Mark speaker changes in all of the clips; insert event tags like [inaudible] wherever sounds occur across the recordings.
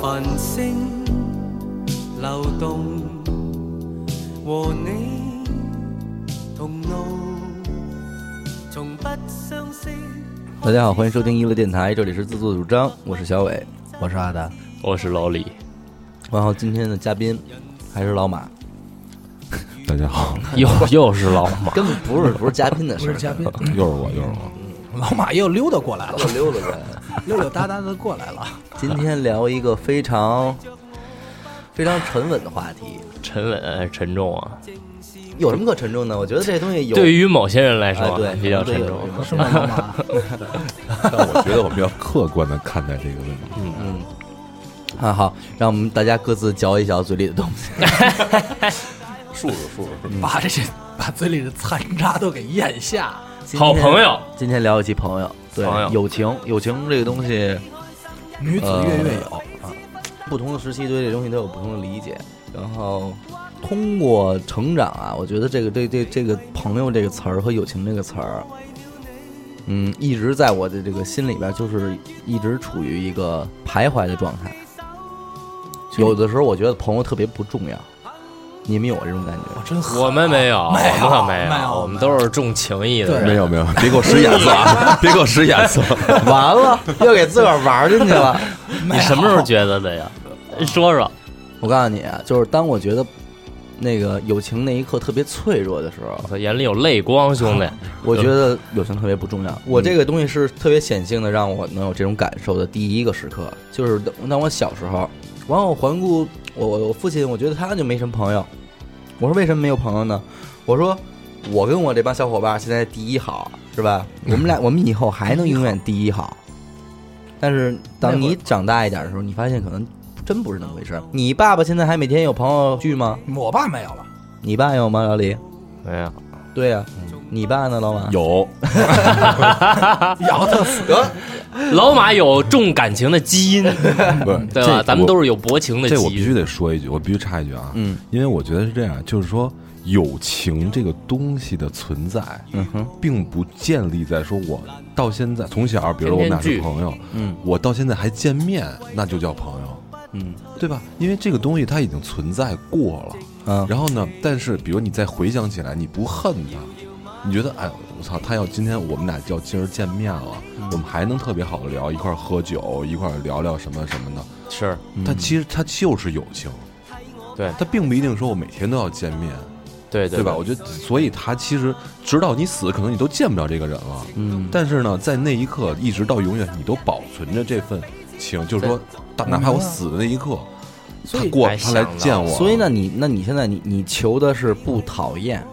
Speaker 1: 繁星流动，和你同路，从不相识。
Speaker 2: 大家好，欢迎收听娱乐电台，这里是自作主张，我是小伟。
Speaker 3: 我是阿达，
Speaker 4: 我是老李，
Speaker 2: 然后今天的嘉宾还是老马，
Speaker 5: 大家好，
Speaker 4: [laughs] 又又是老马，
Speaker 2: 根本不是不是嘉宾的
Speaker 3: 不
Speaker 2: 事
Speaker 3: 是
Speaker 2: 儿，
Speaker 3: 嘉宾，
Speaker 5: 又是我，又是我。
Speaker 3: 老马又溜达过来
Speaker 1: [laughs]
Speaker 3: 了，
Speaker 2: 我溜达人。
Speaker 3: 溜溜达达的过来了。
Speaker 2: 今天聊一个非常非常沉稳的话题，
Speaker 4: 沉稳沉重啊。
Speaker 2: 有什么可沉重的？我觉得这东西有
Speaker 4: 对于某些人来说
Speaker 2: 哎
Speaker 4: 啊
Speaker 2: 对
Speaker 4: 比较沉重
Speaker 2: 对，有
Speaker 3: 是吗，
Speaker 4: [laughs]
Speaker 3: 老马？
Speaker 5: 但我觉得我比较客观的看待这个问题。
Speaker 2: 嗯啊好，让我们大家各自嚼一嚼嘴里的东西。
Speaker 4: [laughs]
Speaker 2: 嗯
Speaker 5: 数数数数，
Speaker 3: 把这些把嘴里的残渣都给咽下。
Speaker 2: 今天
Speaker 4: 好朋友，
Speaker 2: 今天聊一期朋友，对
Speaker 4: 朋友
Speaker 2: 友情，友情这个东西，
Speaker 1: 呃
Speaker 3: 女子月月有，
Speaker 2: 呃
Speaker 5: 啊
Speaker 2: 不同的时期对这东西都有不同的理解，然后通过成长啊，我觉得这个对对这个朋友这个词儿和友情这个词儿，嗯，一直在我的这个心里边，就是一直处于一个徘徊的状态。有的时候我觉得朋友特别不重要，你们有这种感觉
Speaker 3: 我
Speaker 2: 吗？
Speaker 3: 真狠。啊
Speaker 4: 我们没有，我
Speaker 3: 没
Speaker 4: 们
Speaker 3: 有
Speaker 4: 可
Speaker 3: 没有
Speaker 4: 有，我们都是重情义的
Speaker 3: 对
Speaker 4: 人。
Speaker 5: 没有没有，别给我使眼
Speaker 2: [laughs]
Speaker 5: 色啊！别给我使眼色。
Speaker 2: 完了，又给自个儿玩进去了。
Speaker 4: 你什么时候觉得的呀？说说，
Speaker 2: 我告诉你啊，就是当我觉得那个友情那一刻特别脆弱的时候
Speaker 4: 我，操眼里有泪光，兄弟。
Speaker 2: 我觉得友情特别不重要。嗯我这个东西是特别显性的，让我能有这种感受的第一个时刻，就是当我小时候，然后我环顾我我我父亲，我觉得他就没什么朋友。我说为什么没有朋友呢？我说我跟我这帮小伙伴现在第一好是吧？我们俩我们以后还能永远第一好。但是当你长大一点的时候，你发现可能真不是那么回事儿。你爸爸现在还每天有朋友聚吗？
Speaker 3: 我爸没有了，
Speaker 2: 你爸有吗，老李？
Speaker 4: 没有，嗯
Speaker 2: 对呀、你爸呢，老马？
Speaker 5: 有，
Speaker 3: 咬他死。
Speaker 4: 老马有重感情的基因，
Speaker 5: 不是
Speaker 4: 对吧？咱们都是有薄情的
Speaker 5: 这我
Speaker 4: 基
Speaker 5: 必须
Speaker 4: 因。
Speaker 5: 得说一句，我必须插一句啊，
Speaker 2: 嗯，
Speaker 5: 因为我觉得是这样，就是说友情这个东西的存在，
Speaker 2: 嗯哼，
Speaker 5: 并不建立在说我到现在从小，比如说我们俩是朋友，
Speaker 2: 嗯
Speaker 5: 我到现在还见面，那就叫朋友，
Speaker 2: 嗯
Speaker 5: 对吧？因为这个东西它已经存在过了。
Speaker 2: 嗯，
Speaker 5: 然后呢，但是比如你再回想起来，你不恨他，你觉得哎，我操，他要今天我们俩要今儿见面了，我们还能特别好的聊，一块儿喝酒，一块儿聊聊什么什么的。
Speaker 4: 是
Speaker 5: 他其实他就是友情，
Speaker 4: 对
Speaker 5: 他并不一定说我每天都要见面，
Speaker 4: 对
Speaker 5: 对吧？
Speaker 4: 对
Speaker 5: 我觉得，所以他其实直到你死，可能你都见不了这个人了。
Speaker 2: 嗯，
Speaker 5: 但是呢，在那一刻一直到永远，你都保存着这份情，就是说，大哪怕我死的那一刻，
Speaker 3: 所
Speaker 5: 他
Speaker 3: 以
Speaker 5: 过
Speaker 4: 还
Speaker 5: 他来
Speaker 4: 想到
Speaker 5: 见我，
Speaker 2: 所以呢，你那你现在你你求的是不讨厌，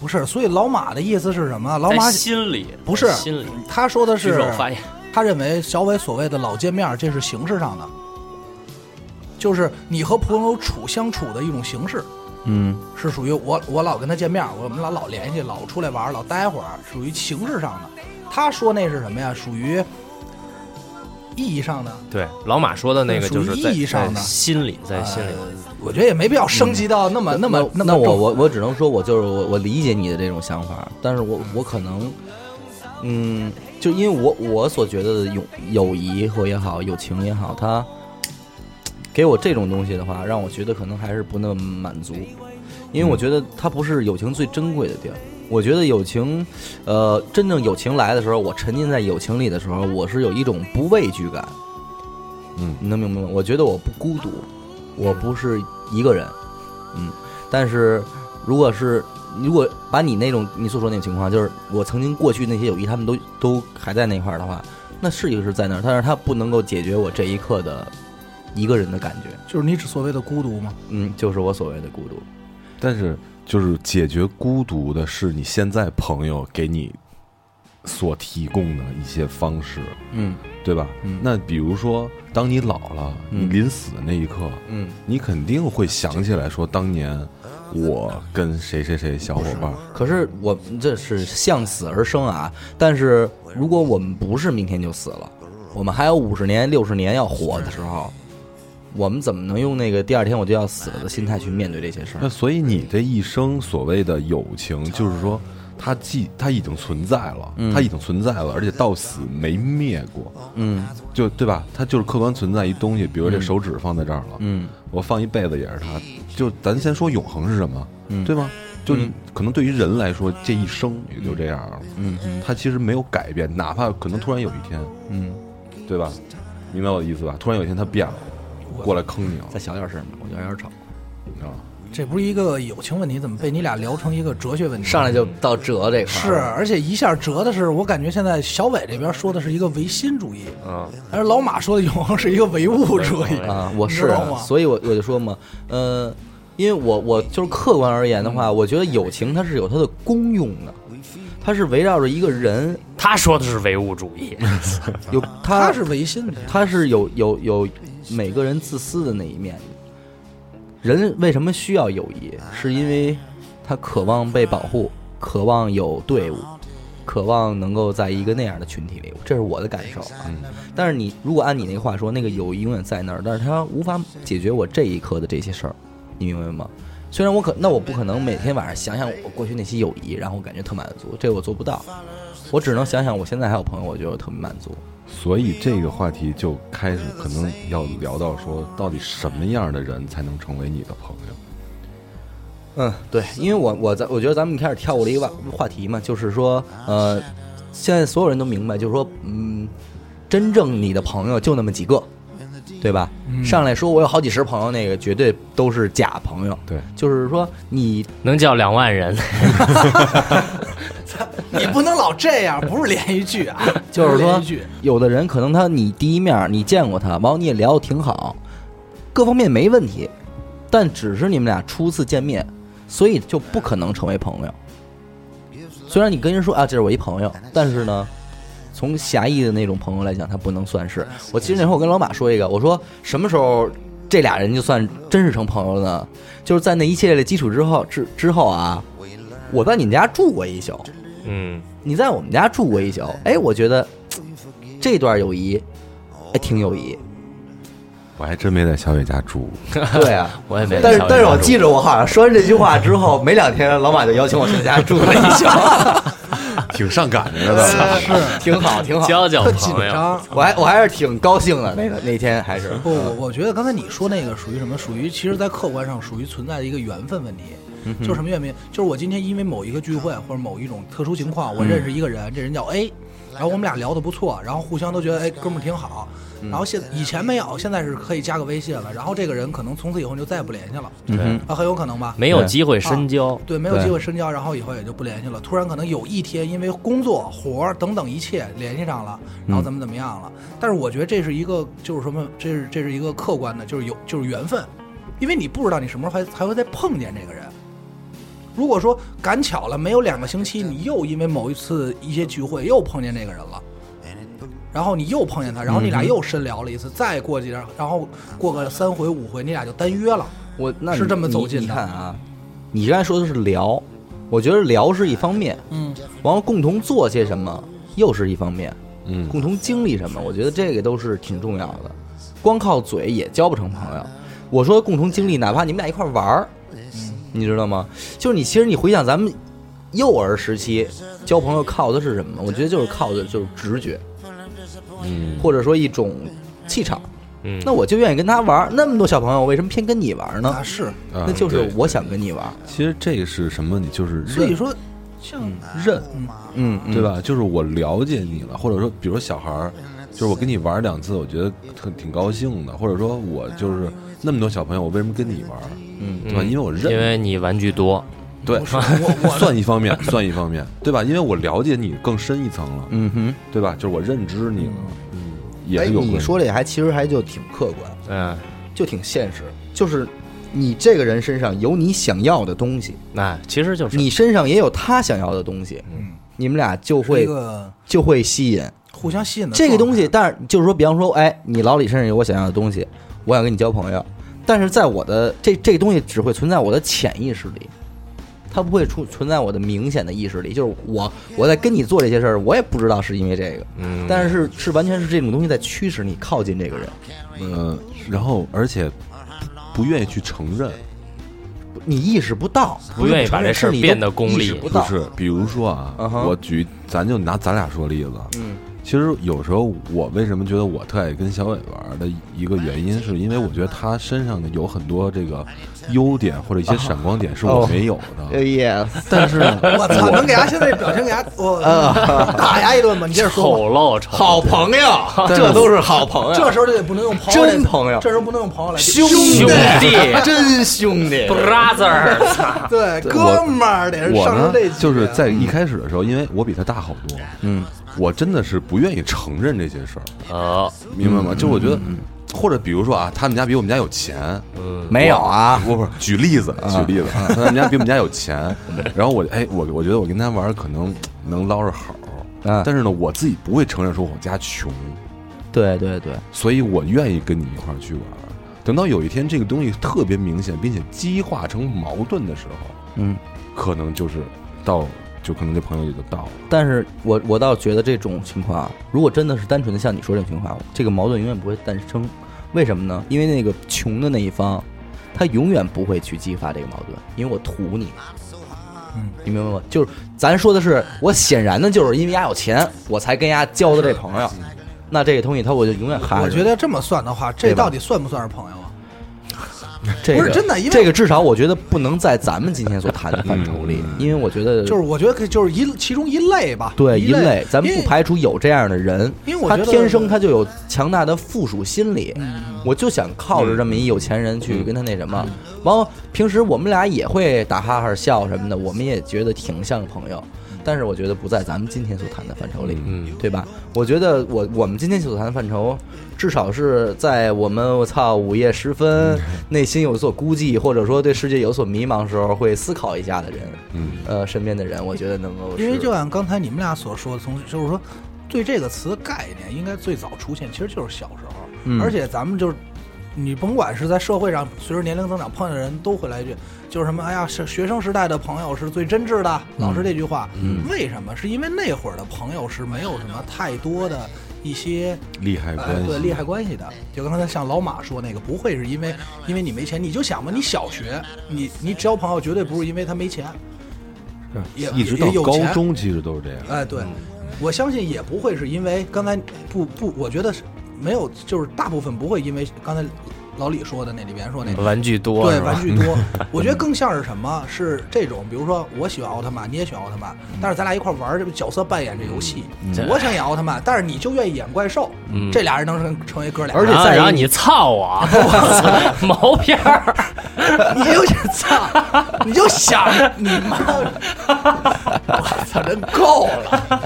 Speaker 3: 不是，所以老马的意思是什么？老马
Speaker 4: 在心里
Speaker 3: 不是
Speaker 4: 在心里
Speaker 3: 他说的
Speaker 4: 举
Speaker 3: 是
Speaker 4: 手，发言，
Speaker 3: 他认为小伟所谓的老见面，这是形式上的，就是你和朋友处相处的一种形式。
Speaker 2: 嗯
Speaker 3: 是属于我我老跟他见面，我们老老联系，老出来玩，老待会儿，属于形式上的。他说那是什么呀？属于意义上的。
Speaker 4: 对老马说的那个就是
Speaker 3: 属于
Speaker 4: 在
Speaker 3: 意义上的
Speaker 4: 在心里，
Speaker 2: 哎
Speaker 4: 在心里
Speaker 3: 呃，我觉得也没必要升级到那么、那么
Speaker 2: 嗯那
Speaker 3: 么
Speaker 2: 我
Speaker 3: 重
Speaker 2: 我我只能说，我就是我我理解你的这种想法，但是我我可能，嗯，就因为我我所觉得的友友谊或也好，友情也好，它给我这种东西的话，让我觉得可能还是不那么满足，因为我觉得它不是友情最珍贵的地儿。我觉得友情，呃，真正友情来的时候，我沉浸在友情里的时候，我是有一种不畏惧感。
Speaker 5: 嗯
Speaker 2: 你能明白吗？我觉得我不孤独，我不是一个人。嗯，但是如果是如果把你那种你所说那种情况，就是我曾经过去那些友谊，他们都都还在那块儿的话，那是一个是在那儿，但是它不能够解决我这一刻的一个人的感觉。
Speaker 3: 就是你指所谓的孤独吗？
Speaker 2: 嗯，就是我所谓的孤独。
Speaker 5: 但是就是解决孤独的是你现在朋友给你所提供的一些方式，
Speaker 2: 嗯
Speaker 5: 对吧？
Speaker 2: 嗯
Speaker 5: 那比如说，当你老了，
Speaker 2: 嗯
Speaker 5: 你临死的那一刻，
Speaker 2: 嗯
Speaker 5: 你肯定会想起来说，当年我跟谁谁谁小伙伴儿，
Speaker 2: 可是我这是向死而生啊！但是如果我们不是明天就死了，我们还有五十年、六十年要活的时候，我们怎么能用那个第二天我就要死了的心态去面对这些事儿
Speaker 5: 那？所以你这一生所谓的友情，就是说，它既它已经存在了，它已经存在了，而且到死没灭过，
Speaker 2: 嗯
Speaker 5: 就对吧？它就是客观存在一东西，比如这手指放在这儿了，
Speaker 2: 嗯
Speaker 5: 我放一辈子也是它。就咱先说永恒是什么，
Speaker 2: 嗯
Speaker 5: 对吗？就你可能对于人来说，这一生也就这样了，
Speaker 2: 嗯嗯
Speaker 5: 它其实没有改变，哪怕可能突然有一天，
Speaker 2: 嗯，
Speaker 5: 对吧？明白我的意思吧？突然有一天它变了，过来坑你了
Speaker 2: 再小点声，我觉得有点吵。
Speaker 5: 啊！
Speaker 3: 这不是一个友情问题，怎么被你俩聊成一个哲学问题？
Speaker 2: 上来就到折这块
Speaker 3: 是，
Speaker 2: 儿，
Speaker 3: 而且一下折的是，我感觉现在小伟这边说的是一个唯心主义，
Speaker 4: 嗯，
Speaker 3: 而老马说的永恒是一个唯物主义。
Speaker 2: 啊，我
Speaker 3: 你
Speaker 2: 是
Speaker 3: 知道
Speaker 2: 啊
Speaker 3: 吗，
Speaker 2: 所以我我就说嘛，呃，因为我我就是客观而言的话，我觉得友情它是有它的功用的，它是围绕着一个人
Speaker 4: 他说的是唯物主义，
Speaker 2: 有
Speaker 3: 他
Speaker 2: 它
Speaker 3: 是唯心的，
Speaker 2: 它是有有有每个人自私的那一面。人为什么需要友谊？是因为他渴望被保护，渴望有队伍，渴望能够在一个那样的群体里。这是我的感受。嗯，但是你如果按你那个话说，那个友谊永远在那儿，但是它无法解决我这一刻的这些事儿，你明白吗？虽然我可，那我不可能每天晚上想想我过去那些友谊，然后我感觉特满足，这我做不到。我只能想想我现在还有朋友，我觉得我特别满足。
Speaker 5: 所以这个话题就开始可能要聊到说，到底什么样的人才能成为你的朋友？
Speaker 2: 嗯，对，因为我我在我觉得咱们一开始跳过了一个话话题嘛，就是说，呃，现在所有人都明白，就是说，嗯，真正你的朋友就那么几个，对吧？上来说我有好几十朋友，那个绝对都是假朋友。
Speaker 5: 对，
Speaker 2: 就是说你
Speaker 4: 能叫两万人，
Speaker 3: [laughs] 你不能老这样，不是连续剧啊，
Speaker 2: 就是
Speaker 3: 不连
Speaker 2: 说
Speaker 3: 续剧，
Speaker 2: 有的人可能他你第一面你见过他，完后你也聊得挺好，各方面没问题，但只是你们俩初次见面，所以就不可能成为朋友。虽然你跟人说啊，这是我一朋友，但是呢，从狭义的那种朋友来讲，他不能算是。我记得那会儿我跟老马说一个，我说什么时候这俩人就算真是成朋友了呢？就是在那一系列的基础之后之之后啊，我在你们家住过一宿，
Speaker 4: 嗯，
Speaker 2: 你在我们家住过一宿，哎，我觉得嘖这段友谊，哎，挺友谊。
Speaker 5: 我还真没在小伟家住，
Speaker 2: 对啊，
Speaker 4: [laughs] 我也没
Speaker 2: 但是
Speaker 4: 小
Speaker 2: 但是
Speaker 4: 宇宙
Speaker 2: 我记着，我好像说完这句话之后，没两天，老马就邀请我去他家住了
Speaker 3: [laughs]
Speaker 2: 一宿，
Speaker 5: 挺上赶着的。
Speaker 2: 挺好，挺好。
Speaker 4: 交交
Speaker 3: 特紧
Speaker 4: 朋友，
Speaker 3: 张。
Speaker 2: 我还我还是挺高兴的，那个那天还是
Speaker 3: 不，我我觉得刚才你说那个属于什么？属于其实，在客观上属于存在的一个缘分问题。就是什么原因？就是我今天因为某一个聚会或者某一种特殊情况，我认识一个人，这人叫 A，然后我们俩聊得不错，然后互相都觉得哎哥们儿挺好。然后现以前没有，现在是可以加个微信了。然后这个人可能从此以后就再也不联系了，
Speaker 4: 对，
Speaker 3: 啊，很有可能吧？
Speaker 4: [laughs] 没有机会深交，
Speaker 3: 对，没有
Speaker 2: 对
Speaker 3: 机会深交，然后以后也就不联系了。突然可能有一天因为工作、活儿等等一切联系上了，然后怎么怎么样了。但是我觉得这是一个就是什
Speaker 2: 嗯
Speaker 3: 么，这是这是一个客观的，就是有就是缘分，因为你不知道你什么时候还还会再碰见这个人。如果说赶巧了，没有两个星期，你又因为某一次一些聚会又碰见这个人了。然后你又碰见他，然后你俩
Speaker 2: 嗯
Speaker 3: 又深聊了一次，再过几天，然后过个三回五回，你俩就单约了。
Speaker 2: 我那
Speaker 3: 是
Speaker 2: 你
Speaker 3: 这么走
Speaker 2: 你
Speaker 3: 近的
Speaker 2: 你看啊，你刚才说的是聊，我觉得聊是一方面，
Speaker 3: 嗯，
Speaker 2: 然后共同做些什么又是一方面，
Speaker 5: 嗯，
Speaker 2: 共同经历什么，我觉得这个都是挺重要的。光靠嘴也交不成朋友。我说共同经历，哪怕你们俩一块儿玩儿，你知道吗？就是你其实你回想咱们幼儿时期交朋友靠的是什么？我觉得就是靠的就是直觉，嗯，或者说一种气场。
Speaker 4: 嗯，
Speaker 2: 那我就愿意跟他玩儿，那么多小朋友，为什么偏跟你玩儿呢
Speaker 3: 啊？是，
Speaker 5: 啊
Speaker 2: 那就是
Speaker 5: 对
Speaker 2: 我想跟你玩儿，
Speaker 5: 其实这个是什么？你就是认
Speaker 3: 所以说像
Speaker 2: 认，嗯，嗯
Speaker 5: 对？吧？就是我了解你了，或者说，比如小孩儿，就是我跟你玩两次，我觉得特挺高兴的，或者说，我就是那么多小朋友，我为什么跟你玩？嗯，对吧？因为我认，
Speaker 4: 因为你玩具多，
Speaker 5: 对， [laughs]
Speaker 3: 我我
Speaker 5: 算一方面，算一方面，对吧？因为我了解你更深一层了，
Speaker 2: 嗯哼，
Speaker 5: 对吧？就是我认知你了，嗯，也
Speaker 2: 哎，
Speaker 5: 是有关系
Speaker 2: 你说这还其实还就挺客观，
Speaker 4: 嗯，
Speaker 2: 就挺现实，就是你这个人身上有你想要的东西，
Speaker 4: 那其实就是
Speaker 2: 你身上也有他想要的东西，嗯，你们俩就是
Speaker 3: 一
Speaker 2: 会
Speaker 3: 个
Speaker 2: 就会吸引
Speaker 3: 互相吸引的
Speaker 2: 这个东
Speaker 3: 状态
Speaker 2: 西。但是就是说，比方说，哎，你老李身上有我想要的东西，我想跟你交朋友，但是在我的这这个东西只会存在我的潜意识里。它不会出存在我的明显的意识里，就是我我在跟你做这些事儿，我也不知道是因为这个，嗯，但是是完全是这种东西在驱使你靠近这个人，
Speaker 5: 嗯，然后而且不不愿意去承认，
Speaker 2: 你意识不到，
Speaker 4: 不愿意把这事儿变得功利
Speaker 2: 意识不
Speaker 5: 不
Speaker 2: 到，
Speaker 5: 是，比如说啊
Speaker 2: 嗯哼
Speaker 5: 我举，咱就拿咱俩说例子。
Speaker 2: 嗯，
Speaker 5: 其实有时候我为什么觉得我特爱跟小伟玩的一个原因，是因为我觉得他身上的有很多这个优点或者一些闪光点是我没有
Speaker 2: 哦哎
Speaker 5: 的。
Speaker 2: yes，
Speaker 5: 但是呢，
Speaker 3: [laughs] 我操，能给他现在表情给他我 [laughs] 打他一顿吗？你接着说吧。
Speaker 4: [laughs] 丑陋丑，
Speaker 2: 啊好啊朋友，这都是好朋友，
Speaker 3: 这时候就得不能用朋友，
Speaker 2: 真朋友
Speaker 3: 这时候不能用朋友来
Speaker 2: [laughs] 兄弟
Speaker 4: 兄
Speaker 2: [laughs]
Speaker 4: 弟，
Speaker 2: 真兄弟，
Speaker 4: brother， [laughs]
Speaker 3: 对哥们儿得是
Speaker 5: 我
Speaker 3: 上
Speaker 5: 呢
Speaker 3: 升这，
Speaker 5: 就是在一开始的时候，因为我比他大好多，
Speaker 2: 嗯，
Speaker 5: 我真的是不愿意承认这些事儿，
Speaker 4: 呃，
Speaker 5: 明白吗？
Speaker 2: 嗯
Speaker 5: 就我觉得，或者比如说啊，他们家比我们家有钱，
Speaker 2: 没有啊，
Speaker 5: 我不是举例子，举例子，他们家比我们家有钱，然后我哎，我我觉得我跟他玩儿可能能捞着好
Speaker 2: 嗯，
Speaker 5: 但是呢，我自己不会承认说我家穷，
Speaker 2: 对对对，
Speaker 5: 所以我愿意跟你一块儿去玩儿。等到有一天这个东西特别明显，并且激化成矛盾的时候，
Speaker 2: 嗯，
Speaker 5: 可能就是到就可能这朋友也就到了。
Speaker 2: 但是我我倒觉得这种情况啊，如果真的是单纯的像你说这种情况，这个矛盾永远不会诞生。为什么呢？因为那个穷的那一方，他永远不会去激发这个矛盾，因为我图你。
Speaker 3: 嗯，
Speaker 2: 你明白吗？就是咱说的是，我显然的就是因为丫有钱，我才跟丫交的这朋友。那这个东西，他我就永远含着。
Speaker 3: 我觉得这么算的话，
Speaker 2: 对
Speaker 3: 这
Speaker 2: 吧
Speaker 3: 到底算不算是朋友啊？
Speaker 2: 这个
Speaker 3: 不是真的因为
Speaker 2: 这个至少我觉得不能在咱们今天所谈的范畴里，因为我觉得
Speaker 3: 嗯就是我觉得可以，就是一其中一类吧，
Speaker 2: 对
Speaker 3: 一
Speaker 2: 一类，咱们
Speaker 3: 因
Speaker 2: 不
Speaker 3: 为
Speaker 2: 排除有这样的人，
Speaker 3: 因为我
Speaker 2: 他
Speaker 3: 觉得嗯
Speaker 2: 天生他就有强大的附属心理，我就想靠着这么一有钱人去跟他那什么。完后平时我们俩也会打哈哈笑什么的，我们也觉得挺像朋友。
Speaker 3: 嗯
Speaker 2: 但是我觉得不在咱们今天所谈的范畴里，嗯，对吧？我觉得我我们今天所谈的范畴，至少是在我们我操午夜时分，内心有所估计，或者说对世界有所迷茫的时候，会思考一下的人，嗯，呃，身边的人，我觉得能够是，
Speaker 3: 因为就按刚才你们俩所说的，从就是说，对这个词概念应该最早出现，其实就是小时候，
Speaker 2: 嗯
Speaker 3: 而且咱们就是。你甭管是在社会上，随着年龄增长碰见的人都会来一句，就是什么，哎呀，是学生时代的朋友是最真挚的，老是这句话。
Speaker 5: 嗯
Speaker 3: 嗯为什么？是因为那会儿的朋友是没有什么太多的一些
Speaker 5: 利害关
Speaker 3: 哎
Speaker 5: 系，
Speaker 3: 对利害关系的，就刚才像老马说那个，不会是因为因为你没钱，你就想吧，你小学你你交朋友绝对不是因为他没钱，也
Speaker 5: 啊一直到
Speaker 3: 也有
Speaker 5: 高
Speaker 3: 钱
Speaker 5: 中其实都是这样。
Speaker 3: 哎，对，我相信也不会是因为刚才不不，我觉得是没有，就是大部分不会因为刚才老李说的那里边说那个。
Speaker 4: 玩具多
Speaker 3: 对
Speaker 4: 是
Speaker 3: 玩
Speaker 4: 吧？
Speaker 3: 具
Speaker 4: [laughs]
Speaker 3: 多，我觉得更像是什么？是这种，比如说我喜欢奥特曼，你也喜欢奥特曼，
Speaker 4: 嗯
Speaker 3: 但是咱俩一块玩儿这个角色扮演这游戏。我想演奥特曼，但是你就愿意演怪兽，
Speaker 4: 嗯
Speaker 3: 这俩人能成成为哥俩。
Speaker 2: 而且
Speaker 4: 然后
Speaker 2: 在于
Speaker 4: 然后你操我， [laughs] 我操毛片儿，
Speaker 2: [laughs]
Speaker 3: 你就操，你就想你妈，我操，真够了！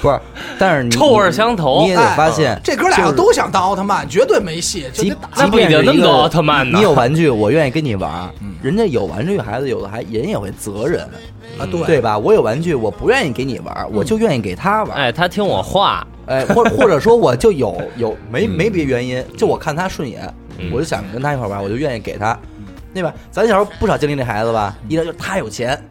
Speaker 2: 不是，但是你
Speaker 4: 臭味儿相投
Speaker 2: 你也得发现
Speaker 3: 哎这哥俩要都想当奥特曼，绝对没戏。就
Speaker 2: 即
Speaker 3: 得打
Speaker 4: 那
Speaker 2: 即
Speaker 4: 不一
Speaker 2: 便是
Speaker 4: 定那么
Speaker 2: 一个
Speaker 4: 多奥特曼呢
Speaker 2: 你有玩具，我愿意跟你玩儿。
Speaker 3: 嗯
Speaker 2: 人家有玩具的孩子，有的还人也会责任，
Speaker 4: 嗯
Speaker 3: 啊，对
Speaker 2: 对吧？我有玩具，我不愿意给你玩儿，我就愿意给他玩儿。
Speaker 4: 哎，他听我话，
Speaker 2: 哎，或或者说我就 [laughs] 有有没没别原因，就我看他顺眼，我就想跟他一块儿玩儿，我就愿意给他，对吧？咱小时候不少经历这孩子吧，一来就是他有钱。嗯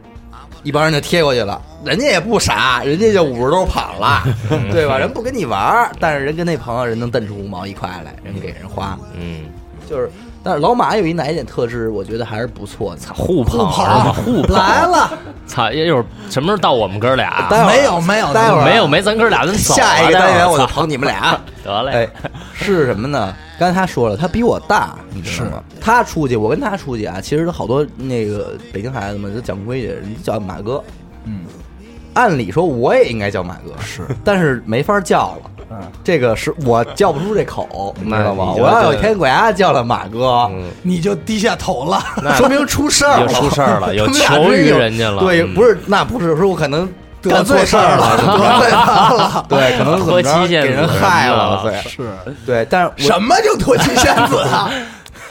Speaker 2: 一帮人就贴过去了，人家也不傻，人家就五十多跑 [laughs] 了，对吧？人不跟你玩儿，但是人跟那朋友人能瞪出五毛一块来，人给人花，
Speaker 4: 嗯，
Speaker 2: 就是，但是老马有一哪一点特质，我觉得还是不错的。操，
Speaker 4: 互捧是吗？互捧
Speaker 3: 来了，
Speaker 4: 操，一会儿什么时候到我们哥俩啊？
Speaker 2: 待会儿
Speaker 3: 没有没有
Speaker 2: 待会儿啊
Speaker 4: 没有没，咱哥俩咱走啊
Speaker 2: 下一个单元我就
Speaker 4: 操
Speaker 2: 捧你们 [laughs] 俩。
Speaker 4: 得
Speaker 2: 哎
Speaker 4: 嘞，，
Speaker 2: 是什么呢？刚才他说了，他比我大，你知道吗？他出去，我跟他出去啊，其实好多那个北京孩子们都讲规矩，人家叫马哥。
Speaker 3: 嗯，
Speaker 2: 按理说我也应该叫马哥，
Speaker 3: 是，
Speaker 2: 但是没法叫了。嗯，这个是我叫不出这口，你知道吗？
Speaker 4: 那哎你
Speaker 2: 我
Speaker 4: 就嗯
Speaker 2: 要有一天管家叫了马哥，
Speaker 3: 你就低下头了。
Speaker 2: 说明出事儿了，
Speaker 4: 有出
Speaker 2: [laughs]
Speaker 4: 事儿了有
Speaker 2: 他哎们俩
Speaker 4: 求于
Speaker 2: 真有
Speaker 4: 人家了
Speaker 2: 对，
Speaker 4: 嗯
Speaker 2: 不是，那不是，说我可能干错事儿了，
Speaker 3: 得罪他了，
Speaker 2: [laughs] 对，可能怎么
Speaker 4: 喝
Speaker 2: 着
Speaker 4: 七
Speaker 2: 给
Speaker 4: 仙子
Speaker 2: 人害了，
Speaker 4: 什么
Speaker 2: 对，
Speaker 3: 是
Speaker 2: 对，但是我
Speaker 3: 什么就脱妻仙子啊？
Speaker 4: [laughs]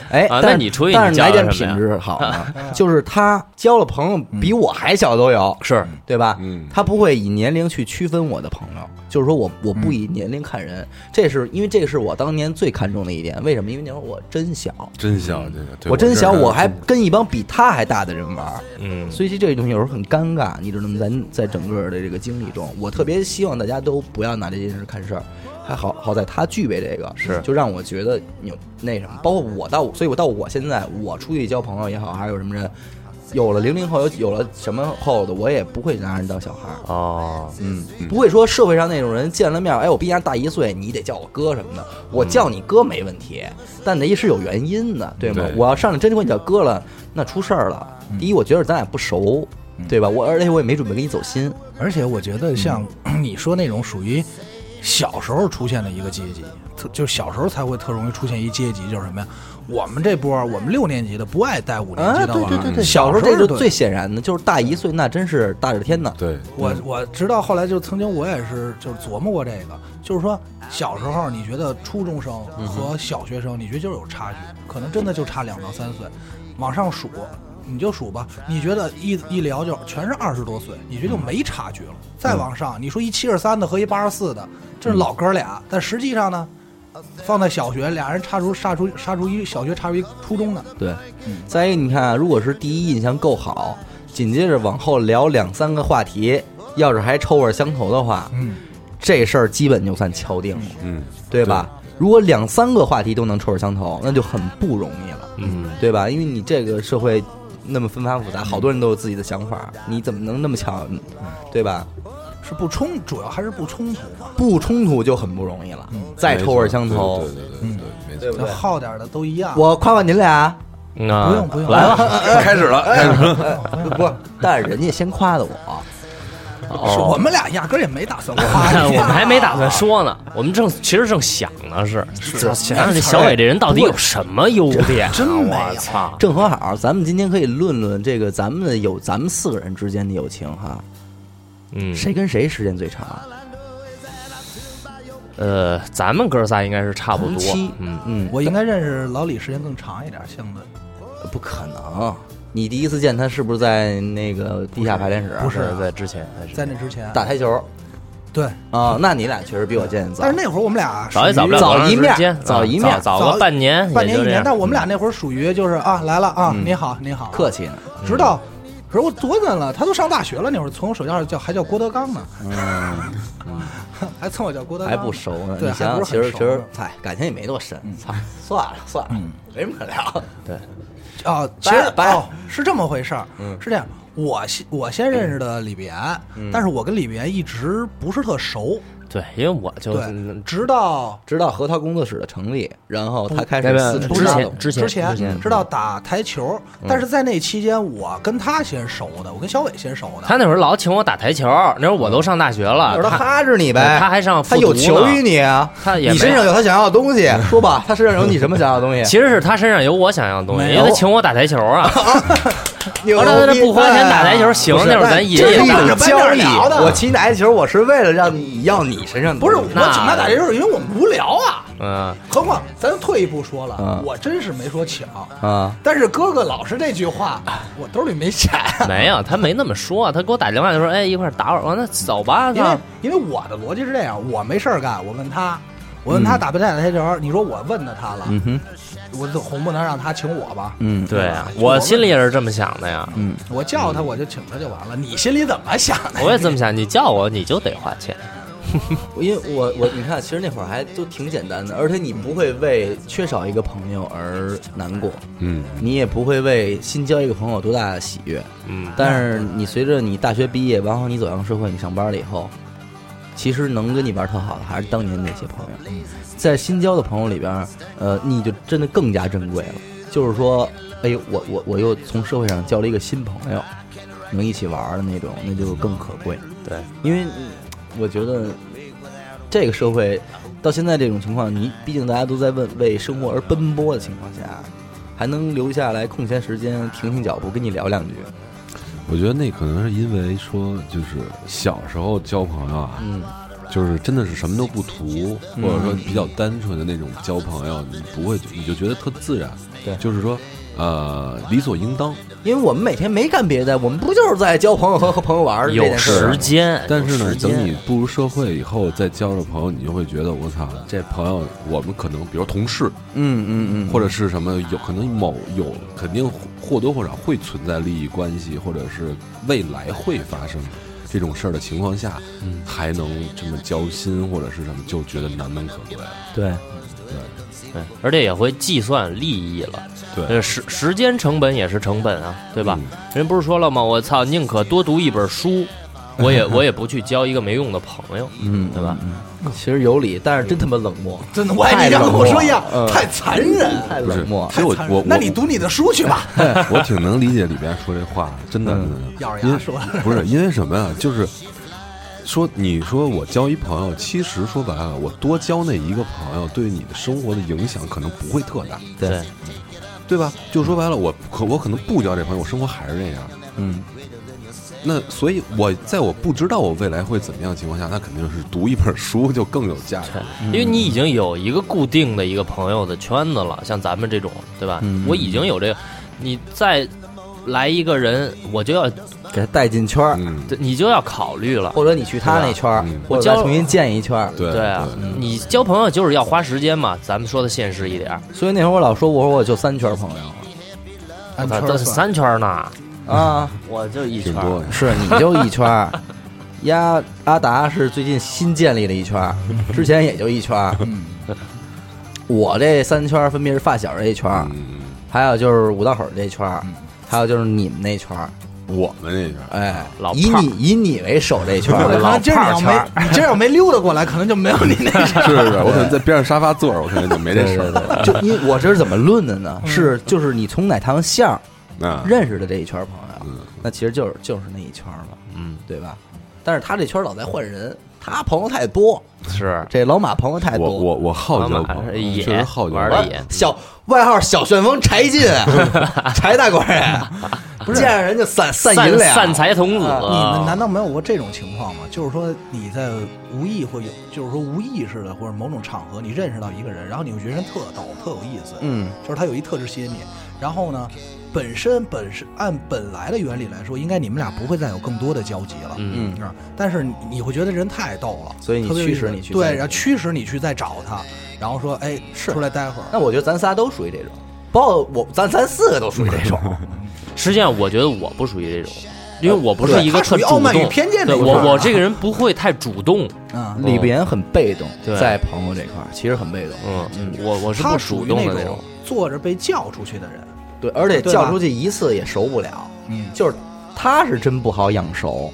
Speaker 2: 哎，
Speaker 4: 啊
Speaker 2: 但
Speaker 4: 那你出去
Speaker 2: 但
Speaker 4: 你
Speaker 2: 是
Speaker 4: 交
Speaker 2: 哪
Speaker 4: 了
Speaker 2: 点
Speaker 4: 什
Speaker 2: 品
Speaker 4: 么呀嗯
Speaker 2: 质好
Speaker 4: [laughs]
Speaker 2: 呢？就是 [laughs] 他交了朋友比我还小都有，是对吧？
Speaker 5: 嗯
Speaker 2: 他不会以年龄去区分我的朋友，就是说我我
Speaker 4: 嗯
Speaker 2: 不以年龄看人，这是因为这个是我当年最看重的一点。为什么？因为那会儿我真小，
Speaker 5: 真小，这个对
Speaker 2: 我真
Speaker 5: 这
Speaker 2: 小，
Speaker 5: 儿
Speaker 2: 我还跟一帮比他还大的人玩儿，
Speaker 4: 嗯，
Speaker 2: 所以这个东西有时候很尴尬，你知道吗？在在整个的这个经历中，我特别希望大家都不要拿这件事看事儿。还好好在他具备这个，
Speaker 4: 是
Speaker 2: 就让我觉得有那什么，包括我到，所以我到我现在，我出去交朋友也好，还是有什么人，有了零零后，有有了什么后的，我也不会拿人当小孩儿。
Speaker 4: 哦，
Speaker 2: 嗯，不会说社会上那种人见了面，哎，我比你大一岁，你得叫我哥什么的。我叫你哥没问题，但得是有原因的，对吗？
Speaker 5: 对
Speaker 2: 我要上来真管你叫哥了，那出事儿了。第一，我觉得咱俩不熟，对吧？我而且我也没准备跟你走心。
Speaker 3: [laughs] 而且我觉得像 [clears throat] 你说那种属于小时候出现的一个阶级，特就是小时候才会特容易出现一阶级，就是什么呀？我们这波儿，我们六年级的不爱带五年级的
Speaker 2: 啊对
Speaker 3: 玩儿、
Speaker 2: 对对对，
Speaker 3: 小
Speaker 2: 小
Speaker 3: 时
Speaker 2: 时
Speaker 3: 候
Speaker 2: 候这就
Speaker 3: 是对
Speaker 2: 最显然的，就是大一岁，那真是大热天呢。
Speaker 5: 对，
Speaker 3: 我我直到后来就曾经我也是就是琢磨过这个，就是说小时候你觉得初中生和小学生，你觉得就是有差距，可能真的就差两到三岁，往上数你就数吧，你觉得一一聊就全是二十多岁，你觉得就没差距了。再往上，你说一七十三的和一八十四的，这是老哥俩，但实际上呢，呃放在小学俩人差出差出差出一小学差出一初中的，
Speaker 2: 对，再一个，你看啊，如果是第一印象够好，紧接着往后聊两三个话题，要是还臭味相投的话，
Speaker 3: 嗯，
Speaker 2: 这事儿基本就算敲定了，
Speaker 5: 嗯，
Speaker 2: 对吧？如果两三个话题都能臭味相投，那就很不容易了，
Speaker 4: 嗯，
Speaker 2: 对吧？因为你这个社会那么纷繁复杂，好多人都有自己的想法，你怎么能那么巧，对吧？
Speaker 3: 是不冲，主要还是不冲突嘛。
Speaker 2: 不冲突就很不容易了，再
Speaker 5: 没
Speaker 2: 臭
Speaker 5: 错
Speaker 2: 味相投
Speaker 5: 对，对对对对，没
Speaker 2: 对
Speaker 5: 错。
Speaker 3: 那好点儿的都一样。
Speaker 2: 我夸夸您俩，啊
Speaker 4: 那
Speaker 3: 不用不用
Speaker 4: 啊来吧，
Speaker 5: 开始了，开始了。
Speaker 2: 呃不，但是人家先夸的我。
Speaker 3: 是
Speaker 4: 哦
Speaker 3: 我们俩压根儿也没打算夸你，
Speaker 4: [laughs] 我们还
Speaker 3: 哎
Speaker 4: 没打算说呢，我们正其实正想呢，是是想想这小伟这人到底有什么优点啊？
Speaker 3: 真没有
Speaker 4: 我操！
Speaker 2: 正和好，咱们今天可以论论这个咱们的友，咱们四个人之间的友情哈，
Speaker 4: 嗯，
Speaker 2: 谁跟谁时间最长？啊
Speaker 4: 呃，咱们哥仨应该是差不
Speaker 2: 同
Speaker 4: 多
Speaker 2: 期，，
Speaker 4: 嗯，
Speaker 2: 嗯，
Speaker 3: 我应该认识老李时间更长一点，性子
Speaker 2: 不可能。你第一次见他是不是在那个地下排练室？
Speaker 3: 不是啊
Speaker 4: 在之前，
Speaker 3: 在那之前
Speaker 2: 打台球
Speaker 3: 对，
Speaker 2: 啊？那你俩确实比我见的早
Speaker 3: 但是。那会儿我们俩
Speaker 4: 早也早不了
Speaker 3: 属于
Speaker 4: 多长
Speaker 2: 早一
Speaker 4: 时
Speaker 2: 面
Speaker 4: 间啊
Speaker 2: 早一面
Speaker 4: 早早个半年，
Speaker 3: 半
Speaker 4: 也
Speaker 3: 年
Speaker 4: 就
Speaker 3: 一
Speaker 4: 这
Speaker 3: 年
Speaker 4: 样，
Speaker 3: 但我们俩那会儿属于就是啊来了啊
Speaker 2: 嗯
Speaker 3: 你好你好，
Speaker 2: 客，气呢，
Speaker 3: 直到。可是我多嫩了，他都上大学了，那会儿从我手下叫还叫郭德纲呢，
Speaker 4: 嗯
Speaker 3: [laughs] 还蹭我叫郭德纲
Speaker 2: 还
Speaker 3: 呢，
Speaker 2: 不熟呢。
Speaker 3: 对，
Speaker 2: 你
Speaker 3: 还
Speaker 2: 想想，
Speaker 3: 不
Speaker 2: 其实
Speaker 3: 是
Speaker 2: 其
Speaker 3: 很
Speaker 2: 实
Speaker 3: 熟，
Speaker 2: 嗨，感情也没多深。操，算了算了，没什么可聊。
Speaker 4: 对，
Speaker 3: 啊，其实
Speaker 2: 掰了掰了
Speaker 3: 哦是这么回事儿，
Speaker 4: 嗯
Speaker 3: 是这样。我先我先认识的李必言，但是我跟李必言一直不是特熟，
Speaker 4: 对，因为我就
Speaker 3: 对，直到
Speaker 2: 直到核桃工作室的成立，然后他开
Speaker 4: 那
Speaker 2: 始
Speaker 4: 边
Speaker 2: 四处
Speaker 4: 之
Speaker 2: 拉
Speaker 4: 前
Speaker 2: 拢
Speaker 4: 之前嗯
Speaker 3: 之前知道打台球，但是在那期间我跟他先熟的，我跟小伟先熟的。
Speaker 4: 他那会儿老请我打台球，那会儿我都上大学了
Speaker 2: 那，是他
Speaker 4: 啊他
Speaker 2: 哈着你呗，
Speaker 4: 对他还上
Speaker 2: 他
Speaker 4: 复读
Speaker 2: 有
Speaker 4: 呢
Speaker 2: 求于你啊，
Speaker 4: 他也没
Speaker 2: 你身上有他想要的东西，说吧，他身上有你什么想要的东西？
Speaker 4: 其实是他身上有我想要的东西，
Speaker 2: 没
Speaker 4: 因为他
Speaker 2: 有
Speaker 4: 请我打台球啊，
Speaker 2: 牛
Speaker 4: 我
Speaker 2: 逼啊
Speaker 4: 说那不花钱打台球行，
Speaker 2: 不是
Speaker 4: 那会儿咱
Speaker 2: 这
Speaker 4: 爷
Speaker 2: 是一
Speaker 4: 爷
Speaker 2: 种
Speaker 4: 打。
Speaker 2: 交易
Speaker 3: 聊的。
Speaker 2: 我请你打台球，我是为了让你要你身上的
Speaker 3: 不
Speaker 2: 东
Speaker 3: 是
Speaker 2: 西，
Speaker 3: 我请他打台球，因为我们无聊啊。
Speaker 4: 嗯，
Speaker 3: 何况咱退一步说了
Speaker 2: 嗯，
Speaker 3: 我真是没说请，
Speaker 2: 啊，
Speaker 3: 但是哥哥老是这句
Speaker 4: [laughs]
Speaker 3: 话，我兜里没钱。
Speaker 4: 没有，他没那么说，他给我打电话就说，哎，一块儿打会儿，我说那走吧，
Speaker 3: 因为
Speaker 4: 操，
Speaker 3: 因为我的逻辑是这样，我没事儿干，我问他，我问
Speaker 4: 嗯
Speaker 3: 他打不打台球，你说我问的他了，
Speaker 2: 嗯哼，
Speaker 3: 我总不能让他请我吧？
Speaker 2: 嗯，
Speaker 4: 对啊，我心里也是这么想的呀，
Speaker 3: 我叫他我就请他就完了。你心里怎么想的？
Speaker 4: 我也这么想，你叫我你就得花钱，
Speaker 2: 因为我我你看，其实那会儿还都挺简单的，而且你不会为缺少一个朋友而难过，
Speaker 5: 嗯，
Speaker 2: 你也不会为新交一个朋友有多大的喜悦，
Speaker 4: 嗯，
Speaker 2: 但是你随着你大学毕业，然后你走向社会，你上班了以后，其实能跟你玩特好的还是当年那些朋
Speaker 4: 嗯
Speaker 2: 友，在新交的朋友里边儿，呃，你就真的更加珍贵了。就是说，哎呦，我我我又从社会上交了一个新朋友，能一起玩儿的那种，那就更可贵。
Speaker 4: 对，
Speaker 2: 因为嗯我觉得这个社会到现在这种情况，你毕竟大家都在为为生活而奔波的情况下，还能留下来空闲时间停停脚步跟你聊两句，
Speaker 5: 我觉得那可能是因为说，就是小时候交朋友啊，
Speaker 2: 嗯，
Speaker 5: 就是真的是什么都不图，或者说比较单纯的那种交朋友，你不会，你就觉得特自然，
Speaker 2: 对
Speaker 5: 就是说，呃，理所应当。
Speaker 2: 因为我们每天没干别的，我们不就是在交朋友和和朋友玩儿这
Speaker 4: 有
Speaker 2: 件事儿
Speaker 4: 时
Speaker 2: 吗？
Speaker 4: 间，
Speaker 5: 但是
Speaker 4: 有
Speaker 5: 呢，
Speaker 4: 时间
Speaker 5: 等你步入社会以后，再交了朋友，你就会觉得，我操，这朋友，我们可能比如同事，
Speaker 2: 嗯嗯嗯，
Speaker 5: 或者是什么，有可能某有肯定或多或少会存在利益关系，或者是未来会发生这种事儿的情况下，
Speaker 3: 嗯
Speaker 5: 还能这么交心或者是什么，就觉得难能可贵。
Speaker 2: 对。
Speaker 4: 对，而且也会计算利益了。
Speaker 5: 对
Speaker 4: 呃，时时间成本也是成本啊，对吧？
Speaker 2: 嗯
Speaker 4: 人不是说了吗？我操，宁可多读一本书，我
Speaker 2: [laughs]
Speaker 4: 也我也不去交一个没用的朋友，
Speaker 2: 嗯，
Speaker 4: 对吧？
Speaker 2: 其实有理，但是真他妈冷漠，
Speaker 3: 真的，我哎也
Speaker 2: 太
Speaker 3: 你想
Speaker 2: 冷
Speaker 3: 跟
Speaker 2: 漠
Speaker 3: 我说一样，
Speaker 2: 嗯
Speaker 3: 太残忍。
Speaker 2: 太
Speaker 5: 不是
Speaker 2: 冷漠
Speaker 5: 其。实我
Speaker 3: 残忍
Speaker 5: 我
Speaker 3: 那
Speaker 5: 我哎
Speaker 3: 你读你的书去吧。
Speaker 5: 我挺能理解里边说这话，真的，真的
Speaker 3: 嗯咬着
Speaker 5: 因
Speaker 3: 牙
Speaker 5: 为
Speaker 3: 说
Speaker 5: 不是因为什么呀？啊就是说，你说我交一朋友，其实说白了，我多交那一个朋友，对你的生活的影响可能不会特大，
Speaker 2: 对，
Speaker 5: 对吧？就说白了，我可我可能不交这朋友，我生活还是那样。
Speaker 2: 嗯，
Speaker 5: 那所以，我在我不知道我未来会怎么样的情况下，那肯定是读一本书就更有
Speaker 4: [laughs]
Speaker 5: 价值。
Speaker 2: 嗯
Speaker 4: 因为你已经有一个固定的一个朋友的圈子了，像咱们这种，对吧？
Speaker 2: 嗯
Speaker 4: 我已经有这个，你再来一个人，我就要
Speaker 2: 给他带进圈儿，
Speaker 5: 嗯，
Speaker 4: 对你就要考虑了。
Speaker 2: 或者你去他那圈儿
Speaker 5: 对吧嗯，嗯
Speaker 2: 或
Speaker 4: 我
Speaker 2: 者
Speaker 4: 交
Speaker 2: 再重新建一圈儿。
Speaker 5: 对
Speaker 4: 对啊，你交朋友就是要花时间嘛，咱们说的现实一点儿，
Speaker 2: 所以那会儿我老说，我说我就三圈朋友
Speaker 3: [laughs] 按
Speaker 4: 咱
Speaker 3: 圈
Speaker 4: 啊这
Speaker 3: 儿
Speaker 4: 是
Speaker 3: 算
Speaker 4: 三圈儿呢，
Speaker 2: 啊，
Speaker 4: 我就一
Speaker 5: 挺
Speaker 4: 圈儿，
Speaker 5: 多的。
Speaker 2: [laughs] 是你就一圈 [laughs] 儿。丫阿达是最近新建立了一圈儿，之前也就一圈儿。我这三圈儿分别是发小这一圈儿，
Speaker 5: 嗯，
Speaker 2: 还有就是五道口这一圈儿，还有就是你们那圈儿。
Speaker 5: 我们那边 [laughs]
Speaker 2: 哎，
Speaker 4: 老
Speaker 2: 以
Speaker 4: 炮儿
Speaker 2: 你以你为首这一圈儿，
Speaker 3: 可
Speaker 2: [laughs] 老
Speaker 3: 能今
Speaker 2: 炮
Speaker 3: 儿
Speaker 2: 儿
Speaker 3: 你
Speaker 2: 圈
Speaker 3: 要
Speaker 2: 儿 [laughs]
Speaker 3: 没，你今儿要没溜达过来，可能就没有你那个。
Speaker 5: 是是，我可能在边上沙发坐着，我可能就没这事儿了。
Speaker 2: 就因为我这是怎么论的呢？是就是你从哪趟线儿
Speaker 5: 啊，
Speaker 2: 认识的这一圈儿朋友，啊
Speaker 5: 嗯
Speaker 2: 那其实就是就是那一圈儿嘛，
Speaker 4: 嗯，
Speaker 2: 对吧？但是他这圈儿老在换人，他朋友太多，
Speaker 4: 是
Speaker 2: 这老马朋友太
Speaker 5: 我
Speaker 2: 多。
Speaker 5: 我我好交朋
Speaker 4: 老马
Speaker 5: 友，
Speaker 4: 是野
Speaker 5: 确实好交
Speaker 4: 玩
Speaker 5: 朋
Speaker 4: 的
Speaker 5: 友。
Speaker 4: 野，
Speaker 2: 小外号小旋风柴进，啊柴大官人，见着人就散散银两，
Speaker 4: 散财啊童子，
Speaker 3: 啊你们难道没有过这种情况吗？就是说你在无意或有，就是说无意识的或者某种场合，你认识到一个人，然后你会觉得人特逗、特有意思，
Speaker 2: 嗯，
Speaker 3: 就是他有一特质吸引你。然后呢，本身本身按本来的原理来说，应该你们俩不会再有更多的交集了，
Speaker 4: 嗯
Speaker 3: 啊，但是你你会觉得人太逗了，
Speaker 2: 所以你
Speaker 3: 特别有
Speaker 2: 驱
Speaker 3: 意思
Speaker 2: 使你去
Speaker 3: 对，
Speaker 2: 见
Speaker 3: 然后驱使你去再找他，然后说哎，
Speaker 2: 是
Speaker 3: 出来待会儿，
Speaker 2: 那我觉得咱仨都属于这种，包括我咱咱四个都属于这种。
Speaker 4: 实际上，我觉得我不属于这种，因为我不是一个
Speaker 3: 对他属
Speaker 4: 特
Speaker 3: 于
Speaker 4: 主
Speaker 3: 傲
Speaker 4: 动。
Speaker 3: 慢与偏见那
Speaker 4: 对
Speaker 3: 一块儿
Speaker 4: 我
Speaker 3: 啊
Speaker 4: 我这个人不会太主动，
Speaker 3: 嗯，
Speaker 2: [laughs] 李不言很被动，
Speaker 4: 对
Speaker 2: 在朋友这块儿其实很被动，
Speaker 4: 嗯，我我是
Speaker 3: 他
Speaker 4: 不
Speaker 3: 属
Speaker 4: 主
Speaker 3: 于
Speaker 4: 动的
Speaker 3: 那
Speaker 4: 种。
Speaker 3: 坐着被叫出去的人，
Speaker 2: 对，而且
Speaker 3: 对吧
Speaker 2: 叫出去一次也熟不了，
Speaker 3: 嗯，
Speaker 2: 就是他是真不好养熟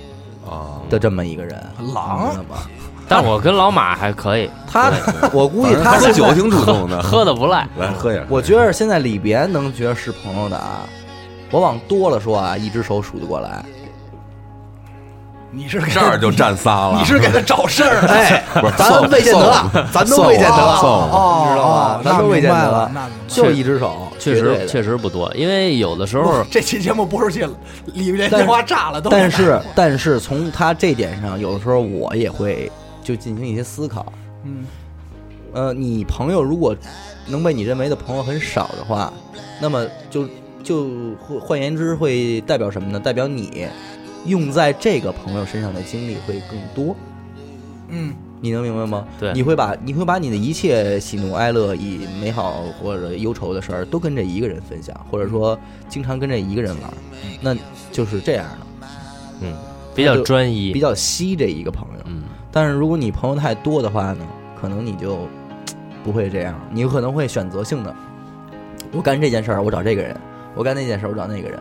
Speaker 5: 啊，
Speaker 2: 的这么一个人，
Speaker 3: 狼啊
Speaker 2: 你知道吗？
Speaker 4: 但我跟老马还可以，
Speaker 5: 啊
Speaker 2: 他，我估计他
Speaker 5: 喝
Speaker 2: 现
Speaker 5: 酒
Speaker 2: 在，
Speaker 5: 挺主动的， [laughs]
Speaker 4: 喝的不赖。
Speaker 5: 来喝点。
Speaker 2: 我觉得现在李别能觉得是朋友的啊，我往多了说啊，一只手数得过来。
Speaker 3: 你是给 [laughs]
Speaker 5: 这儿就占仨了，
Speaker 3: 你是给他找事儿
Speaker 2: [laughs]
Speaker 3: 呢。
Speaker 2: 哎
Speaker 5: 不是，
Speaker 2: 咱
Speaker 5: 算了
Speaker 2: 未见
Speaker 5: 算
Speaker 2: 得
Speaker 5: 了，
Speaker 2: 咱都未见
Speaker 5: 算了算
Speaker 2: 得，
Speaker 5: 了
Speaker 3: 哦，
Speaker 2: 知道吧？咱都未见得，就一只手，
Speaker 4: 确
Speaker 2: 绝对
Speaker 4: 实
Speaker 2: 的
Speaker 4: 确实不多，因为有的时候
Speaker 3: 不，这期节目播出去了，里面
Speaker 2: 但
Speaker 3: 电话炸了，都
Speaker 2: 但是但是从他这点上，有的时候我也会就进行一些思考。
Speaker 3: 嗯，
Speaker 2: 呃，你朋友如果能被你认为的朋友很少的话，那么就就会换言之会代表什么呢？代表你用在这个朋友身上的精力会更多。
Speaker 3: 嗯，
Speaker 2: 你能明白吗？
Speaker 4: 对
Speaker 2: 你会把你会把你的一切喜怒哀乐、以美好或者忧愁的事儿，都跟这一个人分享，或者
Speaker 4: 嗯
Speaker 2: 说经常跟这一个人玩儿，那就是这样的，
Speaker 4: 嗯，比较专一，
Speaker 2: 比较稀这一个朋友。
Speaker 4: 嗯，
Speaker 2: 但是如果你朋友太多的话呢，可能你就不会这样，你有可能会选择性的，我干这件事儿我找这个人，我干那件事儿我找那个人，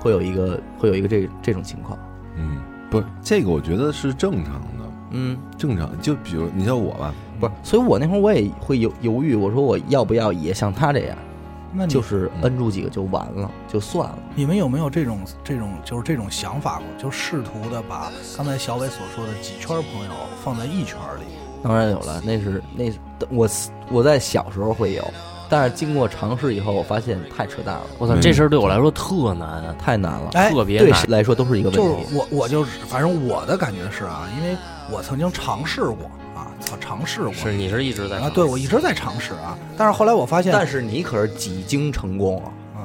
Speaker 2: 会有一个会有一个这这种情况。
Speaker 5: 嗯，不是这个，我觉得是正常的，
Speaker 2: 嗯，
Speaker 5: 正常。就比如你像我吧，
Speaker 2: 不是，
Speaker 4: 嗯
Speaker 2: 所以我那会儿我也会犹犹豫，我说我要不要也像他这样，
Speaker 3: 那你嗯
Speaker 2: 就是摁住几个就完了，就算了。
Speaker 3: 你们有没有这种这种就是这种想法过？就试图的把刚才小伟所说的几圈朋友放在一圈里，
Speaker 2: 当然有了，那是那是我我在小时候会有，但是经过尝试以后，我发现太扯淡了，
Speaker 4: 我操，这事儿对我来说特难，啊
Speaker 2: 太难了，
Speaker 3: 哎，
Speaker 4: 特别
Speaker 2: 对
Speaker 4: 难。
Speaker 2: 谁来说都是一个
Speaker 3: 就是
Speaker 2: 问题。
Speaker 3: 我，我就是，反正我的感觉是啊，因为我曾经尝试过啊，操，尝试过，
Speaker 4: 是你是一直在
Speaker 3: 啊，对我一直在尝试啊，但是后来我发现，
Speaker 2: 但是你可是几经成功啊，
Speaker 3: 嗯，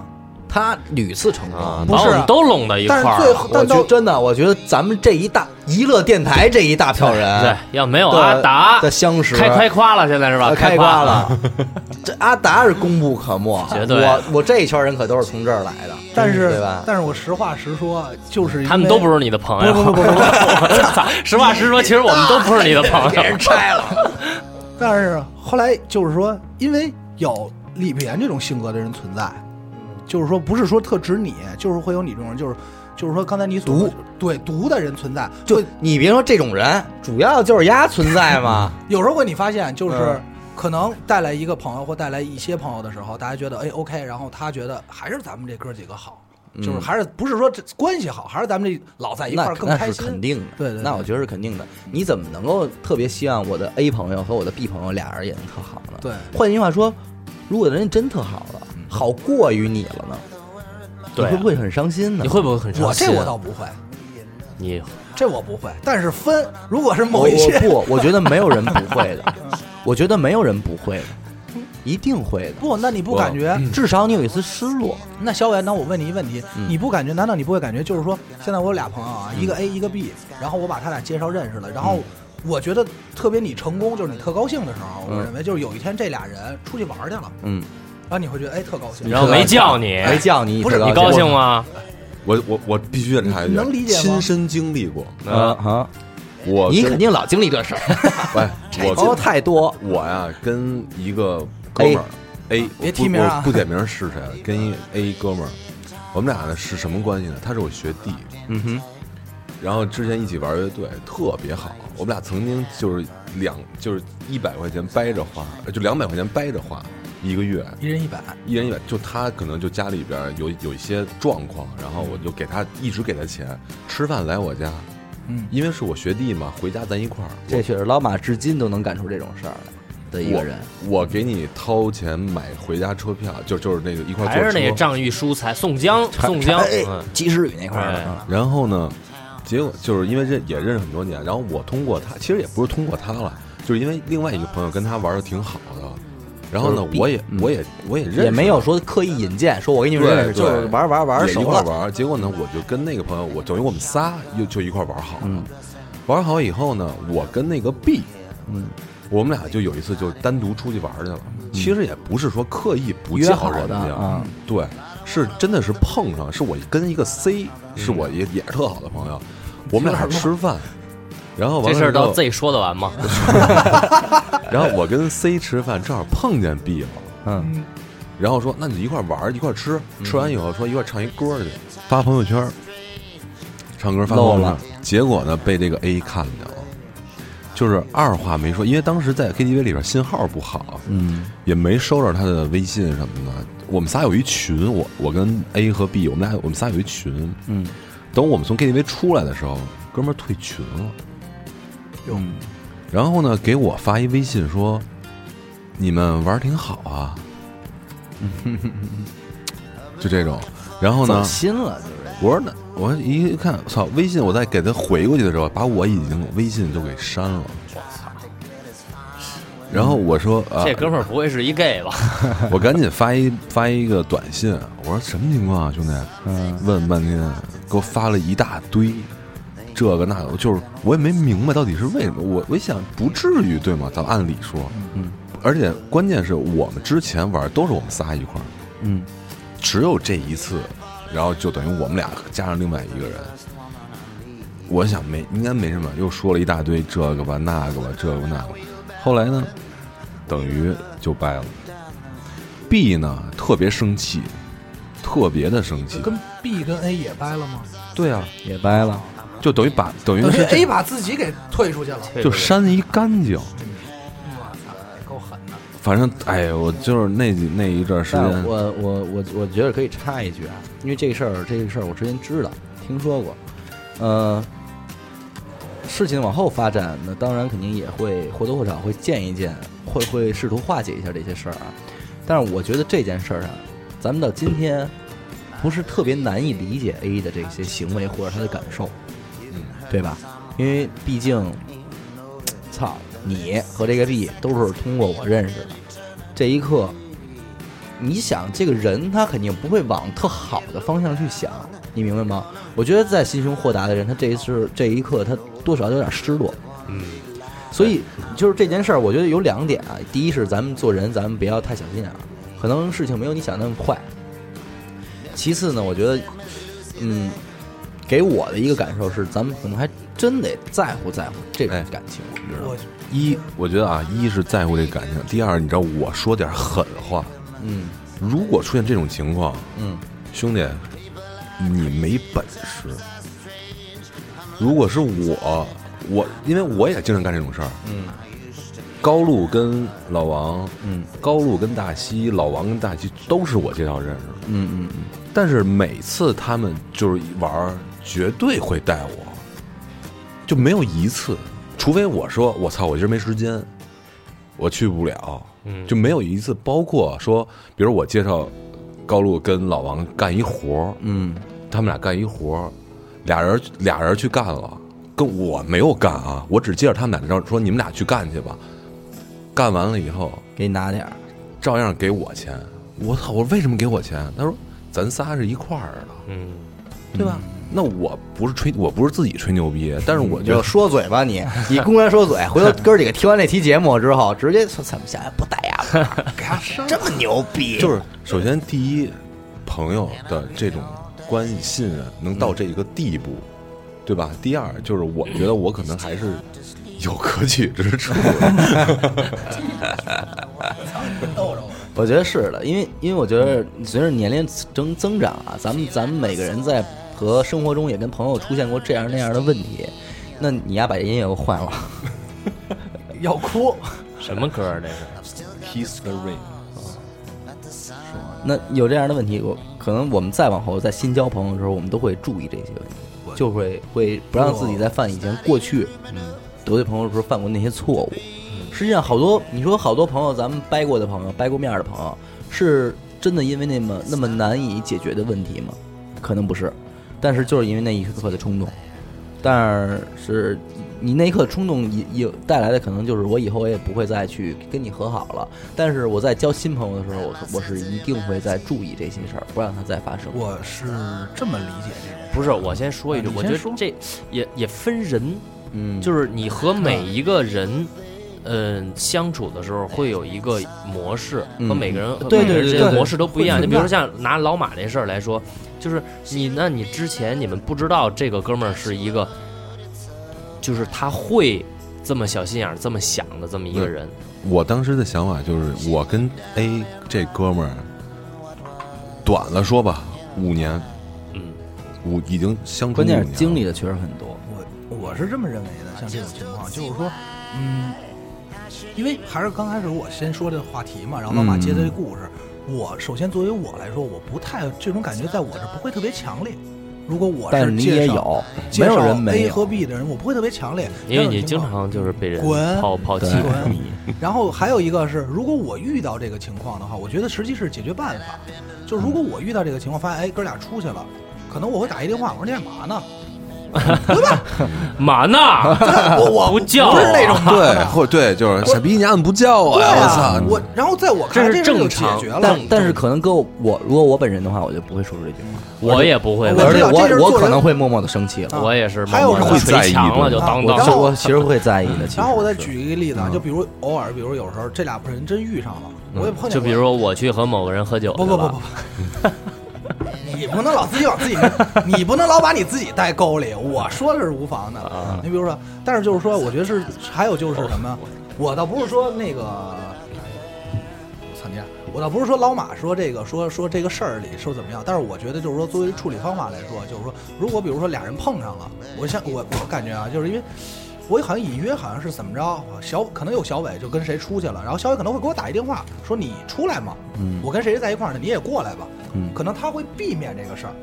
Speaker 2: 他屡次成功。
Speaker 4: 啊，
Speaker 3: 不
Speaker 4: 把
Speaker 3: 是
Speaker 4: 我们都拢到一块
Speaker 3: 但
Speaker 4: 儿
Speaker 3: 是
Speaker 4: 了。
Speaker 3: 最后，
Speaker 2: 我
Speaker 3: 但
Speaker 2: 觉
Speaker 3: 到
Speaker 2: 真的，我觉得咱们这一大娱乐电台这一大票人，
Speaker 4: 对，要没有
Speaker 2: 的
Speaker 4: 阿达
Speaker 2: 的相识，
Speaker 4: 开开夸了，现在是吧？
Speaker 2: 呃开挂，
Speaker 4: 夸
Speaker 2: 了。这阿达是功不可没，
Speaker 4: 绝对
Speaker 2: 我我这一圈人可都是从这儿来的，
Speaker 3: 但是
Speaker 2: 对吧？
Speaker 3: 但是我实话实说，就是因
Speaker 4: 他们
Speaker 3: 为
Speaker 4: 都不是你的朋友。
Speaker 3: 不不不不不，
Speaker 4: [laughs]
Speaker 3: [laughs]
Speaker 4: 我操！实话实说，其实我们都不是你的朋友。
Speaker 2: 拆了，
Speaker 3: 但是后来就是说，因为有李碧岩这种性格的人存在，就是说不是说特指你，就是会有你这种人，就是就是说刚才你所说
Speaker 2: 毒
Speaker 3: 对毒的人存在，
Speaker 2: 就
Speaker 3: 会
Speaker 2: 你别说这种人，主要就是鸭存在嘛。
Speaker 3: 有时候会你发现就是
Speaker 2: 嗯。
Speaker 3: 可能带来一个朋友或带来一些朋友的时候，大家觉得哎 OK，然后他觉得还是咱们这哥几个好，就是还是不是说这关系好，还是咱们这老
Speaker 2: [laughs]
Speaker 3: 哎在一
Speaker 2: 嗯
Speaker 3: 块
Speaker 2: 那
Speaker 3: 儿更
Speaker 2: 那
Speaker 3: 开
Speaker 2: 是
Speaker 3: 心。
Speaker 2: 肯定的，
Speaker 3: 对对对
Speaker 2: 那我觉得是肯定的。你怎么能够特别希望我的 A 朋友和我的 B 朋友俩人也能特好呢？
Speaker 3: 对嗯
Speaker 2: 换句话说，如果人家真特好了，好过于你了呢，
Speaker 4: 对啊
Speaker 2: 你会不会很伤心呢？
Speaker 4: 你会不会很
Speaker 3: 我
Speaker 4: 伤心
Speaker 3: 这
Speaker 4: 啊？
Speaker 3: 我倒不会，
Speaker 4: 你
Speaker 3: 这我不会。但是分，如果是
Speaker 2: 哦我
Speaker 3: 某一些
Speaker 2: 我不，我觉得没有人不会
Speaker 3: [laughs]
Speaker 2: 的，我觉得没有人不会的，一定会的。
Speaker 3: 不，那你不感觉？
Speaker 2: 至少你有一丝失落，
Speaker 4: 嗯
Speaker 3: 那小伟，那我问你一问题，
Speaker 2: 嗯
Speaker 3: 你不感觉？难道你不会感觉？就是说，现在我有俩朋友啊，一个 A，一个 B，然后我把他俩介绍认识了，然后
Speaker 2: 嗯
Speaker 3: 我觉得特别你成功，就是你特高兴的时候，我
Speaker 2: 嗯
Speaker 3: 认为就是有一天这俩人出去玩去了，
Speaker 2: 嗯，
Speaker 3: 然后你会觉得哎特高兴，
Speaker 4: 然后没叫你，
Speaker 2: 没叫你，
Speaker 3: 不是
Speaker 4: 你高兴吗？
Speaker 5: 我我我必须得插一句，
Speaker 3: 能理解吗
Speaker 5: 亲身经历过，
Speaker 2: 啊哈！
Speaker 5: 我
Speaker 2: 你
Speaker 5: 跟
Speaker 2: 肯定老经历这事儿，
Speaker 5: 哎，我
Speaker 2: 朋友太多，
Speaker 5: 我呀跟一个哥们儿 A，
Speaker 3: 别
Speaker 5: 我
Speaker 3: 提
Speaker 5: 不
Speaker 3: 名啊
Speaker 5: 我不点名是谁了，跟一 A 哥们儿，我们俩呢是什么关系呢？他是我学弟，
Speaker 2: 嗯哼，
Speaker 5: 然后之前一起玩乐队，特别好。我们俩曾经就是两就是一百块钱掰着花，呃就两百块钱掰着花，一个月
Speaker 3: 一人一百，
Speaker 5: 一人一百。就他可能就家里边有有一些状况，然后我就给他一直给他钱，吃饭来我家，
Speaker 3: 嗯，
Speaker 5: 因为是我学弟嘛，回家咱一块儿。
Speaker 2: 这确实老马至今都能干出这种事儿来的一个人。
Speaker 5: 我，我给你掏钱买回家车票，就就是那个一块儿
Speaker 4: 还
Speaker 5: 坐
Speaker 4: 是
Speaker 5: 车。
Speaker 4: 那仗义疏财，宋江，宋江，
Speaker 2: 哎
Speaker 4: 嗯，
Speaker 2: 及时雨那块儿的
Speaker 4: 哎
Speaker 2: 啊，
Speaker 5: 然后呢，结果就是因为认也认识很多年，然后我通过他，其实也不是通过他了，就是因为另外一个朋友跟他玩的挺好的，然后呢
Speaker 2: 就是，比
Speaker 5: 我也
Speaker 2: 嗯
Speaker 5: 我也我也认识，
Speaker 2: 也没有说刻意引荐，说我给你们认识，
Speaker 5: 对对
Speaker 2: 就是玩玩玩
Speaker 5: 也一
Speaker 2: 熟
Speaker 5: 块
Speaker 2: 了。
Speaker 5: 玩。结果呢，我就跟那个朋友，我等于我们仨又就一块玩好了。
Speaker 2: 嗯
Speaker 5: 玩好以后呢，我跟那个 B，
Speaker 2: 嗯，
Speaker 5: 我们俩就有一次就单独出去玩去了。其实也不是说刻意不
Speaker 2: 约
Speaker 5: 叫
Speaker 2: 好的
Speaker 5: 人家
Speaker 2: 啊，
Speaker 5: 对，是真的是碰上，是我跟一个 C，是我也也是特好的朋友，我们俩吃饭，然后完
Speaker 4: 这
Speaker 5: 了
Speaker 4: 事儿
Speaker 5: 之后
Speaker 4: 到 Z 说得完吗？
Speaker 5: 然后我跟 C 吃饭，正好碰见 B 了，
Speaker 2: 嗯，
Speaker 5: 然后说那你就一块玩儿，一块吃，吃完以后说一块唱一歌去，嗯发朋友圈儿，唱歌发朋友
Speaker 2: 漏
Speaker 5: 圈儿
Speaker 2: 了，
Speaker 5: 结果呢被这个 A 看见了，就是二话没说，因为当时在 KTV 里边信号不好，
Speaker 2: 嗯，
Speaker 5: 也没收着他的微信什么的。我们仨有一群，我我跟 A 和 B，我们俩我们仨有一群，
Speaker 2: 嗯，
Speaker 5: 等我们从 KTV 出来的时候，哥们儿退群了。
Speaker 2: 嗯
Speaker 5: 然后呢，给我发一微信说：“你们玩儿挺好
Speaker 2: [laughs]
Speaker 5: 啊。”就这种。然后
Speaker 2: 嗯走
Speaker 5: 呢，
Speaker 2: 心了，就是
Speaker 5: 我说那我一看，操！微信我在给他回过去的时候，把我已经微信都给删了。然后我说啊，
Speaker 4: 这哥们儿不会是一 gay 吧？
Speaker 5: [laughs] 我赶紧发一发一个短信，我说什么情况啊，兄弟？
Speaker 2: 嗯，
Speaker 5: 问半天，给我发了一大堆，这个那个，就是我也没明白到底是为什么。我我一想不至于对吗？咱按理说，
Speaker 2: 嗯，
Speaker 5: 而且关键是我们之前玩都是我们仨一块儿，
Speaker 2: 嗯，
Speaker 5: 只有这一次，然后就等于我们俩加上另外一个人。我想没应该没什么，又说了一大堆这个吧那个吧这个吧那个吧，后来呢，等于就掰了。B 呢特别生气，特别的生气，
Speaker 3: 跟 B 跟 A 也掰了吗？
Speaker 5: 对啊，
Speaker 2: 也掰了。
Speaker 5: 就等于把等于
Speaker 3: 等于
Speaker 5: 是
Speaker 3: A 把自己给退出去了，
Speaker 5: 就删一干净。
Speaker 3: 我操，够狠的。
Speaker 5: 反正哎呀，我就是那几那一段时
Speaker 2: 但
Speaker 5: 间，
Speaker 2: 我我我我觉得可以插一句啊，因为这个事儿这个事儿我之前知道听说过，呃，事情往后发展，那当然肯定也会或多或少会见一见，会会试图化解一下这些事儿啊。但是我觉得这件事儿上，咱们到今天不是特别难以理解 A 的这些行为或者他的感受，
Speaker 5: 嗯
Speaker 2: 对吧？因为毕竟，操，你和这个 B 都是通过我认识的，这一刻你想这个人他肯定不会往特好的方向去想，你明白吗？我觉得在心胸豁达的人，他这一次这一刻他多少有点失落，
Speaker 4: 嗯，
Speaker 2: 所以就是这件事儿，我觉得有两点啊。第一是咱们做人，咱们不要太小心眼儿，可能事情没有你想那么快。其次呢，我觉得，嗯，给我的一个感受是，咱们可能还真得在乎在乎这种感情，你知道吗？
Speaker 3: 我
Speaker 5: 一，我觉得啊，一是在乎这感情，第二，你知道我说点狠话，
Speaker 2: 嗯
Speaker 5: 如果出现这种情况，
Speaker 2: 嗯，
Speaker 5: 兄弟，你没本事。如果是我，我因为我也经常干这种事儿，嗯，高露跟老王，
Speaker 2: 嗯，
Speaker 5: 高露跟大西，老王跟大西都是我介绍认识的，
Speaker 2: 嗯嗯嗯，
Speaker 5: 但是每次他们就是玩儿，绝对会带我，就没有一次，除非我说我操，我今儿没时间，我去不了，
Speaker 4: 嗯
Speaker 5: 就没有一次，包括说，比如我介绍高露跟老王干一活儿，
Speaker 2: 嗯，
Speaker 5: 他们俩干一活儿，俩人俩人去干了，跟我没有干啊，我只介绍他们俩，然后说你们俩去干去吧，干完了以后，
Speaker 2: 给你拿点儿，
Speaker 5: 照样给我钱，我操，我为什么给我钱？他说咱仨是一块儿的。
Speaker 4: 嗯，
Speaker 5: 对吧？那我不是吹，我不是自己吹牛逼，但是我
Speaker 2: 你
Speaker 5: 觉
Speaker 2: 就
Speaker 5: 得，
Speaker 2: 说嘴吧 [laughs] 你，你公然说嘴，回头哥儿几个听完这期节目之后，直接说咱们下来不带呀，给他这么牛逼，
Speaker 5: 就是首先第一，朋友的这种关系信任能到这一个地步，对吧？第二就是我觉得我可能还是有可取之
Speaker 4: [laughs]
Speaker 5: 处，
Speaker 2: 我觉得是的，因为因为我觉得随着年龄增增长啊，咱们咱们每个人在和生活中也跟朋友出现过这样那样的问题，那你丫把这音乐给我换了，
Speaker 3: 要哭，
Speaker 4: 什么歌儿这是？
Speaker 5: Kiss the ring，
Speaker 2: 啊那有这样的问题，我可能我们再往后在新交朋友的时候，我们都会注意这些问题，就会会不让自己再犯以前过去嗯得罪朋友的时候犯过那些错误。实际上，好多你说好多朋友，咱们掰过的朋友，掰过面儿的朋友，是真的因为那么那么难以解决的问题吗？可能不是，但是就是因为那一刻的冲动，但是你那一刻冲动也也带来的可能就是我以后我也不会再去跟你和好了，但是我在交新朋友的时候，我
Speaker 3: 啊
Speaker 2: 我是一定会在注意这些事儿，不让它再发生。
Speaker 3: 我是这么理解这个。
Speaker 4: 不是，我先说一句，
Speaker 3: 啊你
Speaker 4: 我
Speaker 3: 先
Speaker 4: 觉
Speaker 3: 说
Speaker 4: 得这也也分人，
Speaker 2: 嗯，
Speaker 4: 就是你和每一个人，嗯，相处的时候会有一个模式，
Speaker 2: 嗯
Speaker 4: 和每个人和
Speaker 2: 对
Speaker 4: 每个人
Speaker 2: 对
Speaker 4: 之
Speaker 2: 对
Speaker 4: 间的
Speaker 2: 对
Speaker 4: 模式都不一样。
Speaker 3: 会
Speaker 4: 你
Speaker 3: 存
Speaker 4: 比如说
Speaker 3: 在
Speaker 4: 像拿老马这事儿来说，就是你，那你之前你们不知道这个哥们儿是一个，就是他会这么小心眼儿、这么想的这么一个人，
Speaker 5: 我当时的想法就是，我跟 A 这哥们儿，短了说吧，五年，
Speaker 4: 嗯，
Speaker 5: 五已经相处
Speaker 2: 关键
Speaker 5: 五
Speaker 2: 是
Speaker 5: 年
Speaker 2: 经历
Speaker 5: 了，
Speaker 2: 的确实很多。
Speaker 3: 啊我我是这么认为的，像这种情况，就是说，嗯，因为还是刚开始我先说这个话题嘛，然后老马接
Speaker 2: 嗯
Speaker 3: 这个故事。我首先作为我来说，我不太这种感觉，在我这不会特别强烈。如果我
Speaker 2: 但是
Speaker 3: 是
Speaker 2: 你
Speaker 3: 介
Speaker 2: 也
Speaker 3: 绍
Speaker 2: 有，没
Speaker 3: 介
Speaker 2: 有
Speaker 3: 绍
Speaker 2: 人没
Speaker 3: A 和
Speaker 2: 有。
Speaker 3: B 的人，我不会特别强烈，
Speaker 4: 因为你
Speaker 3: 但是
Speaker 4: 经常就是被人
Speaker 3: 滚
Speaker 4: 抛抛弃
Speaker 2: 对
Speaker 4: 的
Speaker 3: 滚
Speaker 4: 你。
Speaker 3: 然后还有一个是，如果我遇到这个情况的话，我觉得实际是解决办法。就如果我遇到这个情况，发现哎哥俩出去了，可能我会打一电话，我说你干嘛呢？
Speaker 4: 嘛呢？
Speaker 3: 我我
Speaker 4: 不叫
Speaker 3: 不是那种
Speaker 5: 对，或者对，就是傻逼，你按不叫我
Speaker 3: 对
Speaker 5: 呀，我
Speaker 3: 啊
Speaker 5: 操，，
Speaker 2: 嗯
Speaker 3: 我然后在我看来
Speaker 4: 这是
Speaker 3: 事儿就
Speaker 4: 正常
Speaker 3: 解决了
Speaker 2: 但。但是可能跟我，如果我本人的话，我就不会说出这句话，
Speaker 4: 我也不会
Speaker 3: 我
Speaker 4: 的，
Speaker 2: 而
Speaker 3: 知
Speaker 2: 且
Speaker 3: 道这是
Speaker 2: 我
Speaker 3: 做
Speaker 2: 我可
Speaker 3: 人
Speaker 2: 能会默默的生气了，
Speaker 4: 我也是
Speaker 3: 还有
Speaker 4: 慢慢捶
Speaker 5: 什么在意
Speaker 4: 墙
Speaker 5: 的
Speaker 4: 了就
Speaker 5: 啊
Speaker 4: 当
Speaker 3: 我
Speaker 4: 当
Speaker 3: 然
Speaker 2: 就
Speaker 3: 后
Speaker 2: 我其实会在意的。其实
Speaker 3: 然后我再
Speaker 2: 是
Speaker 3: 举一个例子啊，就比如偶尔，比如有时候这俩人真遇上了，我也碰见过。
Speaker 4: 就比如说我去和某个人喝酒，
Speaker 3: 不不不不， [laughs] 不，你不能老自己往自己那，你不能老把你自己带沟里。我说的是无妨的，你比如说，但是就是说，我觉得是还有就是什么，我倒不是说那个。操你妈我倒不是说老马说这个说说这个事儿里说怎么样，但是我觉得就是说作为处理方法来说，就是说如果比如说俩人碰上了，我想我我感觉啊，就是因为我好像隐约好像是怎么着，小可能有小伟就跟谁出去了，然后小伟可能会给我打一电话说你出来嘛，我跟谁在一块儿呢，你也过来吧，
Speaker 2: 嗯
Speaker 3: 可能他会避免这个事儿，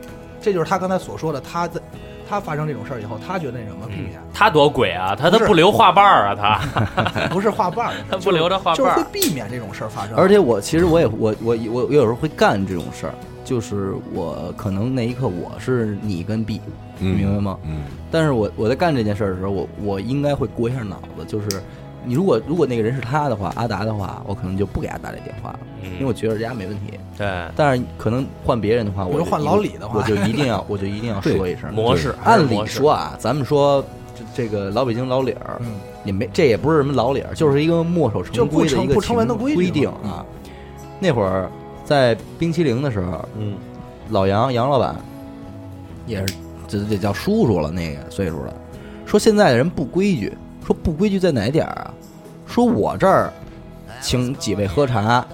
Speaker 3: 这就是他刚才所说的，他在他发生这种事儿以后，他觉得那什么避免，
Speaker 4: 他多鬼啊，他都
Speaker 3: 不是
Speaker 4: 不留话瓣儿啊，他
Speaker 2: 嗯
Speaker 3: 不是画瓣儿，
Speaker 2: [laughs]
Speaker 4: 他
Speaker 3: 就是
Speaker 4: 不留着画
Speaker 3: 就是
Speaker 4: 瓣儿
Speaker 3: 会避免这种事儿发生，
Speaker 2: 而且我其实我也我我我我有时候会干这种事儿，就是我可能那一刻我是你跟 B，你
Speaker 5: 嗯
Speaker 2: 明白吗？
Speaker 5: 嗯，
Speaker 2: 但是我我在干这件事儿的时候，我我应该会过一下脑子，就是你如果如果那个人是他的话，阿达的话，我可能就不给他打这电话了，
Speaker 4: 嗯
Speaker 2: 因为我觉得人家没问题。
Speaker 4: 对
Speaker 2: 但是可能换别人的话，
Speaker 3: 比如
Speaker 2: 我就
Speaker 3: 换老李的话
Speaker 2: 我就一定要我就一定要说一声。
Speaker 4: 模式。还是
Speaker 2: 按理
Speaker 4: 模式
Speaker 2: 说，啊，咱们说这这个老北京老李儿，
Speaker 3: 嗯
Speaker 2: 也没这也不是什么老理儿，就是一个墨守
Speaker 3: 就
Speaker 2: 成
Speaker 3: 不
Speaker 2: 规的
Speaker 3: 成
Speaker 2: 一个
Speaker 3: 不成文的
Speaker 2: 情
Speaker 3: 规定
Speaker 2: 规定啊。那会儿在冰淇淋的时候，
Speaker 4: 嗯，
Speaker 2: 老杨杨老板也是这这叫叔叔了那个岁数了，说现在的人不规矩，说不规矩在哪点儿啊？说我这儿请几位喝茶，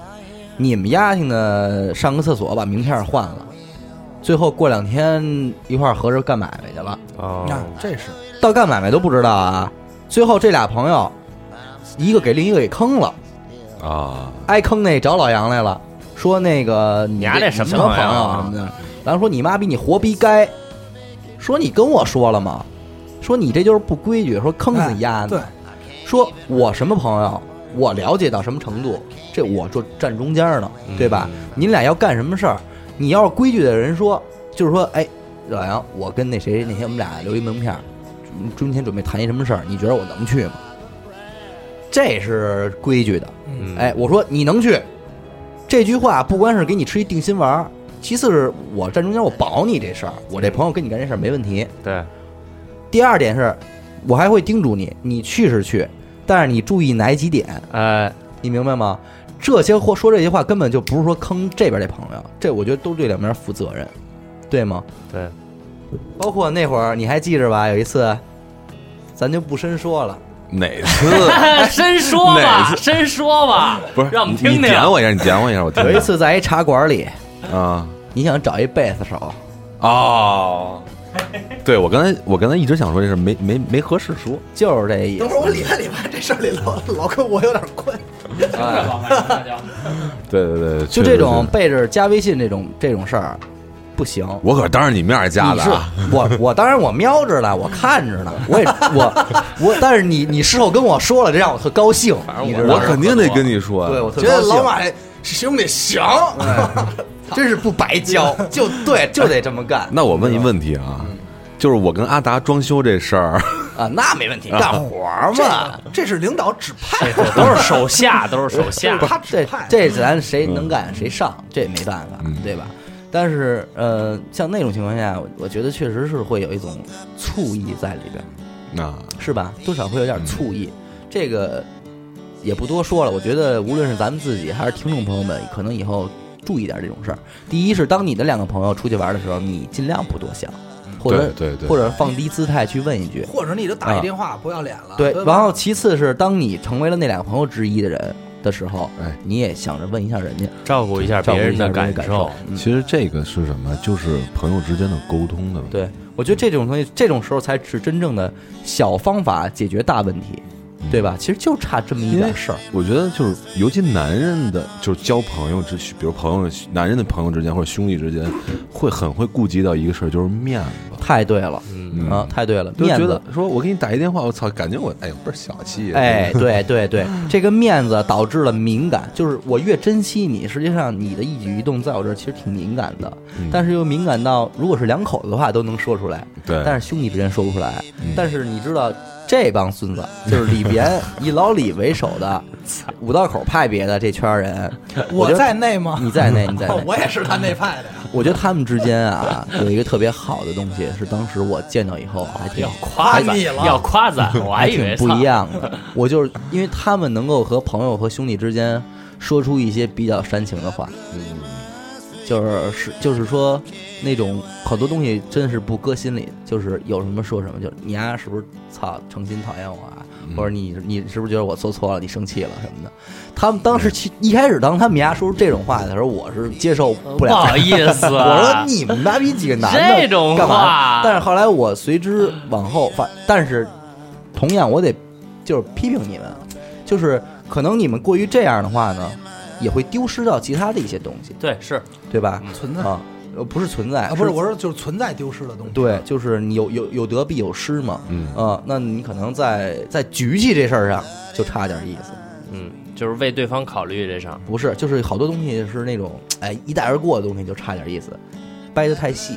Speaker 2: 你们丫挺的上个厕所把名片儿换了，最后过两天一块儿合着干买卖去了，
Speaker 4: 哦
Speaker 3: 那、这是
Speaker 2: 到干买卖都不知道啊。最后这俩朋友，一个给另一个给坑了，
Speaker 5: 啊，
Speaker 2: 挨坑那找老杨来了，说那个你
Speaker 4: 你丫这什么
Speaker 2: 么朋
Speaker 4: 朋友
Speaker 2: 友
Speaker 4: 啊
Speaker 2: 什么的，然后说你妈逼你活逼该，说你跟我说了吗？说你这就是不规矩，说坑死你丫
Speaker 3: 哎
Speaker 2: 的。
Speaker 3: 对，
Speaker 2: 说我什么朋友，我了解到什么程度，这我就站中间呢，对吧？你俩要干什么事儿，你要是规矩的人说，就是说，哎，老杨，我跟那谁那天我们俩留一门片儿，嗯中间准备谈一什么事儿，你觉得我能去吗？这是规矩的。
Speaker 3: 嗯，
Speaker 2: 哎，我说你能去，这句话不光是给你吃一定心丸儿，其次是我站中间，我保你这事儿，我这朋友跟你干这事儿没问题。
Speaker 4: 对，
Speaker 2: 第二点是，我还会叮嘱你，你去是去，但是你注意哪几点，
Speaker 4: 呃，
Speaker 2: 你明白吗？这些或说这些话根本就不是说坑这边这朋友，这我觉得都对两边负责任，对吗？
Speaker 4: 对，
Speaker 2: 包括那会儿你还记着吧？有一次，咱就不深说了，
Speaker 5: 哪
Speaker 4: [laughs]
Speaker 5: 次
Speaker 4: 深说哎吧
Speaker 5: 哪，
Speaker 4: 深说吧，
Speaker 5: 不是？
Speaker 4: 让我们
Speaker 5: 你
Speaker 4: 听
Speaker 5: 你
Speaker 4: 听
Speaker 5: 点我一下，你点我一下，我听
Speaker 2: 有
Speaker 5: 听
Speaker 2: 一次在一茶馆里，
Speaker 5: 啊
Speaker 2: 你想找一贝斯手，
Speaker 5: 哦，对我刚才我刚才一直想说这事，没没没合适说。
Speaker 2: 就是这意思
Speaker 3: 等。会儿我理吧理吧，这事儿里老
Speaker 2: 嗯
Speaker 3: 老跟我有点困。
Speaker 4: 哎
Speaker 5: 对对对，
Speaker 2: 就
Speaker 5: 确实
Speaker 2: 这种
Speaker 5: 是，
Speaker 2: 背着加微信这种这种事儿，不行。
Speaker 5: 我可当着你面儿加
Speaker 2: 你
Speaker 5: 的
Speaker 2: 是
Speaker 5: 啊，
Speaker 2: 我我当然我瞄着呢，我看着呢，我也我我，但是你你事后跟我说了，这让我特高兴，你知道
Speaker 5: 我
Speaker 2: 吗？
Speaker 5: 肯定得跟你说。啊
Speaker 2: 对我特
Speaker 3: 觉得
Speaker 2: 高兴，
Speaker 3: 老
Speaker 2: 嗯啊
Speaker 3: 马这兄弟行，
Speaker 2: 真是不白教，就对，就得这么干。
Speaker 5: 那我问一问题啊，
Speaker 2: 嗯
Speaker 5: 就是我跟阿达装修这事儿，
Speaker 2: 啊，那没问题，干活儿
Speaker 3: 这
Speaker 2: 嘛
Speaker 3: 个，这是领导指派，
Speaker 4: 都是手下，都是手下
Speaker 3: 不。是他指
Speaker 2: 这
Speaker 3: 派。
Speaker 2: 这咱谁能干谁上，这也没办法，对吧？但是呃，像那种情况下，我我觉得确实是会有一种醋意在里边儿。
Speaker 5: 那
Speaker 2: 是吧？多少会有点醋意，这个也不多说了。我觉得无论是咱们自己还是听众朋友们，可能以后注意点这种事儿。第一是当你的两个朋友出去玩的时候，你尽量不多想， [laughs] 或者
Speaker 5: 对对对
Speaker 2: 或者放低姿态去问一句。
Speaker 3: 或者你就打一电话，不要脸
Speaker 2: 嗯
Speaker 3: 了。
Speaker 2: 对，
Speaker 3: 吧
Speaker 2: 然后其次是当你成为了那两个朋友之一的人的时候，
Speaker 5: 哎
Speaker 2: 你也想着问一下人家，
Speaker 4: 照顾一
Speaker 2: [laughs]
Speaker 4: 下
Speaker 2: 照
Speaker 4: 别
Speaker 2: 顾一
Speaker 4: 人
Speaker 2: 下
Speaker 4: 的
Speaker 2: 人家
Speaker 4: 感
Speaker 2: 感
Speaker 4: 受。。
Speaker 2: 嗯
Speaker 5: 其实这个是什么？就是朋友之间的沟通的问题。
Speaker 2: 对，我觉得这种东西，这种时候才是真正的小方法解决大问题，对吧？其实就差这么一点事儿。
Speaker 5: 我觉得就是，尤其男人的，就是交朋友之，比如朋友，男人的朋友之间或者兄弟之间，会很会顾及到一个事儿，就是面子。
Speaker 2: 太对了，
Speaker 4: 嗯
Speaker 2: 啊，太对了，
Speaker 5: 就
Speaker 2: 面
Speaker 5: 觉
Speaker 2: 子
Speaker 5: 得。说我给你打一电话，我操，感觉我哎呦倍儿小气。
Speaker 2: 哎，，对对对，这个面子导致了敏感，就是我越珍惜你，实际上你的一举一动在我这儿其实挺敏感的，但是又敏感到，如果是两口子的话都能说出来，
Speaker 5: 对
Speaker 2: 但是兄弟之间说不出来。但是你知道这帮孙子，就是李边以老李为首的五道口派别的这圈人，我
Speaker 3: 我
Speaker 2: 觉得嗯
Speaker 3: 在内吗？哦
Speaker 2: 你在内，你在内，
Speaker 3: 我也是他内派的呀。
Speaker 2: 我觉得他们之间啊有一个特别好的东西，是当时我见到以后还挺
Speaker 4: 要夸
Speaker 3: 夸
Speaker 4: 赞，
Speaker 3: 你了
Speaker 4: 要夸赞，我还以为
Speaker 2: 挺不一。样的。 [laughs] 我就是因为他们能够和朋友和兄弟之间说出一些比较煽情的话，
Speaker 5: 嗯
Speaker 2: 就是是就是说那种好多东西真是不搁心里，就是有什么说什么，就是你丫、是不是操诚心讨厌我啊？
Speaker 4: 嗯
Speaker 2: 或者你你是不是觉得我做错了，你生气了什么的？他们当时其一开始当他们丫说出这种话的时候，我是接受不
Speaker 4: 不
Speaker 2: 了。
Speaker 4: 好意思，啊
Speaker 2: 我说你们妈逼几个男的
Speaker 4: 这种
Speaker 2: 干嘛
Speaker 4: 话？
Speaker 2: 但是后来我随之往后发，但是同样我得就是批评你们，就是可能你们过于这样的话呢，也会丢失到其他的一些东西，
Speaker 4: 对是
Speaker 2: 对吧？
Speaker 3: 存在
Speaker 2: 啊，呃，不是存在，
Speaker 3: 嗯啊，不是，我说就是存在丢失的东 [laughs] 西。
Speaker 2: 对，就是你有有有得必有失嘛，
Speaker 5: 嗯
Speaker 2: 啊，那你可能在在局气这事儿上就差点意思。
Speaker 4: 嗯，就是为对方考虑这场。
Speaker 2: 不是，就是好多东西是那种，哎，一带而过的东西就差点意思，掰得太细。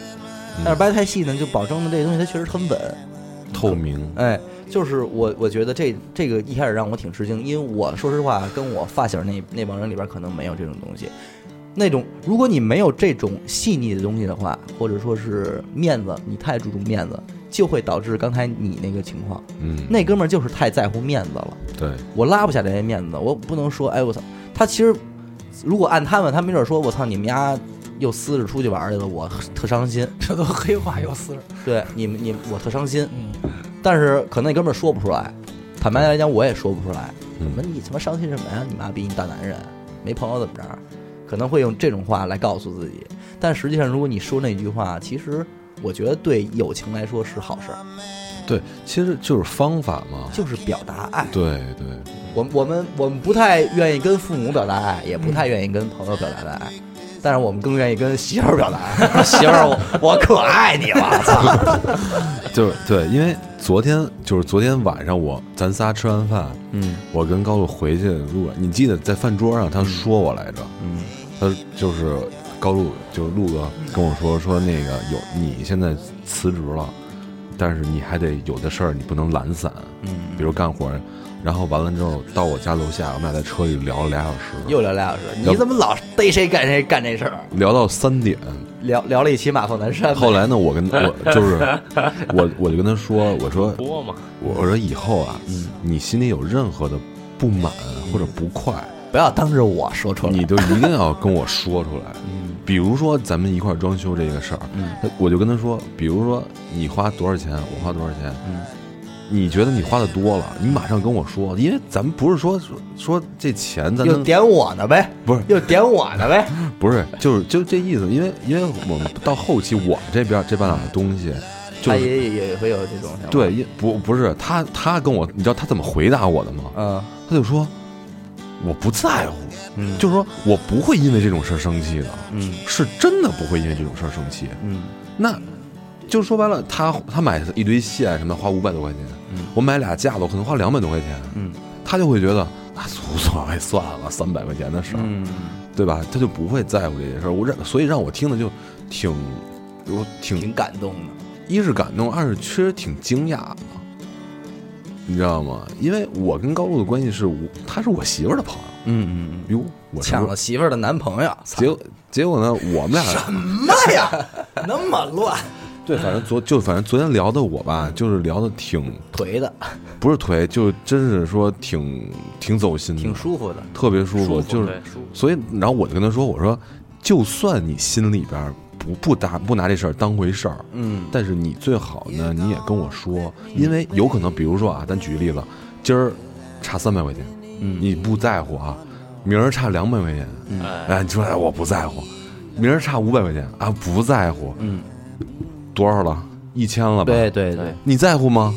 Speaker 2: 但是掰得太细呢，就保证了这个东西它确实很稳。
Speaker 5: 透明。
Speaker 2: 哎，就是我我觉得这这个一开始让我挺吃惊，因为我说实话，跟我发小那那帮人里边可能没有这种东西。那种如果你没有这种细腻的东西的话，或者说是面子，你太注重面子，就会导致刚才你那个情况。
Speaker 5: 嗯，
Speaker 2: 那哥们儿就是太在乎面子了。
Speaker 5: 对，
Speaker 2: 我拉不下这些面子，我不能说，哎，我操，他其实如果按他们，他没准说，我操，你们家又撕着出去玩去了，我特伤心。 [laughs]
Speaker 3: 这都黑化又私人。嗯
Speaker 2: 对，你们，你们我特伤心。但是可能那哥们儿说不出来。坦白来讲，我也说不出来。
Speaker 5: 嗯
Speaker 2: 什么你他妈伤心什么呀？你妈逼你大男人，没朋友怎么着？可能会用这种话来告诉自己。但实际上，如果你说那句话，其实我觉得对友情来说是好事儿，
Speaker 5: 对，其实就是方法嘛。
Speaker 2: 就是表达爱。
Speaker 5: 对对，
Speaker 2: 我我们我们不太愿意跟父母表达爱，也不
Speaker 5: 嗯
Speaker 2: 太愿意跟朋友表达的爱，但是我们更愿意跟媳妇儿表达爱。媳妇儿，
Speaker 4: [laughs]
Speaker 2: 我我可爱你了， [laughs] 操！
Speaker 5: 就是对，因为昨天就是昨天晚上我咱仨吃完饭，
Speaker 2: 嗯
Speaker 5: 我跟高露回去路上，你记得在饭桌上他说我来着，
Speaker 2: 嗯
Speaker 5: 他就是高露，就是陆哥跟我说说那个有你现在辞职了，但是你还得有的事儿你不能懒散，
Speaker 2: 嗯，
Speaker 5: 比如干活儿，然后完了之后到我家楼下，我们俩在车里聊了俩小时，
Speaker 2: 又聊俩小时，你怎么老逮谁干谁干这事儿？
Speaker 5: 聊到三点。
Speaker 2: 聊聊了一期马放南山呗，
Speaker 5: 后来呢，我跟我
Speaker 2: [laughs]
Speaker 5: 就是我我就跟他说，我说
Speaker 4: 播嘛，
Speaker 5: 我说以后啊，你心里有任何的不满或者不快，
Speaker 2: 不要当着我说出来。
Speaker 5: 你就一定要跟我说出来。比如说咱们一块儿装修这个事儿，我就跟他说，比如说你花多少钱，我花多少钱，你觉得你花的多了，你马上跟我说，因为咱们不是说说说这钱咱
Speaker 2: 又
Speaker 5: 能
Speaker 2: 点我呢呗，
Speaker 5: 不是
Speaker 2: 又点我呢呗。
Speaker 5: 不是就是就这意思，因为因为我们到后期我们这边这半两的东西， [laughs] 就
Speaker 2: 他
Speaker 5: 是
Speaker 2: 哎也也也会有这种想法，
Speaker 5: 对，因不不是他他跟我，你知道他怎么回答我的吗？
Speaker 2: 嗯
Speaker 5: 他就说我不在乎，
Speaker 2: 嗯
Speaker 5: 就是说我不会因为这种事儿生气的，
Speaker 2: 嗯
Speaker 5: 是真的不会因为这种事儿生气。
Speaker 2: 嗯
Speaker 5: 那就说白了，他他买一堆线什么的花五百多块钱，我买俩架子我可能花两百多块钱，
Speaker 2: 嗯
Speaker 5: 他就会觉得那无所谓算了，三百块钱的事儿，
Speaker 2: 嗯
Speaker 5: 对吧？他就不会在乎这些事儿。我让所以让我听的就挺我挺
Speaker 2: 挺感动的。
Speaker 5: 一是感动，二是确实挺惊讶的，你知道吗？因为我跟高露的关系是我，她是我媳妇儿的朋友，
Speaker 2: 嗯嗯
Speaker 5: 哟，我
Speaker 2: 嗯，
Speaker 5: 是
Speaker 2: 抢了媳妇儿的男朋友，操
Speaker 5: 结果结果呢，我们俩
Speaker 3: 妈呀，那么乱，
Speaker 5: [laughs] 对，反正昨就反正昨天聊的我吧，就是聊的挺
Speaker 2: 颓的，
Speaker 5: 不是颓，就真是说挺挺走心的，
Speaker 2: 挺舒服的。
Speaker 5: 特别舒服，
Speaker 4: 舒服
Speaker 5: 就是
Speaker 4: 对舒服
Speaker 5: 所以，然后我就跟他说，我说就算你心里边不不打不拿这事儿当回事儿，
Speaker 2: 嗯
Speaker 5: 但是你最好呢，你也跟我说，因为有可能，比如说啊，咱举个例子，今儿差三百块钱，
Speaker 2: 嗯
Speaker 5: 你不在乎啊，明儿差两百块钱，哎，你说哎我不在乎，明儿差五百块钱啊不在乎，
Speaker 2: 嗯，
Speaker 5: 多少了？一千了吧？
Speaker 2: 对对对，
Speaker 5: 你在乎吗？